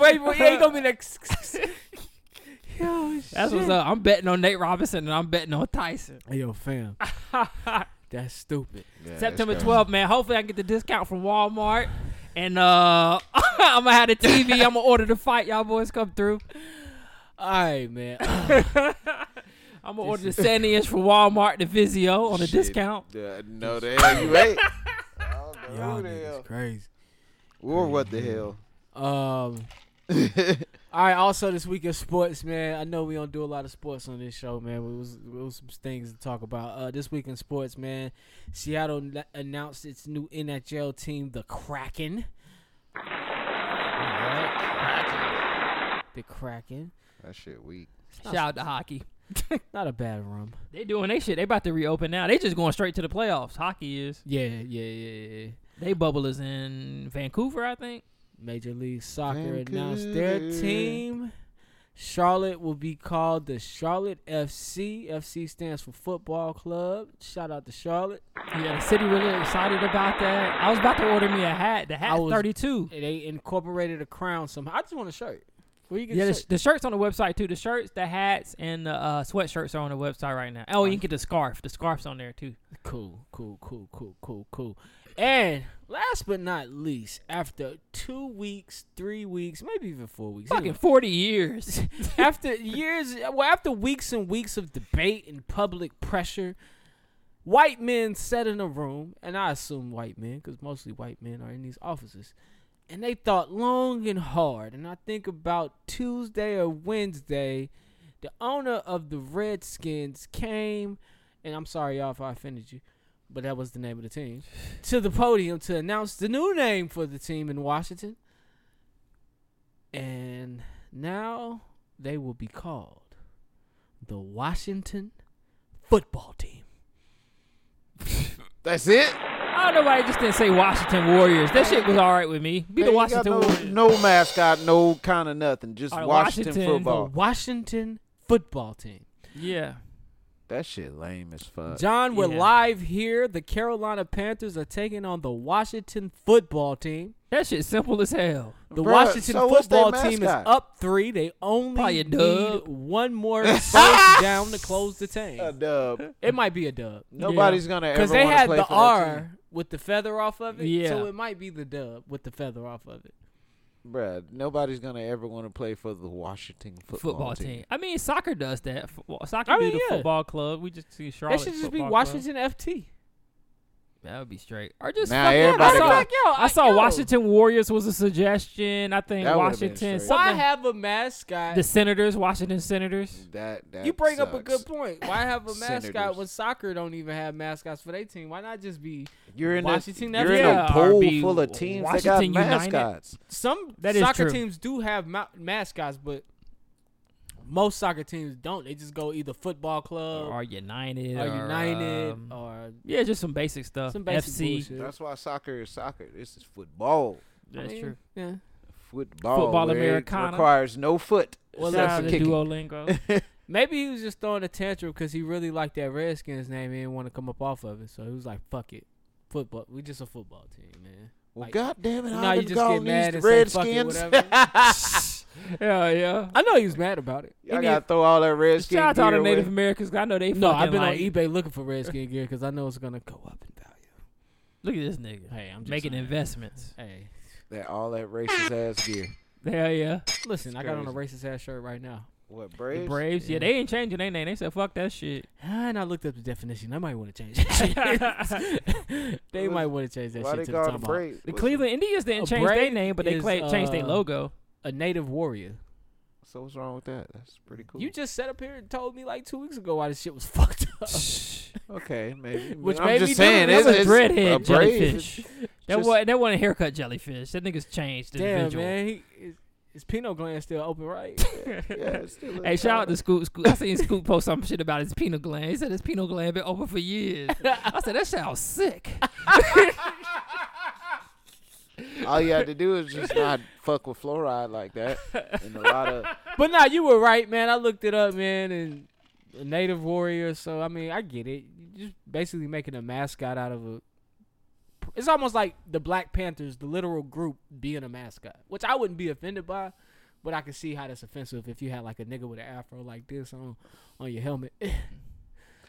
Speaker 4: wait, yeah, he gonna be like. Yo, shit.
Speaker 3: That's what's up. I'm betting on Nate Robinson and I'm betting on Tyson.
Speaker 4: Yo, fam. That's stupid.
Speaker 3: September 12th, man. Hopefully, I can get the discount from Walmart. And uh, I'm gonna have the TV. I'm gonna order the fight. Y'all boys come through.
Speaker 4: All right, man.
Speaker 3: I'm gonna order the 70 inch from Walmart, the Vizio on a discount.
Speaker 2: Uh, no, the hell you ain't. I don't know
Speaker 4: Y'all
Speaker 2: who the hell.
Speaker 4: niggas crazy.
Speaker 2: Or what the hell?
Speaker 4: Um. All right. Also, this week in sports, man. I know we don't do a lot of sports on this show, man. But it was it was some things to talk about. Uh, this week in sports, man. Seattle n- announced its new NHL team, the Kraken. The Kraken.
Speaker 2: That shit weak.
Speaker 3: Shout out to hockey.
Speaker 4: Not a bad rum.
Speaker 3: They doing they shit. They about to reopen now. They just going straight to the playoffs. Hockey is.
Speaker 4: Yeah, yeah, yeah, yeah.
Speaker 3: They bubble is in Vancouver, I think.
Speaker 4: Major League Soccer announced their
Speaker 2: Vancouver.
Speaker 4: team. Charlotte will be called the Charlotte FC. FC stands for Football Club. Shout out to Charlotte.
Speaker 3: Yeah, the city really excited about that. I was about to order me a hat. The hat's
Speaker 4: was-
Speaker 3: 32.
Speaker 4: And They incorporated a crown somehow. I just want a shirt. Where you get
Speaker 3: Yeah,
Speaker 4: a
Speaker 3: the,
Speaker 4: shirt?
Speaker 3: sh- the shirts on the website too. The shirts, the hats, and the uh, sweatshirts are on the website right now. Oh, you can get the scarf. The scarf's on there too.
Speaker 4: Cool, cool, cool, cool, cool, cool. And last but not least, after two weeks, three weeks, maybe even four weeks,
Speaker 3: Fucking
Speaker 4: anyway,
Speaker 3: 40 years.
Speaker 4: after years, well, after weeks and weeks of debate and public pressure, white men sat in a room, and I assume white men, because mostly white men are in these offices, and they thought long and hard. And I think about Tuesday or Wednesday, the owner of the Redskins came, and I'm sorry, y'all, if I offended you. But that was the name of the team. To the podium to announce the new name for the team in Washington. And now they will be called the Washington Football Team.
Speaker 2: That's it.
Speaker 3: I don't know why I just didn't say Washington Warriors. That shit was all right with me. Be the
Speaker 2: Man, you got
Speaker 3: Washington Warriors.
Speaker 2: no, no mascot, no kind of nothing. Just
Speaker 3: All right,
Speaker 2: Washington,
Speaker 3: Washington.
Speaker 4: The
Speaker 2: football.
Speaker 4: Washington Football Team.
Speaker 3: Yeah.
Speaker 2: That shit lame as fuck.
Speaker 4: John, we're
Speaker 3: yeah.
Speaker 4: live here. The Carolina Panthers are taking on the Washington Football Team.
Speaker 3: That shit's simple as hell.
Speaker 4: The
Speaker 2: Bruh,
Speaker 4: Washington
Speaker 2: so what's their
Speaker 4: Football Team is
Speaker 2: mascot?
Speaker 4: up three. They only
Speaker 3: Probably a
Speaker 4: need
Speaker 3: dub.
Speaker 4: one more first down to close the
Speaker 2: A
Speaker 4: team.
Speaker 2: dub.
Speaker 4: It might be a dub.
Speaker 2: Nobody's gonna ever
Speaker 4: Because they
Speaker 2: wanna
Speaker 4: had
Speaker 2: play
Speaker 4: the
Speaker 2: for that
Speaker 4: R with the feather off of it.
Speaker 3: Yeah.
Speaker 4: So it might be the dub with the feather off of it.
Speaker 2: team. Bruh, Nobody's gonna ever want to play for the Washington football,
Speaker 3: Football, team. I mean, soccer does that. Fo- Soccer
Speaker 4: I
Speaker 3: do
Speaker 4: mean,
Speaker 3: the
Speaker 4: yeah.
Speaker 3: football club. We just see Charlotte.
Speaker 4: That should just be
Speaker 3: Football Club.
Speaker 4: Washington FT.
Speaker 3: That would be straight. Or just
Speaker 2: Now
Speaker 3: fuck it.
Speaker 2: everybody
Speaker 3: I
Speaker 2: got-
Speaker 3: saw,
Speaker 4: Fuck yo,
Speaker 3: I saw
Speaker 4: yo.
Speaker 3: Washington Warriors was a suggestion. I think
Speaker 2: That would've been
Speaker 3: Washington.
Speaker 2: straight.
Speaker 4: Why
Speaker 3: Something,
Speaker 4: have a mascot?
Speaker 3: the Senators, Washington Senators.
Speaker 2: That, that
Speaker 4: you bring up a
Speaker 2: sucks.
Speaker 4: good point. Why have a mascot
Speaker 2: Senators.
Speaker 4: when soccer don't even have mascots for their team? Why not just be
Speaker 2: You're in
Speaker 4: Washington
Speaker 2: a, you're in
Speaker 4: Nationals.
Speaker 2: a pool
Speaker 3: RB,
Speaker 2: full of teams
Speaker 3: Washington
Speaker 2: that got
Speaker 3: United.
Speaker 2: mascots.
Speaker 4: some
Speaker 3: That is
Speaker 4: soccer
Speaker 3: true.
Speaker 4: teams do have ma- mascots, but most soccer teams don't. They just go either football club
Speaker 3: or United.
Speaker 4: or, Oh. United
Speaker 3: um, uh,
Speaker 4: or
Speaker 3: yeah, just some basic stuff.
Speaker 4: some basic
Speaker 3: FC.
Speaker 4: bullshit.
Speaker 2: That's why soccer is soccer. This is football.
Speaker 4: I
Speaker 3: That's
Speaker 4: mean,
Speaker 3: true.
Speaker 4: Yeah.
Speaker 2: Football,
Speaker 3: Football
Speaker 2: where it
Speaker 3: Americana.
Speaker 2: requires no foot.
Speaker 4: Well,
Speaker 2: except
Speaker 4: that's
Speaker 3: Shout
Speaker 2: for
Speaker 3: out to
Speaker 2: kicking.
Speaker 3: Duolingo.
Speaker 4: Maybe he was just throwing a tantrum because he really liked that Redskins name and didn't want to come up off of it. So he was like, "Fuck it, football. We just a football team, man."
Speaker 2: Well,
Speaker 4: Like,
Speaker 2: God damn it!
Speaker 4: you know
Speaker 2: I've
Speaker 4: you
Speaker 2: been
Speaker 4: just get
Speaker 2: calling
Speaker 4: mad and
Speaker 2: these
Speaker 4: say,
Speaker 2: the
Speaker 4: "Fuck it,"
Speaker 2: Redskins.
Speaker 3: yeah, yeah.
Speaker 4: I know he was mad about it. He
Speaker 2: Y'all
Speaker 4: need-
Speaker 2: gotta throw all that Redskin
Speaker 3: Shout out to all the
Speaker 2: gear away.
Speaker 3: Native Americans. 'cause I know they.
Speaker 4: no,
Speaker 3: fucking
Speaker 4: I've been on
Speaker 3: like,
Speaker 4: eBay looking for Redskin gear because I know it's gonna go up in value.
Speaker 3: Look at this nigga
Speaker 4: Hey, I'm just
Speaker 3: making
Speaker 4: saying.
Speaker 3: investments.
Speaker 4: Hey,
Speaker 2: That all that racist ass gear.
Speaker 3: Hell yeah.
Speaker 4: listen, I got on a racist ass shirt right now.
Speaker 2: What
Speaker 3: The
Speaker 2: Braves?
Speaker 3: Braves. Yeah.
Speaker 4: Yeah.
Speaker 3: they ain't changing their name. They said fuck that shit.
Speaker 4: Ah, And I looked up the definition. I might want to change that shit. they
Speaker 2: What-
Speaker 4: might want to change that
Speaker 2: Why
Speaker 4: shit
Speaker 2: they
Speaker 4: to
Speaker 2: call
Speaker 4: the
Speaker 2: it the
Speaker 4: top of
Speaker 2: Braves?
Speaker 3: The
Speaker 2: What's-
Speaker 3: Cleveland Indians
Speaker 4: A
Speaker 3: didn't change their
Speaker 4: brave
Speaker 3: name, but they
Speaker 4: is,
Speaker 3: cla- changed their
Speaker 4: uh,
Speaker 3: logo.
Speaker 4: a native warrior.
Speaker 2: So what's wrong with that? That's pretty cool.
Speaker 4: You just sat up here and told me like two weeks ago why this shit was fucked up.
Speaker 2: okay, maybe.
Speaker 4: Which
Speaker 2: I'm
Speaker 4: made
Speaker 2: just
Speaker 4: me do it.
Speaker 2: saying,
Speaker 4: That
Speaker 2: it's,
Speaker 4: was
Speaker 2: it's
Speaker 3: Dreadhead
Speaker 2: a Brave.
Speaker 3: jellyfish. That
Speaker 2: just-
Speaker 3: was that wasn't haircut jellyfish. That nigga's changed the
Speaker 4: Damn,
Speaker 3: individual.
Speaker 4: man. He, his, his pinot gland still open, right?
Speaker 2: Yeah, it's still a-
Speaker 3: Hey, shout out to Scoop. Scoop. I seen Scoop post some shit about his penal gland. He said his penal gland been open for years. I said that sounds sick.
Speaker 2: All you have to do is just not fuck with fluoride like that. And a lot of
Speaker 4: but nah, you were right, man. I looked it up, man, and a native warrior. So I mean, I get it. You just basically making a mascot out of a. It's almost like the Black Panthers, the literal group, being a mascot, which I wouldn't be offended by, but I can see how that's offensive if you had like a nigga with an afro like this on on your helmet.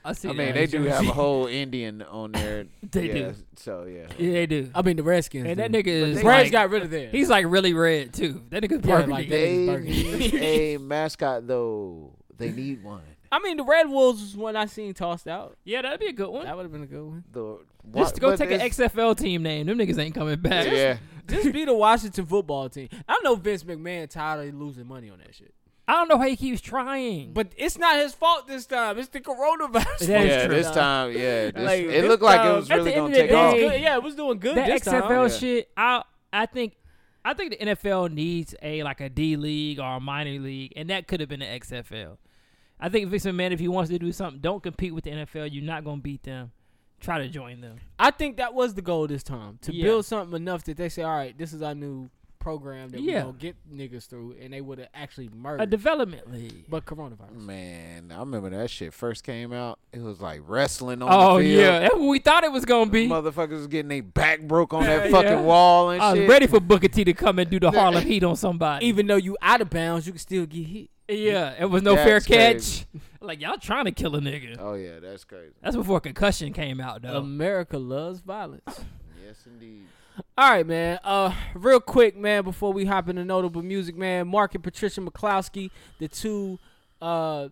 Speaker 3: I, see
Speaker 2: I
Speaker 3: that
Speaker 2: mean,
Speaker 3: on
Speaker 2: they
Speaker 3: the
Speaker 2: do
Speaker 3: jersey.
Speaker 2: have a whole Indian on there.
Speaker 3: They
Speaker 2: yeah,
Speaker 3: do.
Speaker 2: So yeah.
Speaker 3: Yeah, they do.
Speaker 4: I mean, the Redskins.
Speaker 3: And that
Speaker 4: do.
Speaker 3: nigga is
Speaker 4: Braves
Speaker 3: like,
Speaker 4: got rid of that.
Speaker 3: he's like really red too. That nigga's
Speaker 4: Yeah,
Speaker 3: burgundy.
Speaker 4: like that.
Speaker 2: They
Speaker 4: Burgundy.
Speaker 2: need a mascot though. They need one.
Speaker 4: I mean, the Red Wolves was one I seen tossed out.
Speaker 3: yeah, that'd be a good one.
Speaker 4: That would have been a good one.
Speaker 2: The
Speaker 3: Just
Speaker 2: why-
Speaker 3: go
Speaker 2: but
Speaker 3: take an
Speaker 2: it's-
Speaker 3: XFL team name. Them niggas ain't coming back.
Speaker 2: Yeah.
Speaker 4: Just be the Washington football team. I know Vince McMahon tired of losing money on that shit,
Speaker 3: I don't know how he keeps trying.
Speaker 4: but it's not his fault this time. It's the coronavirus.
Speaker 3: That is
Speaker 2: yeah,
Speaker 3: true.
Speaker 2: this time, yeah, this,
Speaker 4: Like,
Speaker 2: it
Speaker 4: this
Speaker 2: looked like it
Speaker 4: time-
Speaker 2: was
Speaker 3: at
Speaker 2: really
Speaker 3: the
Speaker 2: gonna
Speaker 3: end of
Speaker 2: take
Speaker 3: the
Speaker 4: It was
Speaker 2: off.
Speaker 3: day-
Speaker 4: good. Yeah, it was doing good
Speaker 3: that
Speaker 4: this
Speaker 3: XFL
Speaker 4: time.
Speaker 2: Yeah.
Speaker 3: shit, I I think I think the NFL needs a like a D league or a minor league, and that could have been the XFL. I think Vince McMahon, if he wants to do something, don't compete with the NFL. You're not gonna beat them. Try to join them.
Speaker 4: I think that was the goal this time to
Speaker 3: Yeah.
Speaker 4: build something enough that they say, "All right, this is our new program that
Speaker 3: Yeah.
Speaker 4: we gonna get niggas through," and they would have actually
Speaker 3: A
Speaker 4: merged.
Speaker 3: development league.
Speaker 4: but
Speaker 2: Mm.
Speaker 4: coronavirus.
Speaker 2: Man, I remember that shit first came out. It was like wrestling on
Speaker 3: Oh
Speaker 2: the field.
Speaker 3: yeah, that's what we thought it was gonna be.
Speaker 2: Motherfuckers was getting their back broke on that
Speaker 3: Yeah,
Speaker 2: fucking
Speaker 3: yeah.
Speaker 2: wall and
Speaker 3: I was
Speaker 2: shit.
Speaker 3: ready for Booker T to come and do the Harlem Heat on somebody.
Speaker 4: Even though you out of bounds, you can still get hit.
Speaker 3: yeah, it was no fair
Speaker 2: That's
Speaker 3: catch. Like y'all trying to kill a nigga.
Speaker 2: Oh yeah, that's crazy.
Speaker 3: That's before concussion came out though.
Speaker 4: America loves violence.
Speaker 2: Yes, indeed.
Speaker 4: All right, man. Uh, real quick, man, before we hop into notable music, man, Mark and Patricia McCloskey, the two, uh,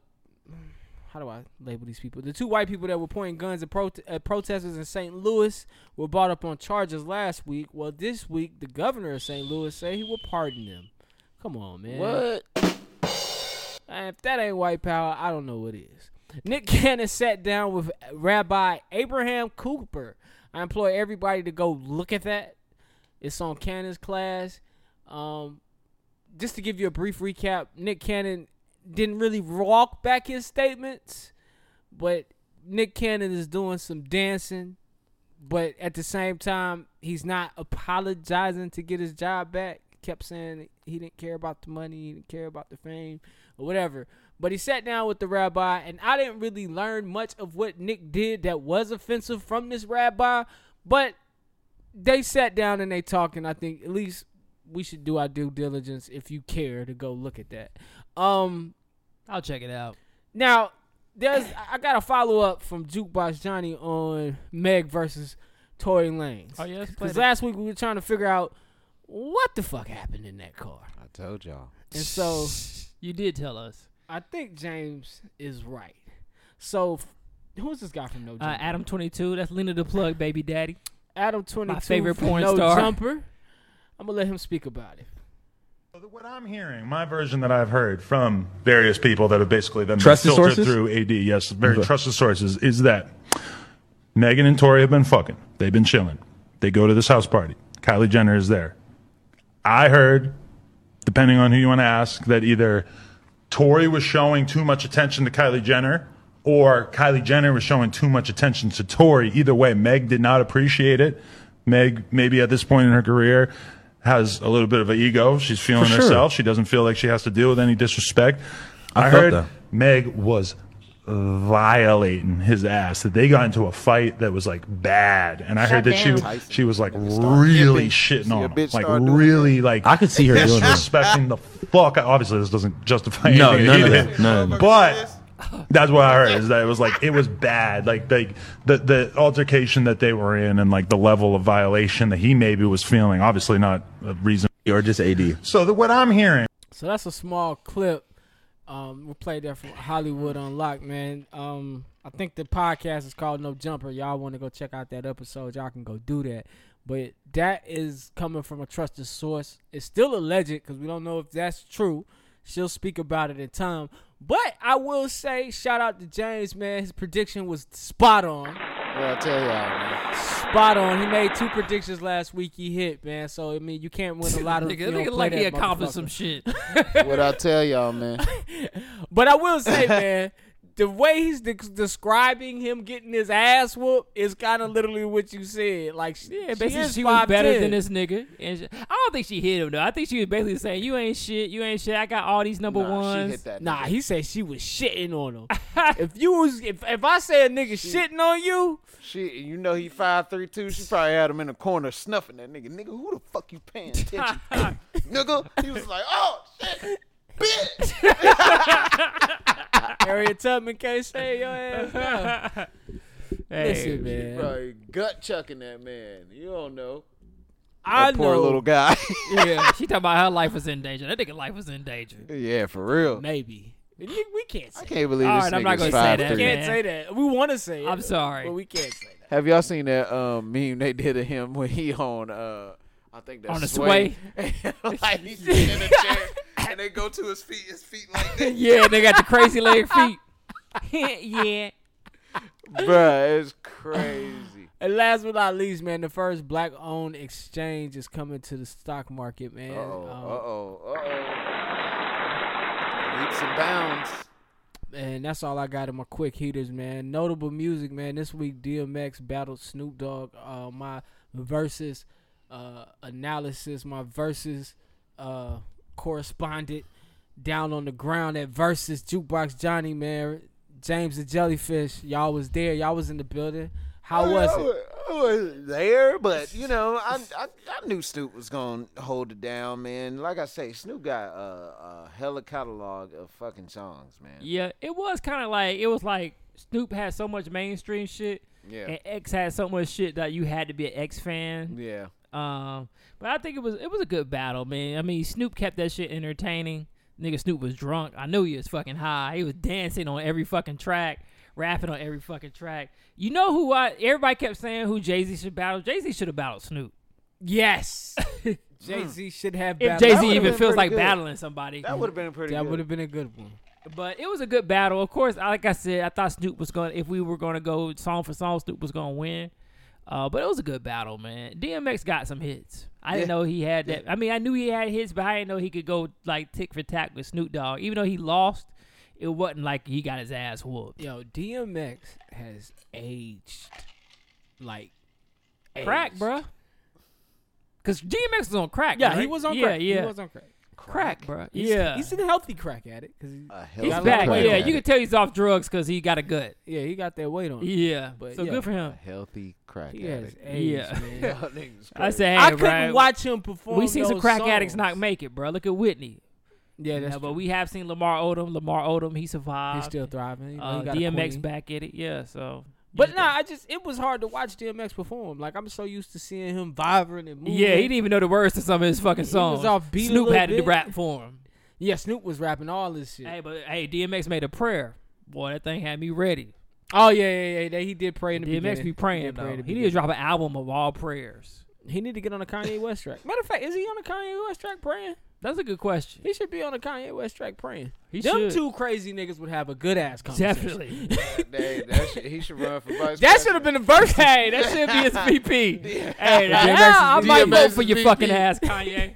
Speaker 4: how do I label these people? The two white people that were pointing guns at, prot- at protesters in St. Louis were brought up on charges last week. Well, this week, the governor of St. Louis said he will pardon them. Come on, man.
Speaker 2: What?
Speaker 4: Uh, If that ain't white power, I don't know what is. Nick Cannon sat down with Rabbi Abraham Cooper. I implore everybody to go look at that. It's on Cannon's class. Um, just to give you a brief recap, Nick Cannon didn't really walk back his statements, but Nick Cannon is doing some dancing. But at the same time, he's not apologizing to get his job back. Kept saying he didn't care about the money, he didn't care about the fame, or whatever. But he sat down with the rabbi, and I didn't really learn much of what Nick did that was offensive from this rabbi. But they sat down and they talked, and I think at least we should do our due diligence if you care to go look at that. Um,
Speaker 3: I'll check it out.
Speaker 4: now, there's I- I got a follow up from Jukebox Johnny on Meg versus Tory Lanez.
Speaker 3: Oh yeah, let's play
Speaker 4: Because
Speaker 3: that.
Speaker 4: last week we were trying to figure out what the fuck happened in that car,
Speaker 2: I told y'all.
Speaker 4: and so
Speaker 3: You did tell us.
Speaker 4: I think James is right. So f- Who is this guy from No Jumper?
Speaker 3: Uh, Adam twenty two. That's Lena the Plug, baby daddy.
Speaker 4: Adam twenty.
Speaker 3: favorite
Speaker 4: from
Speaker 3: porn
Speaker 4: no
Speaker 3: star.
Speaker 4: Jumper. I'm gonna let him speak about it.
Speaker 7: What I'm hearing, my version that I've heard from various people that have basically then been
Speaker 8: Trusted
Speaker 7: filtered
Speaker 8: sources?
Speaker 7: through AD, yes, very trusted sources, is that Megan and Tori have been fucking. They've been chilling. They go to this house party. Kylie Jenner is there. I heard, depending on who you want to ask, that either Tori was showing too much attention to Kylie Jenner or Kylie Jenner was showing too much attention to Tori. Either way, Meg did not appreciate it. Meg, maybe at this point in her career, has a little bit of an ego. She's feeling
Speaker 8: For sure.
Speaker 7: herself. She doesn't feel like she has to deal with any disrespect. I,
Speaker 8: felt
Speaker 7: heard
Speaker 8: that.
Speaker 7: Meg was violating his ass. That they got into a fight that was like bad, and I heard that
Speaker 2: down.
Speaker 7: she she was like really
Speaker 2: Yeah, bitch.
Speaker 7: shitting
Speaker 2: See a
Speaker 7: on him,
Speaker 2: bitch
Speaker 7: like
Speaker 2: start doing
Speaker 7: really like
Speaker 8: I could see her doing this.
Speaker 7: disrespecting the fuck. Obviously, this doesn't justify
Speaker 8: No,
Speaker 7: anything.
Speaker 8: none
Speaker 7: he
Speaker 8: of
Speaker 7: did.
Speaker 8: that. None of that.
Speaker 7: But that's what I heard is that it was like it was bad, like the the the altercation that they were in, and like the level of violation that he maybe was feeling. Obviously, not a reason.
Speaker 8: Or just AD.
Speaker 7: So that what I'm hearing.
Speaker 4: So that's a small clip. Um, we played that from Hollywood Unlocked, man. Um, I think the podcast is called No Jumper. Y'all want to go check out that episode? Y'all can go do that. But that is coming from a trusted source. It's still alleged because we don't know if that's true. She'll speak about it in time. But I will say, shout out to James, man. His prediction was spot on
Speaker 2: Well, I tell y'all, man.
Speaker 4: spot on. He made two predictions last week. He hit, man. So I mean, you can't win a lot of.
Speaker 3: Nigga, nigga like he accomplished some shit.
Speaker 2: What I tell y'all, man.
Speaker 4: But I will say, man, the way he's de- describing him getting his ass whooped is kind of literally what you said. Like, yeah,
Speaker 3: Yeah, basically, she was better than this nigga. And she, I don't think she hit him though. I think she was basically saying, "You ain't shit. You ain't shit. I got all these number
Speaker 2: Nah, she
Speaker 3: ones."
Speaker 2: hit that.
Speaker 4: Nah,
Speaker 2: nigga.
Speaker 4: he said she was shitting on him. if you was, if if I say a nigga shitting on you,
Speaker 2: She, you know he five three two. She probably had him in the corner snuffing that nigga. Nigga, who the fuck you paying attention? to? nigga, he was like, oh shit, bitch.
Speaker 4: Harriet Tubman can't say your ass. down.
Speaker 3: Hey,
Speaker 4: Listen, man,
Speaker 2: Probably gut chucking that man. You don't know.
Speaker 4: I
Speaker 2: poor
Speaker 4: know.
Speaker 2: little guy.
Speaker 4: yeah,
Speaker 3: she talking about her life was in danger. That nigga life was in danger.
Speaker 2: yeah, for real.
Speaker 4: maybe. You- We can't say
Speaker 2: I can't believe
Speaker 3: All
Speaker 2: this
Speaker 3: right, I'm
Speaker 2: nigga's
Speaker 3: not gonna say
Speaker 2: five
Speaker 3: that,
Speaker 2: three.
Speaker 3: man.
Speaker 4: can't say that. We want to say it.
Speaker 3: I'm sorry.
Speaker 4: But we can't say that.
Speaker 2: Have y'all seen that um, meme they did of him when he on uh I think that's
Speaker 3: On the
Speaker 2: like he's sitting in a chair and they go to his feet, his feet like that.
Speaker 3: yeah, they got the crazy leg feet. yeah.
Speaker 2: Bruh, it's crazy.
Speaker 4: And last but not least, man, the first black owned exchange is coming to the stock market, man.
Speaker 2: Uh oh, uh
Speaker 4: Um,
Speaker 2: oh, uh oh. Leaps and bounds.
Speaker 4: and that's all I got in my quick heaters, man. Notable music, man. This week, DMX battled Snoop Dogg. Uh, my versus uh, analysis, my versus uh, correspondent down on the ground at versus Jukebox Johnny, man. James the Jellyfish, y'all was there. Y'all was in the building. How was it?
Speaker 2: I wa- I wasn't there, but you know, I, I I knew Snoop was gonna hold it down, man. Like I say, Snoop got a, a hella catalog of fucking songs, man.
Speaker 3: Yeah, it was kind of like it was like Snoop had so much mainstream shit,
Speaker 2: Yeah.
Speaker 3: and X had so much shit that you had to be an X fan.
Speaker 2: Yeah.
Speaker 3: Um, but I think it was it was a good battle, man. I mean, Snoop kept that shit entertaining. Nigga, Snoop was drunk. I knew he was fucking high. He was dancing on every fucking track, rapping on every fucking track. You know who I? Everybody kept saying who Jay Z should battle. Jay Z should have battled Snoop.
Speaker 4: Yes. Jay Z should have
Speaker 3: If
Speaker 4: battled.
Speaker 3: Jay
Speaker 2: That
Speaker 3: Z
Speaker 2: would've
Speaker 3: even
Speaker 2: been
Speaker 3: feels
Speaker 2: pretty
Speaker 3: like
Speaker 2: good.
Speaker 3: battling somebody,
Speaker 2: That would have been a pretty
Speaker 4: That
Speaker 2: good.
Speaker 4: would have been a good one.
Speaker 3: But it was a good battle. Of course, like I said, I thought Snoop was going. to If we were going to go song for song, Snoop was going to win. Uh, but it was a good battle, man. DMX got some hits. I didn't
Speaker 2: Yeah.
Speaker 3: know he had that. I mean, I knew he had hits, but I didn't know he could go like tick for tack with Snoop Dogg. Even though he lost, it wasn't like he got his ass whooped.
Speaker 4: Yo, DMX has aged like
Speaker 3: Crack,
Speaker 4: aged.
Speaker 3: bruh. Cause DMX was on crack.
Speaker 4: Yeah, he
Speaker 3: right?
Speaker 4: was on
Speaker 3: yeah,
Speaker 4: crack.
Speaker 3: Yeah,
Speaker 4: He was on crack.
Speaker 3: crack, bruh.
Speaker 4: He's,
Speaker 3: yeah,
Speaker 4: he's in a healthy crack at it because he,
Speaker 2: A hella
Speaker 3: He's
Speaker 4: got a lot
Speaker 3: back.
Speaker 4: of weight
Speaker 3: Yeah,
Speaker 4: on
Speaker 3: you
Speaker 4: him.
Speaker 3: can tell he's off drugs because he got a gut.
Speaker 4: yeah, he got that weight on. him.
Speaker 3: Yeah,
Speaker 4: But
Speaker 3: so
Speaker 4: yeah.
Speaker 3: good for him.
Speaker 2: healthy crack
Speaker 4: He has
Speaker 2: addict.
Speaker 4: aged,
Speaker 3: Yeah.
Speaker 4: man.
Speaker 3: I say, hey,
Speaker 4: I couldn't
Speaker 3: bruh,
Speaker 4: watch him perform.
Speaker 3: We seen some
Speaker 4: those
Speaker 3: crack addicts
Speaker 4: songs.
Speaker 3: not make it, bro. Look at Whitney.
Speaker 4: Yeah, that's
Speaker 3: Yeah, but
Speaker 4: true.
Speaker 3: we have seen Lamar Odom. Lamar Odom, he survived.
Speaker 4: He's still thriving. You know,
Speaker 3: uh,
Speaker 4: he got a
Speaker 3: DMX
Speaker 4: queen.
Speaker 3: back at it. Yeah, so.
Speaker 4: But nah, I just it was hard to watch DMX perform. Like I'm so used to seeing him vibrant and moving.
Speaker 3: Yeah, he didn't even know the words to some of his fucking
Speaker 4: was
Speaker 3: songs.
Speaker 4: off beat a
Speaker 3: Snoop
Speaker 4: little
Speaker 3: had to
Speaker 4: bit.
Speaker 3: rap for him.
Speaker 4: Yeah, Snoop was rapping all this shit.
Speaker 3: Hey, but hey, DMX made a prayer. Boy, that thing had me ready.
Speaker 4: Oh yeah, yeah, yeah. That he did pray in the
Speaker 3: DMX
Speaker 4: beginning.
Speaker 3: be
Speaker 4: He
Speaker 3: praying
Speaker 4: did pray
Speaker 3: though. He need
Speaker 4: in the
Speaker 3: to
Speaker 4: beginning.
Speaker 3: drop an album of all prayers.
Speaker 4: He need to get on a Kanye West track. Matter of fact, is he on a Kanye West track praying?
Speaker 3: That's a good question.
Speaker 4: He should be on a Kanye West track praying.
Speaker 3: He
Speaker 4: Them
Speaker 3: should.
Speaker 4: two crazy niggas would have a good ass conversation.
Speaker 3: Definitely.
Speaker 2: Hey, that should, he should run for vice.
Speaker 4: That should have been a verse.
Speaker 3: hey, that should be his VP. Hey, now,
Speaker 4: DMX is-
Speaker 3: I might
Speaker 2: DMX
Speaker 3: vote
Speaker 2: is
Speaker 3: for your
Speaker 2: VP.
Speaker 3: fucking ass, Kanye.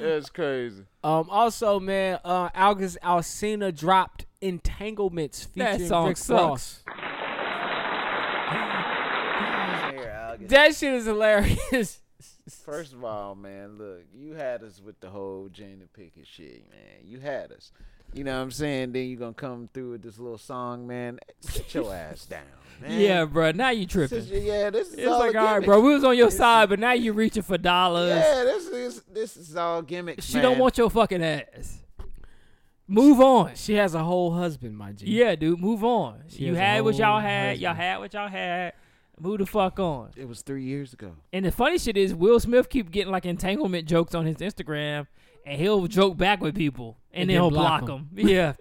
Speaker 2: That's crazy.
Speaker 4: Um. Also, man, uh, August Alcina dropped "Entanglements" featuring
Speaker 3: That song
Speaker 4: Rick
Speaker 3: sucks.
Speaker 4: Ross. That shit is hilarious.
Speaker 2: First of all, man, look, you had us with the whole Jada Pickett shit, man. You had us. You know what I'm saying? Then you gonna come through with this little song, man. Sit your ass down, man.
Speaker 3: Yeah, bro. Now you tripping.
Speaker 2: Sit your- yeah, this is
Speaker 3: It's
Speaker 2: all
Speaker 3: like, all right,
Speaker 2: gimmick.
Speaker 3: bro. We was on your side, but now you reaching for dollars.
Speaker 2: Yeah, this is this is all gimmick.
Speaker 3: She
Speaker 2: man.
Speaker 3: don't want your fucking ass. Move on.
Speaker 4: She has a whole husband, my G.
Speaker 3: Yeah, dude. Move on.
Speaker 4: She
Speaker 3: you
Speaker 4: has a
Speaker 3: had what y'all
Speaker 4: whole
Speaker 3: had. Y'all
Speaker 4: husband.
Speaker 3: had what y'all had. Move the fuck on.
Speaker 2: It was three years ago.
Speaker 3: And the funny shit is, Will Smith keep getting like entanglement jokes on his Instagram, and he'll joke back with people, and,
Speaker 4: And
Speaker 3: then
Speaker 4: then
Speaker 3: he'll block
Speaker 4: block
Speaker 3: them. Yeah.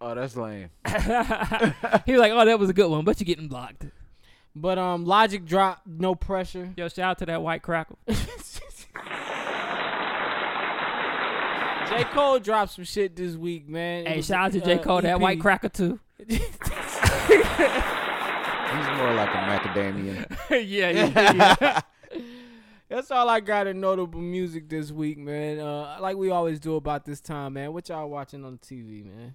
Speaker 2: Oh, that's lame.
Speaker 3: he was like, "Oh, that was a good one, but you're getting blocked."
Speaker 4: But um, Logic dropped "No Pressure."
Speaker 3: Yo, shout out to that white crackle.
Speaker 4: J Cole dropped some shit this week, man. It
Speaker 3: hey,
Speaker 4: was,
Speaker 3: shout out to J
Speaker 4: uh,
Speaker 3: Cole, that
Speaker 4: EP.
Speaker 3: white cracker too.
Speaker 2: He's more like a macadamia.
Speaker 3: yeah, yeah, yeah.
Speaker 4: That's all I got in notable music this week, man. Uh, like we always do about this time, man. What y'all watching on TV, man?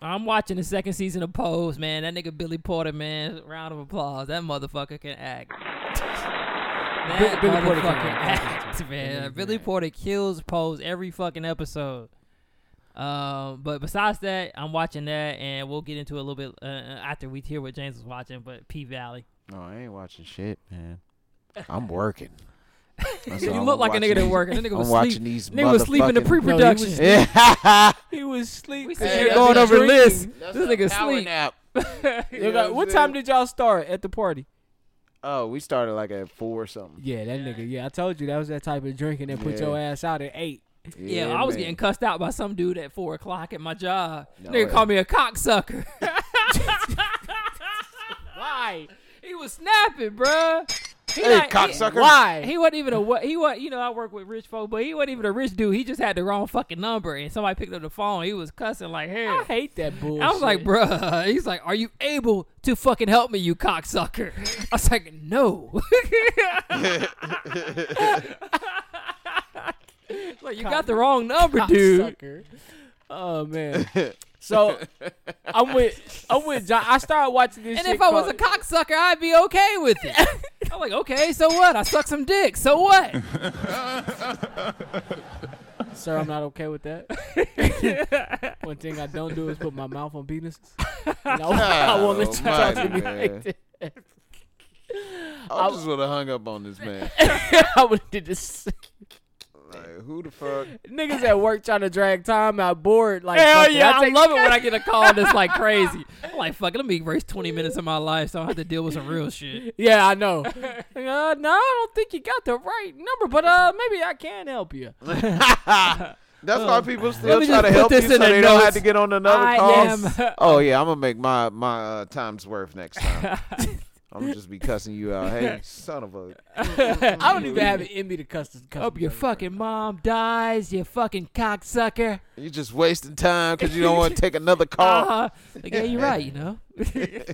Speaker 3: I'm watching the second season of Pose, man. That nigga Billy Porter, man. Round of applause. That motherfucker can act. that
Speaker 4: Billy
Speaker 3: motherfucker
Speaker 4: Porter
Speaker 3: can
Speaker 4: can
Speaker 3: act,
Speaker 4: act.
Speaker 3: man. Billy Porter kills Pose every fucking episode. Um, but besides that, I'm watching that, and we'll get into it a little bit uh, after we hear what James was watching. But P Valley,
Speaker 2: No, I ain't watching shit, man. I'm working. That's
Speaker 3: you
Speaker 2: all
Speaker 3: look
Speaker 2: I'm
Speaker 3: like a nigga that
Speaker 2: watching.
Speaker 3: working. That nigga
Speaker 2: I'm
Speaker 3: was
Speaker 2: watching
Speaker 3: sleep.
Speaker 2: these
Speaker 3: Nigga was sleep in the
Speaker 2: motherfucking-
Speaker 3: pre-production.
Speaker 4: No,
Speaker 2: Yeah.
Speaker 4: He was sleep.
Speaker 3: we
Speaker 4: man.
Speaker 3: sitting here
Speaker 2: that's
Speaker 3: going
Speaker 2: a
Speaker 3: over
Speaker 2: dream.
Speaker 3: lists.
Speaker 2: That's
Speaker 3: This
Speaker 2: a
Speaker 3: nigga
Speaker 2: power
Speaker 3: sleep.
Speaker 2: nap.
Speaker 4: Yo, guys, what time did y'all start at the party?
Speaker 2: Oh, we started like at four or something.
Speaker 4: Yeah, that nigga. Yeah, I told you that was that type of drinking that put
Speaker 2: Yeah.
Speaker 4: your ass out at eight.
Speaker 3: Yeah, I was
Speaker 2: man.
Speaker 3: getting cussed out by some dude at four o'clock at my job.
Speaker 2: No
Speaker 3: Nigga
Speaker 2: way.
Speaker 3: called me a cocksucker.
Speaker 4: Why?
Speaker 3: he was snapping, bruh. He
Speaker 2: Hey,
Speaker 3: not- he-
Speaker 2: cocksucker.
Speaker 4: Why?
Speaker 3: He wasn't even a wa- he was you know I work with rich folk, but he wasn't even a rich dude. He just had the wrong fucking number, and somebody picked up the phone. He was cussing like hell.
Speaker 4: I hate that bullshit.
Speaker 3: I was like, bruh. He's like, are you able to fucking help me, you cocksucker? I was like, no. like, you got the wrong number, dude.
Speaker 4: Sucker. Oh man. So I'm with I'm with John. I started watching this.
Speaker 3: And
Speaker 4: shit
Speaker 3: if I was
Speaker 4: called-
Speaker 3: a cocksucker, I'd be okay with it. I'm like, okay, so what? I suck some dick. So what?
Speaker 4: sir, I'm not okay with that. One thing I don't do is put my mouth on penises. And I, won't- I won't let you talk to
Speaker 2: Almighty,
Speaker 4: me
Speaker 2: man.
Speaker 4: like that.
Speaker 2: I just would have hung up on this man.
Speaker 4: I would have did this.
Speaker 2: like, who the fuck?
Speaker 4: Niggas at work trying to drag time out, bored. Like,
Speaker 3: Hell
Speaker 4: fuck it,
Speaker 3: yeah,
Speaker 4: I
Speaker 3: I,
Speaker 4: take-
Speaker 3: love it when I get a call that's like crazy. I'm like, fuck it, let me waste 20 minutes of my life so I don't have to deal with some real shit.
Speaker 4: Yeah, I know. uh, no, I don't think you got the right number, but uh, maybe I can help you.
Speaker 2: That's why people
Speaker 3: Oh. Let
Speaker 2: still
Speaker 3: me
Speaker 2: try
Speaker 3: just
Speaker 2: to
Speaker 3: put
Speaker 2: help you
Speaker 3: this
Speaker 2: so
Speaker 3: in the
Speaker 2: they don't have
Speaker 3: notes.
Speaker 2: to get on another
Speaker 3: I
Speaker 2: call.
Speaker 3: am-
Speaker 2: Oh yeah, I'm gonna make my my uh, time's worth next time. I'm gonna just be cussing you out. Hey, son of a.
Speaker 4: I don't even have it in me to cuss this customer.
Speaker 3: Hope your fucking mom dies, you fucking cocksucker.
Speaker 2: You're just wasting time because you don't want to take another call.
Speaker 3: Uh-huh. Like, yeah, you're right, you know.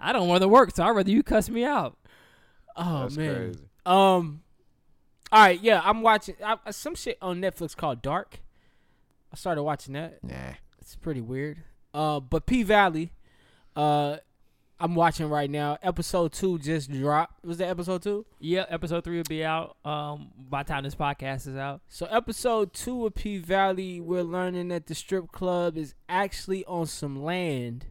Speaker 3: I don't want to work, so I'd rather you cuss me out.
Speaker 4: Oh
Speaker 2: That's
Speaker 4: man.
Speaker 2: crazy.
Speaker 4: Um. All right, yeah, I'm watching I, I- some shit on Netflix called Dark. I started watching that.
Speaker 2: Nah.
Speaker 4: It's pretty weird. Uh, but P Valley, uh, I'm watching right now. Episode two just dropped. Was that episode two?
Speaker 3: Yeah, episode three will be out um, by the time this podcast is out.
Speaker 4: So episode two of P Valley, we're learning that the strip club is actually on some land,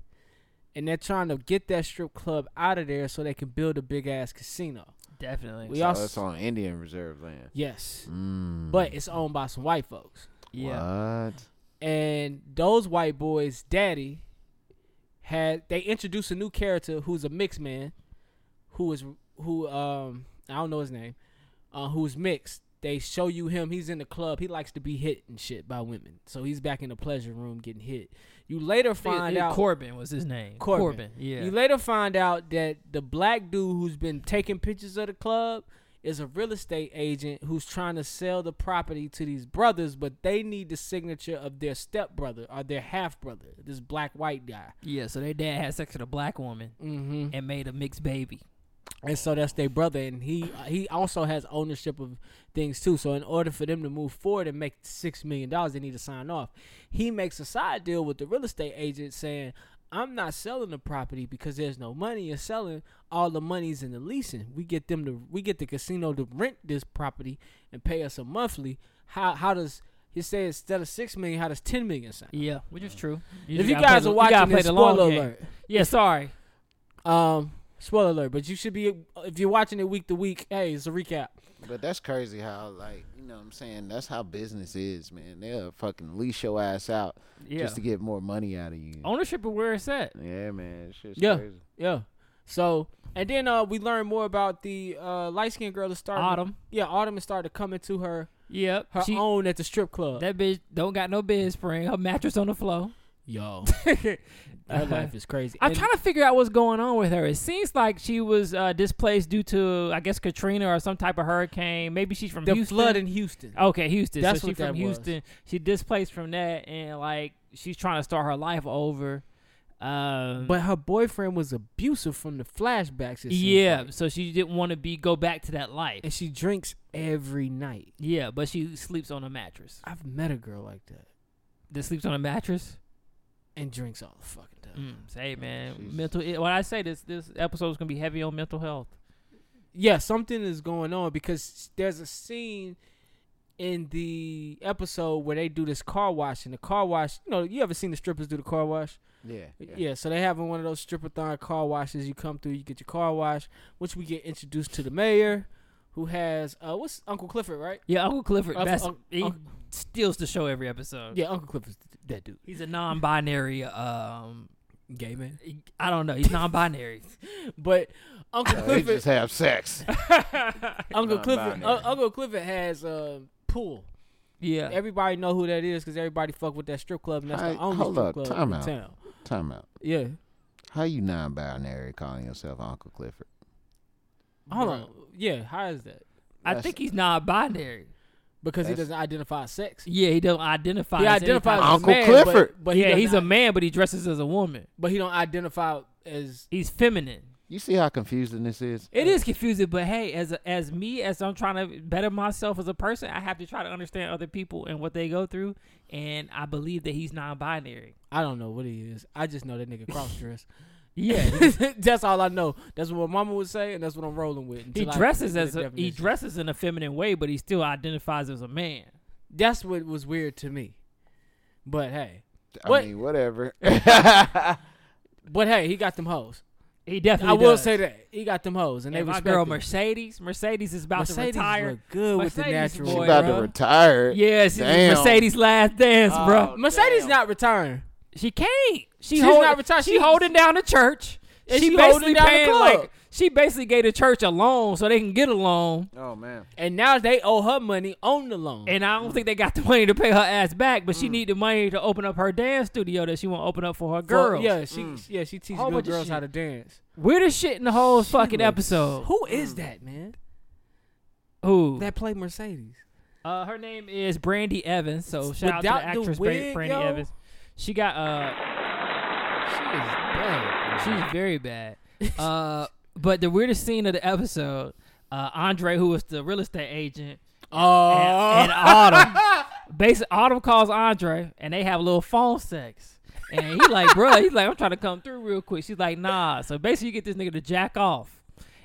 Speaker 4: and they're trying to get that strip club out of there so they can build a big ass casino.
Speaker 3: Definitely.
Speaker 4: We
Speaker 2: So
Speaker 4: also
Speaker 2: that's on Indian Reserve land.
Speaker 4: yes,
Speaker 2: Mm.
Speaker 4: but it's owned by some white folks.
Speaker 3: yeah.
Speaker 2: What?
Speaker 4: and those white boys' daddy had they introduced a new character who's a mixed man, who is who um I don't know his name, uh, who's mixed. they show you him. He's in the club. He likes to be hit and shit by women. So he's back in the pleasure room getting hit. You later find
Speaker 3: It- it-
Speaker 4: out
Speaker 3: Corbin was his name.
Speaker 4: Corbin.
Speaker 3: yeah.
Speaker 4: You later find out that the black dude who's been taking pictures of the club is a real estate agent who's trying to sell the property to these brothers, but they need the signature of their stepbrother or their half brother, this black white guy.
Speaker 3: yeah, so their dad had sex with a black woman
Speaker 4: Mm-hmm.
Speaker 3: and made a mixed baby.
Speaker 4: And so that's their brother, and he uh, he also has ownership of things too. So in order for them to move forward and make six million dollars, they need to sign off. He makes a side deal with the real estate agent, saying, "I'm not selling the property because there's no money in selling. All the money's in the leasing. We get them to we get the casino to rent this property and pay us a monthly. How how does he says instead of six million, how does ten million sound?
Speaker 3: Yeah, which is true.
Speaker 4: if
Speaker 3: just
Speaker 4: you
Speaker 3: gotta play
Speaker 4: guys are
Speaker 3: the- you gotta
Speaker 4: watching
Speaker 3: play
Speaker 4: this,
Speaker 3: the long
Speaker 4: spoiler
Speaker 3: game.
Speaker 4: alert.
Speaker 3: Yeah, sorry.
Speaker 4: Um, spoiler alert, but you should be if you're watching it week to week. Hey, it's a recap.
Speaker 2: But that's crazy how like you know what I'm saying that's how business is, man. They'll fucking leash your ass out
Speaker 3: Yeah. Oh.
Speaker 2: just to get more money out of you.
Speaker 3: Ownership of where it's at.
Speaker 2: Yeah, man. Shit's
Speaker 4: Yeah,
Speaker 2: crazy.
Speaker 4: yeah. So and then uh, we learn more about the uh, light skinned girl that started
Speaker 3: Autumn.
Speaker 4: Yeah, Autumn is started coming to her
Speaker 3: Yep.
Speaker 4: her
Speaker 3: she-
Speaker 4: own at the strip club.
Speaker 3: That bitch don't got no bed spring. Her mattress on the floor.
Speaker 4: Yo,
Speaker 3: her
Speaker 4: her life is crazy.
Speaker 3: I'm
Speaker 4: And-
Speaker 3: trying to figure out what's going on with her. It seems like she was uh, displaced due to, I guess, Katrina or some type of hurricane. Maybe she's from
Speaker 4: the
Speaker 3: Houston.
Speaker 4: flood in Houston.
Speaker 3: Okay, Houston.
Speaker 4: That's
Speaker 3: so
Speaker 4: what
Speaker 3: she
Speaker 4: that
Speaker 3: from
Speaker 4: was.
Speaker 3: Houston. She displaced from that, and like she's trying to start her life over. Um,
Speaker 4: But her boyfriend was abusive from the flashbacks. It seems
Speaker 3: yeah,
Speaker 4: like.
Speaker 3: so she didn't want to be go back to that life.
Speaker 4: and she drinks every night.
Speaker 3: Yeah, but she sleeps on a mattress.
Speaker 4: I've met a girl like that
Speaker 3: That sleeps on a mattress.
Speaker 4: and drinks all the fucking time.
Speaker 3: Mm, say,
Speaker 4: Oh,
Speaker 3: man,
Speaker 2: Jeez.
Speaker 3: mental. i- When I say this, this episode is gonna be heavy on mental health.
Speaker 4: yeah, something is going on because there's a scene in the episode where they do this car wash and the car wash. You know, you ever seen the strippers do the car wash?
Speaker 2: Yeah.
Speaker 4: Yeah. so they having one of those stripper-thon car washes. You come through, you get your car wash, which we get introduced to the mayor, who has uh, what's Uncle Clifford, right?
Speaker 3: Yeah, Uncle Clifford.
Speaker 4: Uncle-
Speaker 3: that's,
Speaker 4: Uncle-
Speaker 3: he
Speaker 4: Uncle-
Speaker 3: steals the show every episode.
Speaker 4: Yeah, Uncle Clifford's th- that dude,
Speaker 3: He's a non-binary. Um,
Speaker 4: gay man.
Speaker 3: I don't know. He's non-binary.
Speaker 4: But Uncle
Speaker 2: Uh, they
Speaker 4: Clifford,
Speaker 2: just have sex.
Speaker 4: Uncle Clifford,
Speaker 1: Non-binary.
Speaker 4: Un- Uncle Clifford has a pool.
Speaker 3: yeah.
Speaker 4: Everybody know who that is because everybody fuck with that strip club, and that's
Speaker 2: Hey,
Speaker 4: the only
Speaker 2: hold
Speaker 4: strip
Speaker 2: up,
Speaker 4: club
Speaker 2: time
Speaker 4: in
Speaker 2: out.
Speaker 4: town.
Speaker 2: Time out.
Speaker 4: Yeah.
Speaker 2: How you non-binary calling yourself Uncle Clifford?
Speaker 4: Hold on. Yeah, how is that?
Speaker 3: I
Speaker 2: That's-
Speaker 3: think he's non-binary.
Speaker 4: Because he
Speaker 2: That's-
Speaker 4: doesn't identify as sex. He,
Speaker 3: Yeah, he don't identify. as any
Speaker 4: identifies
Speaker 3: kind
Speaker 4: as
Speaker 3: of-
Speaker 4: a
Speaker 2: Uncle
Speaker 4: man,
Speaker 2: Clifford.
Speaker 4: But, but he
Speaker 3: yeah,
Speaker 4: does
Speaker 3: he's
Speaker 4: not-
Speaker 3: a man, but he dresses as a woman.
Speaker 4: But he don't identify as.
Speaker 3: He's feminine.
Speaker 2: You see how confusing this is?
Speaker 3: It is confusing, but hey, as a, as me, as I'm trying to better myself as a person, I have to try to understand other people and what they go through. And I believe that he's non-binary.
Speaker 4: I don't know what he is. I just know that nigga cross dress.
Speaker 3: Yeah,
Speaker 4: that's all I know. That's what Mama would say, and that's what I'm rolling with.
Speaker 3: he
Speaker 4: until I
Speaker 3: dresses
Speaker 4: get
Speaker 3: as a, he
Speaker 4: definition.
Speaker 3: dresses in a feminine way, but he still identifies as a man.
Speaker 4: That's what was weird to me. But hey,
Speaker 2: I
Speaker 4: What-
Speaker 2: mean, whatever.
Speaker 4: but hey, he got them hoes.
Speaker 3: He
Speaker 4: I
Speaker 3: definitely.
Speaker 4: will
Speaker 3: does.
Speaker 4: say that he got them hoes, and
Speaker 3: And
Speaker 4: they
Speaker 3: my
Speaker 4: respect
Speaker 3: girl
Speaker 4: him.
Speaker 3: Mercedes, Mercedes is about
Speaker 4: Mercedes
Speaker 3: to retire.
Speaker 4: look good with the
Speaker 3: Mercedes
Speaker 4: natural.
Speaker 2: she
Speaker 3: boy,
Speaker 2: about
Speaker 3: bruh.
Speaker 2: to retire.
Speaker 3: Yes,
Speaker 2: Damn. Oh,
Speaker 3: Mercedes' last dance, bro.
Speaker 4: Mercedes not retiring.
Speaker 3: She can't. She
Speaker 4: She's
Speaker 3: hold,
Speaker 4: not retired.
Speaker 3: She,
Speaker 4: She-
Speaker 3: holding down the church.
Speaker 4: And
Speaker 3: she
Speaker 4: she holding
Speaker 3: basically
Speaker 4: down the
Speaker 3: paying
Speaker 4: club.
Speaker 3: like she basically gave the church a loan so they can get a loan.
Speaker 2: Oh man.
Speaker 4: And now they owe her money on the loan.
Speaker 3: And I don't think they got the money to pay her ass back, but she need the money to open up her dance studio that she want to open up for her
Speaker 4: Mm. For-
Speaker 3: girls. Mm.
Speaker 4: Yeah, she yeah she teaches
Speaker 3: Whole
Speaker 4: little
Speaker 3: bunch of
Speaker 4: girls how
Speaker 3: shit.
Speaker 4: to dance.
Speaker 3: weirdest shit in the whole
Speaker 4: She
Speaker 3: fucking
Speaker 4: looks-
Speaker 3: episode.
Speaker 4: Who is that man?
Speaker 3: Who?
Speaker 4: That played Mercedes.
Speaker 3: Uh, her name is Brandy Evans. So shout out
Speaker 4: Without
Speaker 3: to
Speaker 4: the
Speaker 3: the actress
Speaker 4: wig,
Speaker 3: Brandy
Speaker 4: yo?
Speaker 3: Evans. She got uh, she is bad. bro. She's very bad. Uh, but the weirdest scene of the episode, uh, Andre, who was the real estate agent,
Speaker 4: Oh,
Speaker 3: and, and Autumn, basically Autumn calls Andre, and they have a little phone sex. And he like, bruh, he's like, I'm trying to come through real quick. She's like, nah. So basically, you get this nigga to jack off,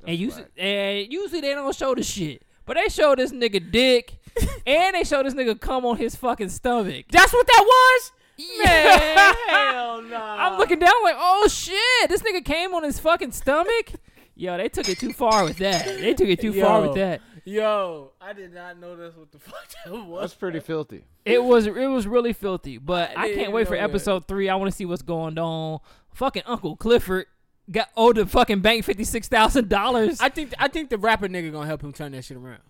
Speaker 3: and you and usually they don't show the shit, but they show this nigga dick, and they show this nigga come on his fucking stomach.
Speaker 4: that's what that was.
Speaker 3: Yeah.
Speaker 4: hell no.
Speaker 3: I'm looking down like, oh shit, this nigga came on his fucking stomach. Yo, they took it too far with that. They took it too far
Speaker 4: Yo.
Speaker 3: with that.
Speaker 4: Yo, I did not know that's what the fuck that
Speaker 2: That's
Speaker 4: was.
Speaker 2: pretty filthy.
Speaker 3: It was it was really filthy. But I,
Speaker 4: didn't
Speaker 3: can't wait
Speaker 4: know
Speaker 3: for
Speaker 4: that.
Speaker 3: episode three. I want to see what's going on. Fucking Uncle Clifford got owed the fucking bank fifty six thousand dollars.
Speaker 4: I think I think the rapper nigga gonna help him turn that shit around.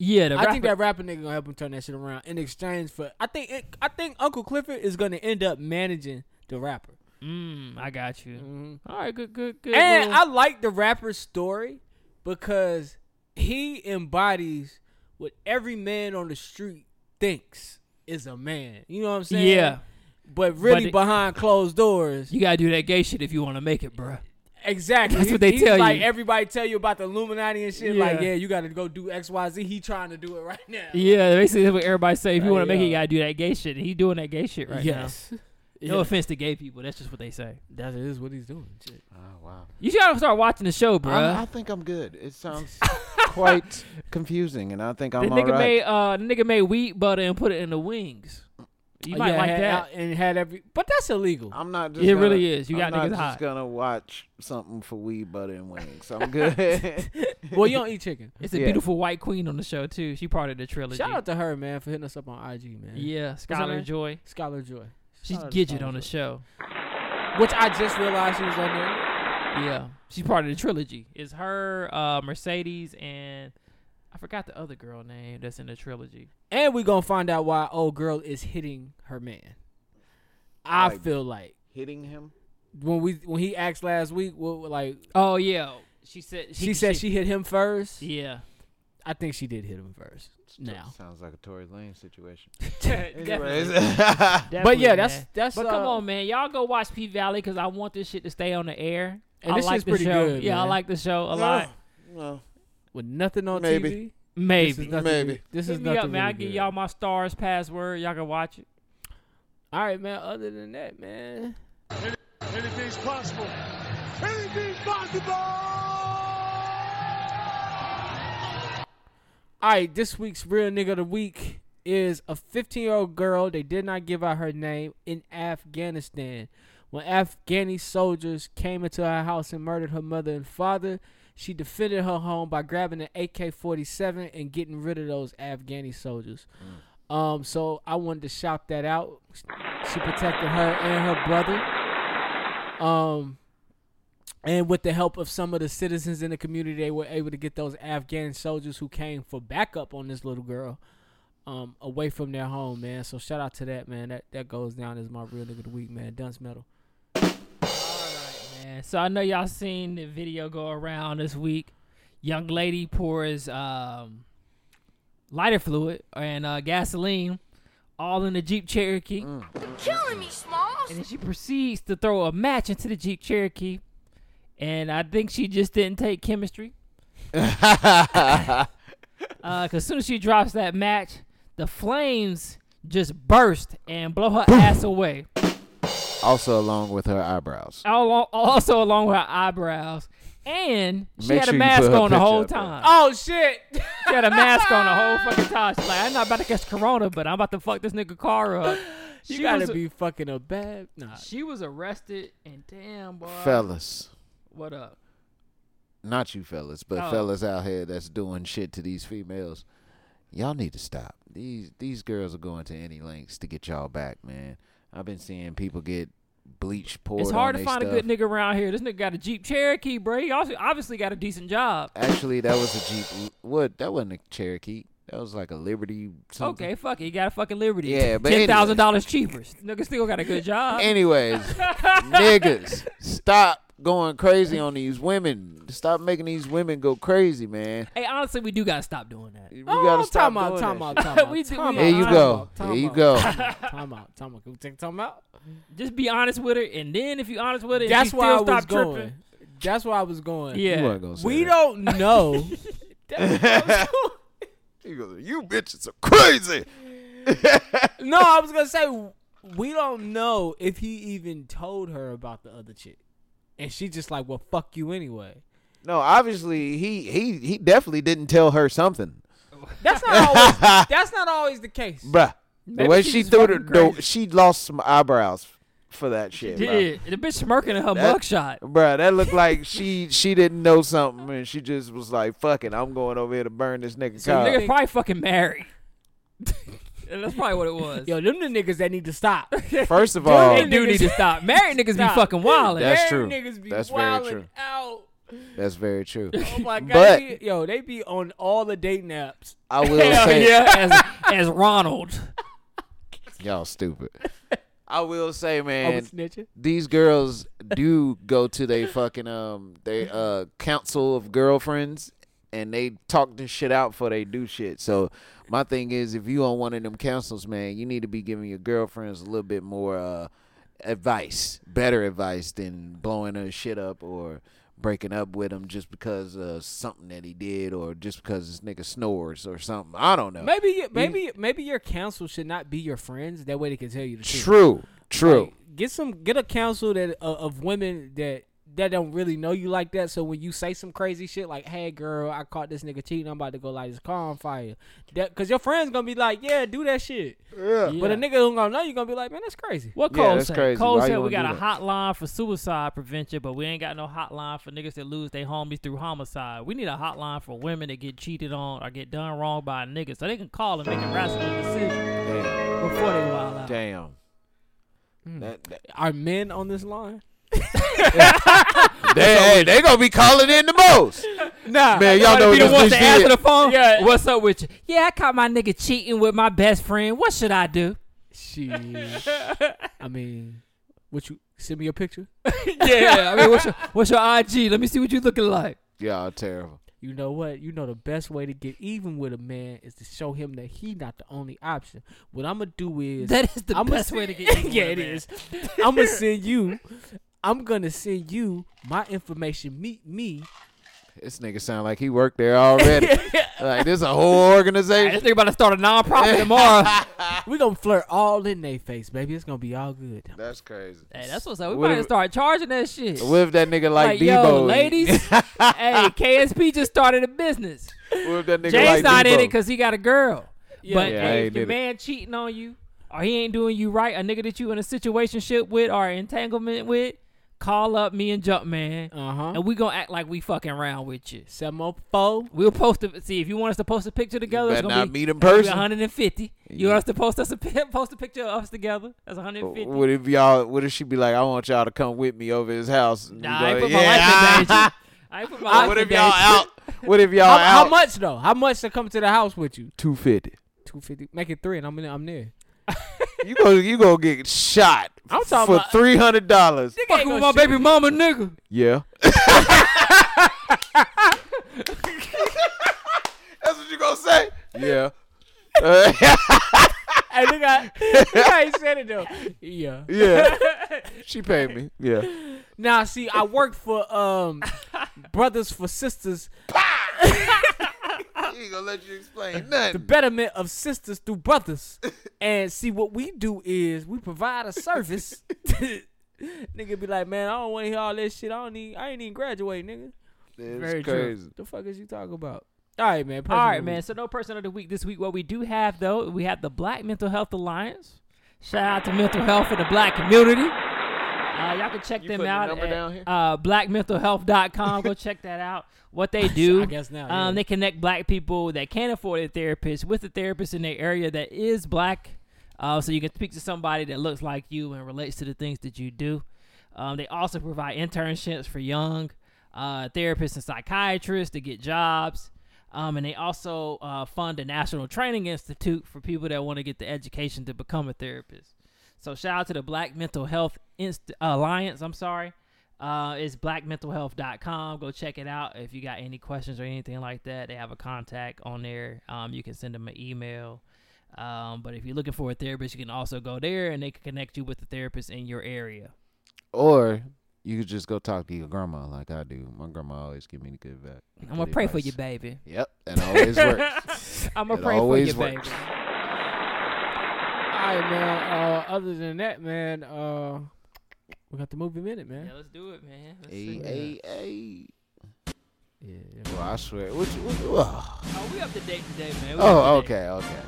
Speaker 3: Yeah, the
Speaker 4: I think
Speaker 3: rapper-
Speaker 4: that rapper nigga gonna help him turn that shit around in exchange for. I think it, I think Uncle Clifford is gonna end up managing the rapper.
Speaker 3: Mm, I got you.
Speaker 4: Mm-hmm.
Speaker 3: All right, good, good, good.
Speaker 4: And
Speaker 3: little-
Speaker 4: I like the rapper's story because he embodies what every man on the street thinks is a man. You know what I'm saying?
Speaker 3: Yeah.
Speaker 4: But really
Speaker 3: it-
Speaker 4: behind closed doors.
Speaker 3: you gotta do that gay shit if you want to make it, bruh.
Speaker 4: Exactly.
Speaker 3: That's
Speaker 4: He-
Speaker 3: what they
Speaker 4: he's
Speaker 3: tell
Speaker 4: like
Speaker 3: you.
Speaker 4: everybody tell you about the Illuminati and shit.
Speaker 3: Yeah.
Speaker 4: Like, yeah, you gotta go do XYZ. He trying to do it right now.
Speaker 3: Yeah, basically that's what everybody say. If you
Speaker 4: Hey,
Speaker 3: want to make it,
Speaker 4: yo.
Speaker 3: you gotta do that gay shit. And he doing that gay shit right
Speaker 4: yes.
Speaker 3: now. No offense to gay people, that's just what they say.
Speaker 4: That is what he's doing. Shit.
Speaker 2: Oh wow.
Speaker 3: You gotta start watching the show, bruh.
Speaker 2: I'm- I think I'm good. It sounds quite confusing, and I think
Speaker 3: the
Speaker 2: I'm all
Speaker 3: nigga
Speaker 2: right.
Speaker 3: made uh, the nigga made wheat butter and put it in the wings. You might
Speaker 4: Uh, Yeah,
Speaker 3: like
Speaker 4: had-
Speaker 3: that.
Speaker 4: and had every, but that's illegal.
Speaker 2: I'm not. Just
Speaker 3: It
Speaker 2: gonna-
Speaker 3: really is. You got
Speaker 2: I'm not
Speaker 3: niggas
Speaker 2: just
Speaker 3: hot.
Speaker 2: gonna watch something for weed butter and wings. I'm good.
Speaker 4: well, you don't eat chicken.
Speaker 3: It's a
Speaker 2: Yeah.
Speaker 3: beautiful white queen on the show too. She part of the trilogy.
Speaker 4: Shout out to her, man, for hitting us up on IG, man.
Speaker 3: yeah,
Speaker 4: her
Speaker 3: Skylar
Speaker 4: name?
Speaker 3: Joy.
Speaker 4: Scholar Joy.
Speaker 3: She's
Speaker 4: Shout out to
Speaker 3: Gidget
Speaker 4: Scholar
Speaker 3: on the
Speaker 4: Joy.
Speaker 3: show.
Speaker 4: Which I just realized she was on there.
Speaker 3: Yeah, she's part of the trilogy. It's her, uh, Mercedes, and I forgot the other girl name that's in the trilogy.
Speaker 4: And we gonna find out why old girl is hitting her man. I
Speaker 2: Like-
Speaker 4: feel like
Speaker 2: Hitting him.
Speaker 4: when we when he asked last week, what like
Speaker 3: Oh yeah, she said
Speaker 4: she, said she, hit him first.
Speaker 3: yeah
Speaker 4: I think she did hit him first. Now.
Speaker 2: sounds like a Tory Lane situation.
Speaker 3: Definitely,
Speaker 4: But yeah,
Speaker 3: definitely,
Speaker 4: that's
Speaker 3: man.
Speaker 4: that's
Speaker 3: But come
Speaker 4: uh,
Speaker 3: on, man, y'all go watch P Valley because I want this shit to stay on the air.
Speaker 4: And
Speaker 3: I
Speaker 4: this
Speaker 3: like
Speaker 4: shit's
Speaker 3: the
Speaker 4: pretty
Speaker 3: show.
Speaker 4: good,
Speaker 3: yeah, I
Speaker 4: man.
Speaker 3: like the show a lot.
Speaker 2: no,
Speaker 4: with nothing on
Speaker 2: Maybe.
Speaker 4: TV. This is
Speaker 3: Maybe.
Speaker 4: nothing,
Speaker 2: Maybe.
Speaker 4: This is
Speaker 3: Hit me
Speaker 4: nothing
Speaker 3: up, man. I
Speaker 4: really
Speaker 3: give
Speaker 4: good.
Speaker 3: y'all my stars password. Y'all can watch it.
Speaker 4: All right, man. Other than that, man.
Speaker 9: Anything's possible. Anything's possible.
Speaker 4: All right, this week's real nigga of the week is a 15 year old girl. They did not give out her name in Afghanistan. When Afghani soldiers came into her house and murdered her mother and father, she defended her home by grabbing an AK 47 and getting rid of those Afghani soldiers. Um, so I wanted to shout that out. She protected her and her brother. Um, and with the help of some of the citizens in the community, they were able to get those Afghan soldiers who came for backup on this little girl um, away from their home, man. So shout out to that, man. That that goes down as my real nigga of the week, man. Dunce Metal.
Speaker 3: Man, so I know y'all seen the video go around this week. Young lady pours um, lighter fluid and uh, gasoline all in the Jeep Cherokee,
Speaker 2: Mm.
Speaker 10: Killing me, Smalls.
Speaker 3: and then she proceeds to throw a match into the Jeep Cherokee. And I think she just didn't take chemistry because as soon as she drops that match, the flames just burst and blow her ass away.
Speaker 2: also along with her eyebrows.
Speaker 3: Al- Also along with her eyebrows. And she
Speaker 2: Make
Speaker 3: had
Speaker 2: sure
Speaker 3: a
Speaker 2: you
Speaker 3: mask
Speaker 2: put her
Speaker 3: on the
Speaker 2: picture
Speaker 3: whole
Speaker 2: up there.
Speaker 3: time.
Speaker 4: Oh shit!
Speaker 3: She had a mask on the whole fucking time. She's like, I'm not about to catch corona, but I'm about to fuck this nigga car up.
Speaker 4: you
Speaker 3: She
Speaker 4: gotta
Speaker 3: was-
Speaker 4: be fucking a bad. Nah.
Speaker 3: She was arrested and damn boy.
Speaker 2: Fellas,
Speaker 3: What up?
Speaker 2: not you fellas, but
Speaker 3: Oh.
Speaker 2: fellas out here that's doing shit to these females. Y'all need to stop. These these girls are going to any lengths to get y'all back, man. I've been seeing people get bleach poured.
Speaker 3: It's
Speaker 2: on
Speaker 3: hard to
Speaker 2: they
Speaker 3: find a
Speaker 2: stuff.
Speaker 3: good nigga around here. This nigga got a Jeep Cherokee, bro. He also obviously got a decent job.
Speaker 2: Actually, that was a Jeep. What? That wasn't a Cherokee. That was like a Liberty. Something.
Speaker 3: Okay, fuck it. He got a fucking Liberty.
Speaker 2: Mm-hmm. Yeah, but
Speaker 3: ten thousand dollars cheaper. Nigga still got a good job.
Speaker 2: Anyways, niggas, stop going crazy on these women. Stop making these women go crazy, man.
Speaker 3: hey, honestly, we do gotta stop doing that.
Speaker 2: We
Speaker 4: Oh,
Speaker 2: gotta stop
Speaker 4: time out,
Speaker 2: doing
Speaker 4: time
Speaker 2: that
Speaker 4: out,
Speaker 2: shit.
Speaker 4: time out,
Speaker 3: We do-
Speaker 4: time
Speaker 3: we-
Speaker 4: out,
Speaker 2: Here you
Speaker 4: time
Speaker 2: go.
Speaker 4: out,
Speaker 2: Here
Speaker 4: time
Speaker 2: you
Speaker 4: out,
Speaker 2: go.
Speaker 4: Time out, time out, time out. Can we take time out?
Speaker 3: Just be honest with her, and then if you're honest with her, and
Speaker 4: That's
Speaker 3: she
Speaker 4: where I
Speaker 3: still
Speaker 4: was
Speaker 3: stop tripping.
Speaker 4: going. That's where I was going.
Speaker 2: You
Speaker 3: Yeah,
Speaker 2: weren't gonna say
Speaker 4: We
Speaker 2: that.
Speaker 4: don't know.
Speaker 2: You go, You bitches are crazy.
Speaker 4: No, I was gonna say we don't know if he even told her about the other chick, and she just like, "Well, fuck you anyway."
Speaker 2: No, obviously he he he definitely didn't tell her something,
Speaker 4: That's not always. that's not always the case.
Speaker 2: bruh.
Speaker 3: Maybe
Speaker 2: the way
Speaker 3: she's
Speaker 2: she
Speaker 3: just
Speaker 2: threw the,
Speaker 3: fucking
Speaker 2: the
Speaker 3: crazy.
Speaker 2: she lost some eyebrows for that shit. bruh.
Speaker 3: did the bitch smirking at her
Speaker 2: That-
Speaker 3: mugshot?
Speaker 2: Bruh, that looked like she she didn't know something and she just was like, "Fuck it, I'm going over here to burn this nigga
Speaker 3: The
Speaker 2: car."
Speaker 3: nigga probably fucking married. And that's probably what it was.
Speaker 4: Yo, oh. them the niggas that need to stop.
Speaker 2: First of all,
Speaker 3: they do need to stop. Married niggas be
Speaker 4: Stop.
Speaker 3: fucking wild.
Speaker 2: That's
Speaker 4: Married
Speaker 2: true.
Speaker 4: Niggas be
Speaker 2: That's very
Speaker 4: wildin'
Speaker 2: true.
Speaker 4: Out.
Speaker 2: That's very true.
Speaker 4: Oh my god,
Speaker 2: But
Speaker 4: they be- yo, they be on all the dating apps.
Speaker 2: I will
Speaker 4: Hell
Speaker 2: say,
Speaker 4: yeah.
Speaker 3: as, as Ronald.
Speaker 2: y'all stupid. I will say,
Speaker 4: I
Speaker 2: man,
Speaker 4: was Oh, snitching.
Speaker 2: these girls do go to their fucking um their uh council of girlfriends and they talk this shit out before they do shit. So my thing is if you on one of them councils, man, you need to be giving your girlfriends a little bit more uh advice, better advice than blowing her shit up or breaking up with him just because of something that he did or just because this nigga snores or something. I don't know.
Speaker 4: Maybe, you- maybe, maybe your counsel should not be your friends. That way, they can tell you the truth.
Speaker 2: True. True.
Speaker 4: Like, get some, get a counsel that uh, of women that that don't really know you like that. So when you say some crazy shit like, "Hey, girl, I caught this nigga cheating. I'm about to go light his car on fire," that because your friends gonna be like, "Yeah, do that shit."
Speaker 2: yeah.
Speaker 4: But a nigga who gonna know you gonna be like, "Man, that's crazy."
Speaker 3: What
Speaker 2: Yeah,
Speaker 3: Cole
Speaker 2: that's
Speaker 3: said?
Speaker 2: crazy.
Speaker 3: Cole
Speaker 2: Why you
Speaker 3: said
Speaker 2: wanna
Speaker 3: we got
Speaker 2: do
Speaker 3: a
Speaker 2: that?
Speaker 3: hotline for suicide prevention, but we ain't got no hotline for niggas that lose their homies through homicide. We need a hotline for women that get cheated on or get done wrong by a nigga, so they can call and make a rational decision
Speaker 2: Damn.
Speaker 3: before they wild out.
Speaker 2: Damn. That, that-
Speaker 4: Are men on this line?
Speaker 2: they, hey, they gonna be calling in the most.
Speaker 4: Nah,
Speaker 2: Man, y'all know
Speaker 3: Be
Speaker 2: what
Speaker 3: the
Speaker 2: this
Speaker 3: ones
Speaker 2: bitch
Speaker 3: that answer
Speaker 2: did.
Speaker 3: the phone.
Speaker 4: Yeah.
Speaker 3: What's up with you? Yeah, I caught my nigga cheating with my best friend. What should I do?
Speaker 4: She. I mean, what you send me a picture?
Speaker 3: yeah, I mean, what's your what's your IG? Let me see what you looking like.
Speaker 2: Y'all terrible.
Speaker 4: You know what? You know the best way to get even with a man is to show him that he not the only option. What I'm gonna do is
Speaker 3: That is the
Speaker 4: I'ma
Speaker 3: best
Speaker 4: s-
Speaker 3: way to get even with
Speaker 4: yeah,
Speaker 3: a
Speaker 4: it
Speaker 3: man.
Speaker 4: is. I'm gonna send you. I'm gonna send you my information. Meet me.
Speaker 2: This nigga sound like he worked there already. like this a
Speaker 3: Hey,
Speaker 2: whole
Speaker 3: this
Speaker 2: organization.
Speaker 3: nigga about to start a nonprofit tomorrow.
Speaker 4: We gonna flirt all in their face, baby. It's gonna be all good.
Speaker 2: That's crazy.
Speaker 3: hey, that's what's up. We
Speaker 2: What
Speaker 3: about to
Speaker 2: if-
Speaker 3: start charging that shit.
Speaker 2: What if that nigga
Speaker 3: Like,
Speaker 2: like, Debo?
Speaker 3: yo, ladies, hey, KSP just started a business.
Speaker 2: what if that nigga
Speaker 3: Jay's
Speaker 2: like
Speaker 3: not
Speaker 2: Debo?
Speaker 3: in it because he got a girl. But
Speaker 2: Yeah, I
Speaker 3: hey,
Speaker 2: ain't
Speaker 3: if your
Speaker 2: in it.
Speaker 3: man cheating on you, or he ain't doing you right, a nigga that you in a situationship with or entanglement with, call up me and Jumpman,
Speaker 4: Uh huh.
Speaker 3: and we gonna act like we fucking around with you.
Speaker 4: Seven oh four.
Speaker 3: We'll post a see if you want us to post a picture together. it's
Speaker 2: better
Speaker 3: gonna
Speaker 2: not
Speaker 3: be,
Speaker 2: meet in
Speaker 3: it's gonna be
Speaker 2: person.
Speaker 3: 150. You want us to post us a pi- post a picture of us together? That's 150.
Speaker 2: What if y'all? What if she be like, I want y'all to come with me over his house? And we
Speaker 3: Nah,
Speaker 2: go,
Speaker 3: I ain't put my life in
Speaker 2: yeah.
Speaker 3: danger. I ain't put my life
Speaker 2: what
Speaker 3: in
Speaker 2: if y'all
Speaker 3: danger.
Speaker 2: out? What if y'all
Speaker 4: How,
Speaker 2: out?
Speaker 4: how much though? How much to come to the house with you?
Speaker 2: Two fifty.
Speaker 4: Two fifty. Make it three, and I'm in, I'm there.
Speaker 2: You go. You gonna get shot.
Speaker 4: I'm talking
Speaker 2: for
Speaker 4: about-
Speaker 2: three hundred dollars.
Speaker 3: Fucking with my baby mama, nigga.
Speaker 2: Yeah. That's what you gonna say? Yeah. Uh,
Speaker 4: Hey, look how, look how he said it though. Yeah.
Speaker 2: yeah. She paid me. Yeah.
Speaker 4: Now, see, I worked for um brothers for sisters,
Speaker 2: He ain't gonna let you explain
Speaker 4: the
Speaker 2: nothing.
Speaker 4: betterment of sisters through brothers. And see, what we do is we provide a service. nigga be like, man, I don't want to hear all this shit. I don't need. I ain't even graduate, nigga.
Speaker 2: It's
Speaker 4: Very true.
Speaker 2: crazy.
Speaker 4: The fuck is you talking about? All right, man.
Speaker 3: All right,
Speaker 4: personal-
Speaker 3: man. So no person of the week this week. What we do have though, we have the Black Mental Health Alliance. Shout out to mental health for the black community. Uh, y'all can check
Speaker 2: You
Speaker 3: them
Speaker 2: putting the
Speaker 3: out
Speaker 2: number
Speaker 3: at
Speaker 2: down here?
Speaker 3: Uh, blackmentalhealth.com. Go check that out. What they do,
Speaker 4: I guess now, yeah.
Speaker 3: um, they connect black people that can't afford a therapist with a therapist in their area that is black, uh, so you can speak to somebody that looks like you and relates to the things that you do. Um, they also provide internships for young uh, therapists and psychiatrists to get jobs. Um, and they also uh, fund a national training institute for people that want to get the education to become a therapist. So shout out to the Black Mental Health Inst- Alliance. I'm sorry. Uh, it's blackmentalhealth.com. Go check it out. If you got any questions or anything like that, they have a contact on there. Um, you can send them an email. Um, but if you're looking for a therapist, you can also go there and they can connect you with the therapist in your area.
Speaker 2: Or you could just go talk to your grandma like I do. My grandma always give me the good back.
Speaker 3: I'm going to pray for you, baby.
Speaker 2: Yep. That always works.
Speaker 3: I'm going
Speaker 2: It
Speaker 3: to pray for you,
Speaker 2: always works.
Speaker 3: baby.
Speaker 4: All right, man. Uh, other than that, man, uh, we got the movie minute, man.
Speaker 3: Yeah, let's do it, man. Let's see.
Speaker 2: Hey, hey,
Speaker 4: Yeah. yeah.
Speaker 2: hey. Well, I swear. What, you- what, you- oh.
Speaker 3: Oh, we up to date today, man. We
Speaker 2: oh,
Speaker 3: up to date.
Speaker 2: okay, okay.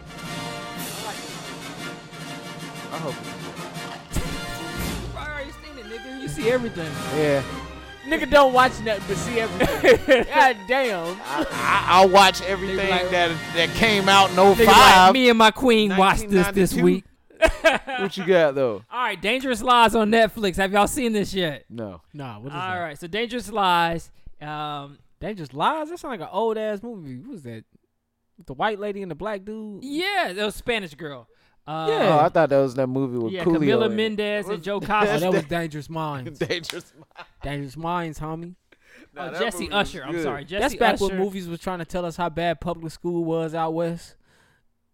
Speaker 2: I hope.
Speaker 3: You probably already seen it, nigga. You see everything.
Speaker 2: Yeah.
Speaker 4: Nigga don't watch nothing but see everything. God damn.
Speaker 2: I, I watch everything
Speaker 4: They be like-
Speaker 2: that that came out in
Speaker 3: Nigga,
Speaker 2: 05.
Speaker 3: like, me and my queen watched this this
Speaker 2: 1992?
Speaker 3: week.
Speaker 2: what you got though?
Speaker 3: All right, Dangerous Lies on Netflix. Have y'all seen this yet?
Speaker 2: No.
Speaker 4: Nah, what is
Speaker 3: All
Speaker 4: that?
Speaker 3: right, so Dangerous Lies. Um,
Speaker 4: They just lies. That sound like an old ass movie. What was that? With The white lady and the black dude.
Speaker 3: yeah, that was Spanish girl. Uh,
Speaker 2: Oh, I thought that was that movie with
Speaker 3: yeah,
Speaker 2: Coolio.
Speaker 3: Camila
Speaker 2: in it.
Speaker 3: Mendez and Joe
Speaker 4: Oh,
Speaker 3: Costa.
Speaker 4: that was Dangerous Minds.
Speaker 2: Dangerous.
Speaker 4: Dangerous Minds, homie.
Speaker 3: Oh,
Speaker 2: that
Speaker 3: Jesse
Speaker 2: movie was
Speaker 3: Usher. I'm
Speaker 2: good.
Speaker 3: sorry, Jesse
Speaker 4: That's back
Speaker 3: Usher.
Speaker 4: when movies was trying to tell us how bad public school was out west.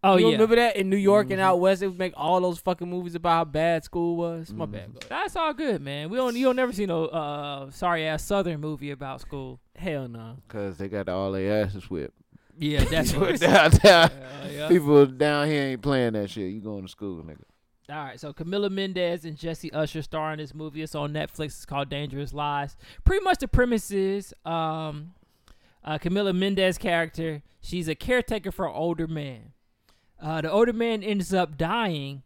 Speaker 3: Oh
Speaker 4: you
Speaker 3: yeah, Mm-hmm.
Speaker 4: remember that in New York and out west, they would make all those fucking movies about how bad school was. My
Speaker 3: Mm-hmm.
Speaker 4: bad. bro.
Speaker 3: that's all good, man. We don't. You don't never see no uh, sorry ass Southern movie about school.
Speaker 4: Hell no.
Speaker 2: Cause they got all their asses whipped.
Speaker 3: Yeah, that's what.
Speaker 2: Downtown.
Speaker 3: yeah.
Speaker 2: People down here ain't playing that shit. You going to school, nigga?
Speaker 3: All right, so Camila Mendez and Jesse Usher star in this movie. It's on Netflix. It's called Dangerous Lies. Pretty much the premise is um, uh, Camila Mendez character. She's a caretaker for an older man. Uh, the older man ends up dying,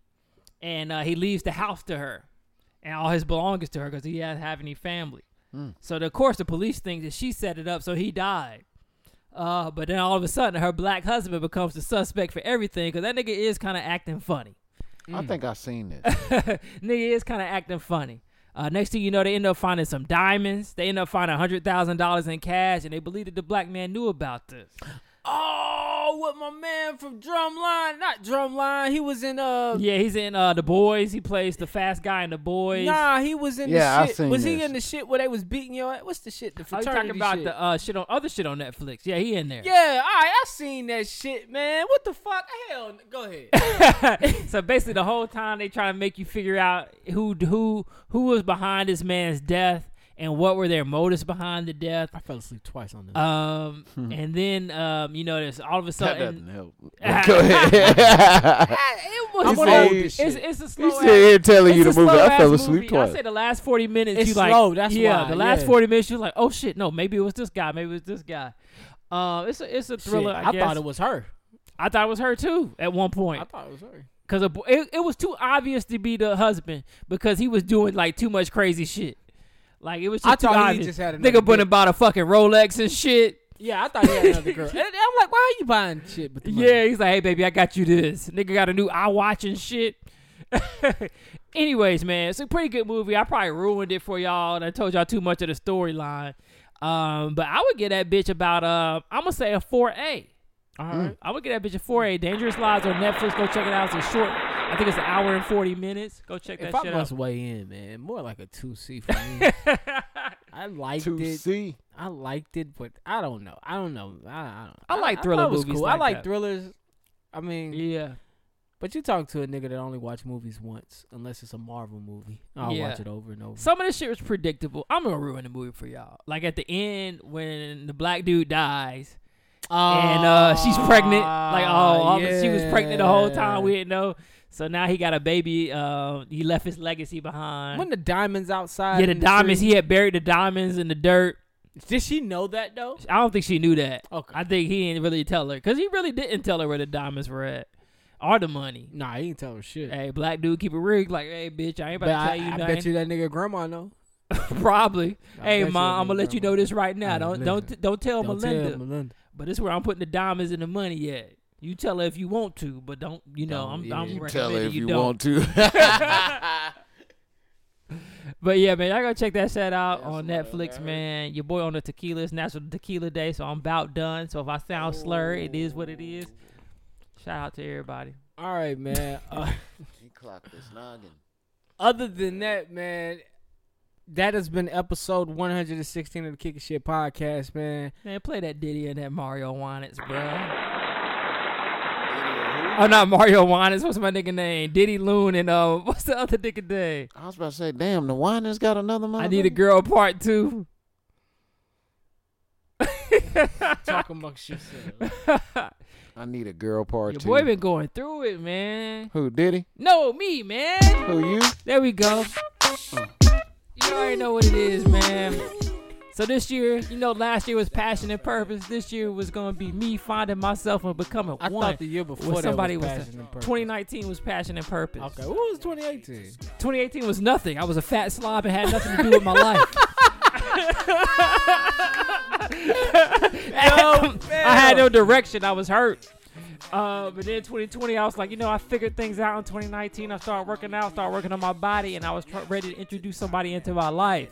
Speaker 3: and uh, he leaves the house to her and all his belongings to her because he doesn't have any family. So the, of course the police think that she set it up, so he died. Uh, but then all of a sudden, her black husband becomes the suspect for everything because that nigga is kind of acting funny
Speaker 2: I
Speaker 3: Mm.
Speaker 2: think I seen this.
Speaker 3: nigga is kind of acting funny. Uh, next thing you know, they end up finding some diamonds. They end up finding hundred thousand dollars in cash, and they believe that the black man knew about this.
Speaker 4: Oh, with my man from Drumline, not Drumline. He was in uh.
Speaker 3: Yeah, he's in uh, the boys. He plays the fast guy in the boys.
Speaker 4: Nah, he was in
Speaker 2: Yeah, I
Speaker 4: the shit.
Speaker 2: seen
Speaker 4: was he
Speaker 2: this.
Speaker 4: in the shit where they was beating your ass? What's the shit? The
Speaker 3: I'm
Speaker 4: fraternity
Speaker 3: Oh, talking about
Speaker 4: shit.
Speaker 3: the uh, shit on other shit on Netflix. Yeah, he in there.
Speaker 4: Yeah, all right, I seen that shit, man. What the fuck? Hell, n- go ahead.
Speaker 3: so basically, the whole time they try to make you figure out who who who was behind this man's death and what were their motives behind the death.
Speaker 4: I fell asleep twice on this.
Speaker 3: Um, and then um, you know, there's all of a
Speaker 2: Hmm. That
Speaker 3: sudden
Speaker 2: doesn't help. Go ahead.
Speaker 3: it was
Speaker 4: I'm
Speaker 3: slow.
Speaker 4: old as
Speaker 3: It's,
Speaker 4: shit.
Speaker 3: it's a
Speaker 2: He
Speaker 3: slow.
Speaker 2: sit here telling you
Speaker 3: it's
Speaker 2: the
Speaker 3: a
Speaker 2: movie. I
Speaker 3: slow-ass
Speaker 2: fell asleep
Speaker 3: movie.
Speaker 2: twice.
Speaker 3: I say the last forty minutes.
Speaker 4: It's
Speaker 3: you like,
Speaker 4: slow, that's
Speaker 3: yeah.
Speaker 4: why,
Speaker 3: The last
Speaker 4: yeah.
Speaker 3: forty minutes, you're like, oh shit, no, maybe it was this guy, maybe it was this guy. Uh, it's a it's a thriller.
Speaker 4: Shit,
Speaker 3: I,
Speaker 4: I, thought it
Speaker 3: was.
Speaker 4: was her.
Speaker 3: I thought it was her too at one point
Speaker 4: I thought it was her.
Speaker 3: because it, it was too obvious to be the husband because he was doing like too much crazy shit. Like it was just
Speaker 4: I
Speaker 3: too
Speaker 4: thought he
Speaker 3: obvious.
Speaker 4: just had another
Speaker 3: Nigga went and
Speaker 4: dick.
Speaker 3: bought a fucking Rolex and shit.
Speaker 4: Yeah, I thought he had another girl. And I'm like, why are you buying shit? But
Speaker 3: Yeah, he's like, hey baby, I got you this. Nigga got a new eye watch and shit. Anyways, man, it's a pretty good movie. I probably ruined it for y'all and I told y'all too much of the storyline. Um, but I would get that bitch about uh I'm gonna say a four A. All right.
Speaker 4: Mm.
Speaker 3: I would get that bitch a four A. Dangerous Lives on Netflix. Go check it out. It's a short. I think it's an hour and forty minutes. Go check
Speaker 4: if
Speaker 3: that
Speaker 4: I
Speaker 3: shit
Speaker 4: must
Speaker 3: out.
Speaker 4: weigh in, man, more like a two C for me. I liked it.
Speaker 2: see.
Speaker 4: I liked it, but I don't know. I don't know. I, I, don't,
Speaker 3: I like
Speaker 4: thought
Speaker 3: thriller
Speaker 4: it was
Speaker 3: movies
Speaker 4: Cool. I
Speaker 3: like
Speaker 4: like
Speaker 3: that.
Speaker 4: thrillers. I mean,
Speaker 3: yeah.
Speaker 4: but you talk to a nigga that only watch movies once, unless it's a Marvel movie. I'll
Speaker 3: Yeah.
Speaker 4: watch it over and over.
Speaker 3: Some of this shit was predictable. I'm gonna ruin the movie for y'all. Like at the end when the black dude dies, and uh, she's pregnant.
Speaker 4: Ah,
Speaker 3: Like, oh, all the- she was pregnant the whole time. We didn't know. So now he got a baby. Uh, he left his legacy behind.
Speaker 4: when the diamonds outside.
Speaker 3: yeah, the
Speaker 4: in
Speaker 3: diamonds.
Speaker 4: tree-
Speaker 3: He had buried the diamonds in the dirt.
Speaker 4: Did she know that though?
Speaker 3: I don't think she knew that.
Speaker 4: Okay.
Speaker 3: I think he didn't really tell her because he really didn't tell her where the diamonds were at or the money.
Speaker 4: Nah, he didn't tell her shit.
Speaker 3: Hey, black dude, keep it rigged. Like, hey, bitch, I ain't about
Speaker 4: but
Speaker 3: to tell
Speaker 4: I,
Speaker 3: you
Speaker 4: I
Speaker 3: nothing.
Speaker 4: bet you that nigga grandma know.
Speaker 3: Probably.
Speaker 4: I
Speaker 3: hey,
Speaker 4: bet you
Speaker 3: mom,
Speaker 4: that
Speaker 3: I'm gonna
Speaker 4: nigga
Speaker 3: let you
Speaker 4: grandma.
Speaker 3: know this right now.
Speaker 4: Hey,
Speaker 3: don't
Speaker 4: listen.
Speaker 3: don't don't tell
Speaker 4: Don't tell
Speaker 3: Melinda.
Speaker 4: Melinda.
Speaker 3: But it's where I'm putting the diamonds and the money at. You tell her if you want to, but don't. You know,
Speaker 4: Don't,
Speaker 3: I'm.
Speaker 4: yeah.
Speaker 3: I'm
Speaker 4: You
Speaker 2: Tell her
Speaker 3: recommending
Speaker 2: if you,
Speaker 3: don't.
Speaker 2: want to.
Speaker 3: But yeah, man, y'all go check that shit out on Netflix, man. Your boy on the tequila. It's National Tequila Day, so I'm about done. So if I sound slurred, it is what it is. Shout out to everybody.
Speaker 4: All right, man. Uh,
Speaker 2: he clocked this noggin.
Speaker 4: other than that, man, that has been episode 116 of the Kick and Shit podcast, man.
Speaker 3: Man, play that Diddy and that Mario Winans, bro. Oh, not Mario Winans. What's my nigga name? Diddy Loon and uh, what's the other nigga name?
Speaker 2: I was about to say, damn, the wine has got another mother.
Speaker 3: I need a girl part two.
Speaker 4: Talk amongst yourselves.
Speaker 2: I need a girl part
Speaker 3: Your
Speaker 2: two.
Speaker 3: boy been going through it, man.
Speaker 2: Who did he?
Speaker 3: No, me, man.
Speaker 2: Who you?
Speaker 3: There we go. You already know what it is, man. So this year, you know, last year was passion and purpose. This year was gonna be me finding myself and becoming
Speaker 4: I
Speaker 3: one.
Speaker 4: thought the year before
Speaker 3: with
Speaker 4: that
Speaker 3: somebody
Speaker 4: was
Speaker 3: was-
Speaker 4: Passion and Purpose.
Speaker 3: 2019 was passion and purpose.
Speaker 4: Okay, what was 2018?
Speaker 3: 2018 was nothing. I was a fat slob and had nothing to do with my life. I had no direction. I was hurt. Uh, but then 2020, I was like, you know, I figured things out in 2019. I started working out, started working on my body, and I was tr- ready to introduce somebody into my life.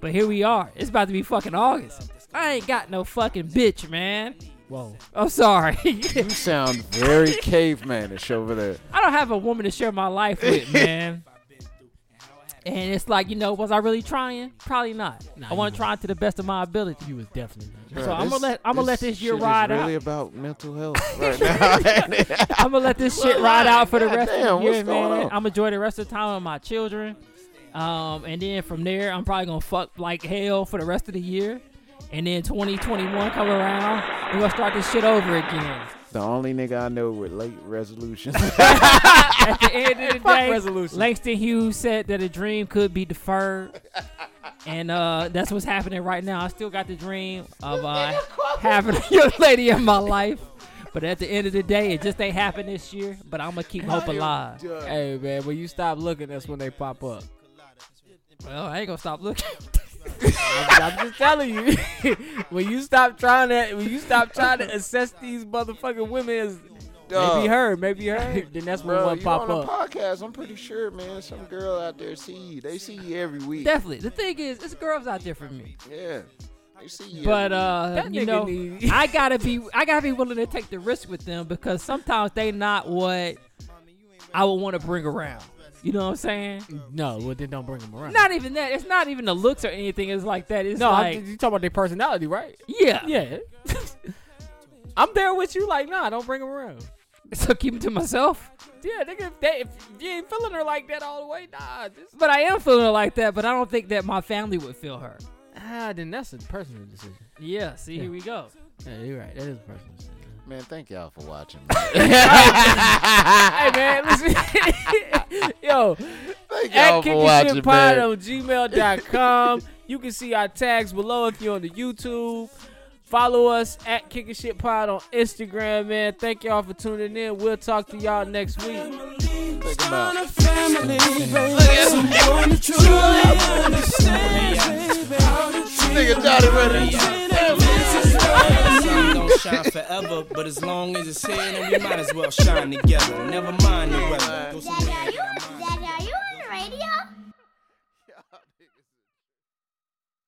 Speaker 3: But here we are. It's about to be fucking August. I ain't got no fucking bitch, man.
Speaker 4: Whoa.
Speaker 3: I'm sorry.
Speaker 2: You sound very cavemanish over there.
Speaker 3: I don't have a woman to share my life with, man. and it's like, you know, was I really trying? Probably not. I want to try to the best of my ability. You was definitely So I'm gonna let I'm gonna let this year
Speaker 2: shit is
Speaker 3: ride out.
Speaker 2: really about mental health right now.
Speaker 3: I'm gonna let this shit ride out for the
Speaker 2: God
Speaker 3: rest
Speaker 2: damn,
Speaker 3: of the year,
Speaker 2: what's going
Speaker 3: man.
Speaker 2: on?
Speaker 3: I'm gonna enjoy the rest of the time with my children, um, and then from there, I'm probably gonna fuck like hell for the rest of the year, and then 2021 come around, we're gonna start this shit over again.
Speaker 2: the only nigga I know with late resolutions.
Speaker 3: At the end of the
Speaker 4: Fuck
Speaker 3: day,
Speaker 4: resolutions.
Speaker 3: Langston Hughes said that a dream could be deferred. And uh, that's what's happening right now. I still got the dream of uh, having a young lady in my life. But at the end of the day, it just ain't happened this year. But I'm going to keep hope alive.
Speaker 4: Hey man, when you stop looking, that's when they pop up.
Speaker 3: Well, I ain't going to stop looking.
Speaker 4: I'm just telling you. when you stop trying to, when you stop trying to assess these motherfucking women as
Speaker 2: Dog.
Speaker 4: maybe her, maybe her, then that's when
Speaker 2: Bro,
Speaker 4: one
Speaker 2: you
Speaker 4: pop
Speaker 2: on a
Speaker 4: up.
Speaker 2: podcast? I'm pretty sure, man. Some girl out there see you. They see you every week.
Speaker 3: Definitely. The thing is, it's girls out there for me.
Speaker 2: Yeah, they see you.
Speaker 3: But
Speaker 2: every
Speaker 3: uh,
Speaker 4: That
Speaker 3: you
Speaker 4: nigga
Speaker 3: know,
Speaker 4: need-
Speaker 3: I gotta be, I gotta be willing to take the risk with them because sometimes they not what I would want to bring around. You know what I'm saying?
Speaker 4: No, well then don't bring them around.
Speaker 3: Not even that. It's not even the looks or anything. It's like that. It's
Speaker 4: no,
Speaker 3: like,
Speaker 4: I'm, you talking about their personality, right?
Speaker 3: yeah,
Speaker 4: Yeah. I'm there with you, like nah, don't bring them around.
Speaker 3: So keep it to myself.
Speaker 4: Yeah, nigga, if, they, if you ain't feeling her like that all the way, nah, just
Speaker 3: But I am feeling like that. But I don't think that my family would feel her.
Speaker 4: ah, then that's a personal decision.
Speaker 3: Yeah. See, here we go.
Speaker 4: Yeah, you're right. That is a personal decision.
Speaker 2: week. man, thank y'all for watching. man.
Speaker 4: hey man, listen. Yo,
Speaker 2: Thank
Speaker 4: at
Speaker 2: y'all for watching,
Speaker 4: kickingshitpod
Speaker 2: man.
Speaker 4: on gmail.com. you can see our tags below if you're on the YouTube. Follow us at Kicking Shit Pod on Instagram, man. Thank y'all for tuning in. We'll talk to y'all next week.
Speaker 2: Think about. it. Nigga Johnny ready.
Speaker 11: Don't shine forever, but as long as it's here, then we might as well shine together. Never mind the weather. Go somewhere
Speaker 10: Daddy, are you, Daddy, are you on the radio?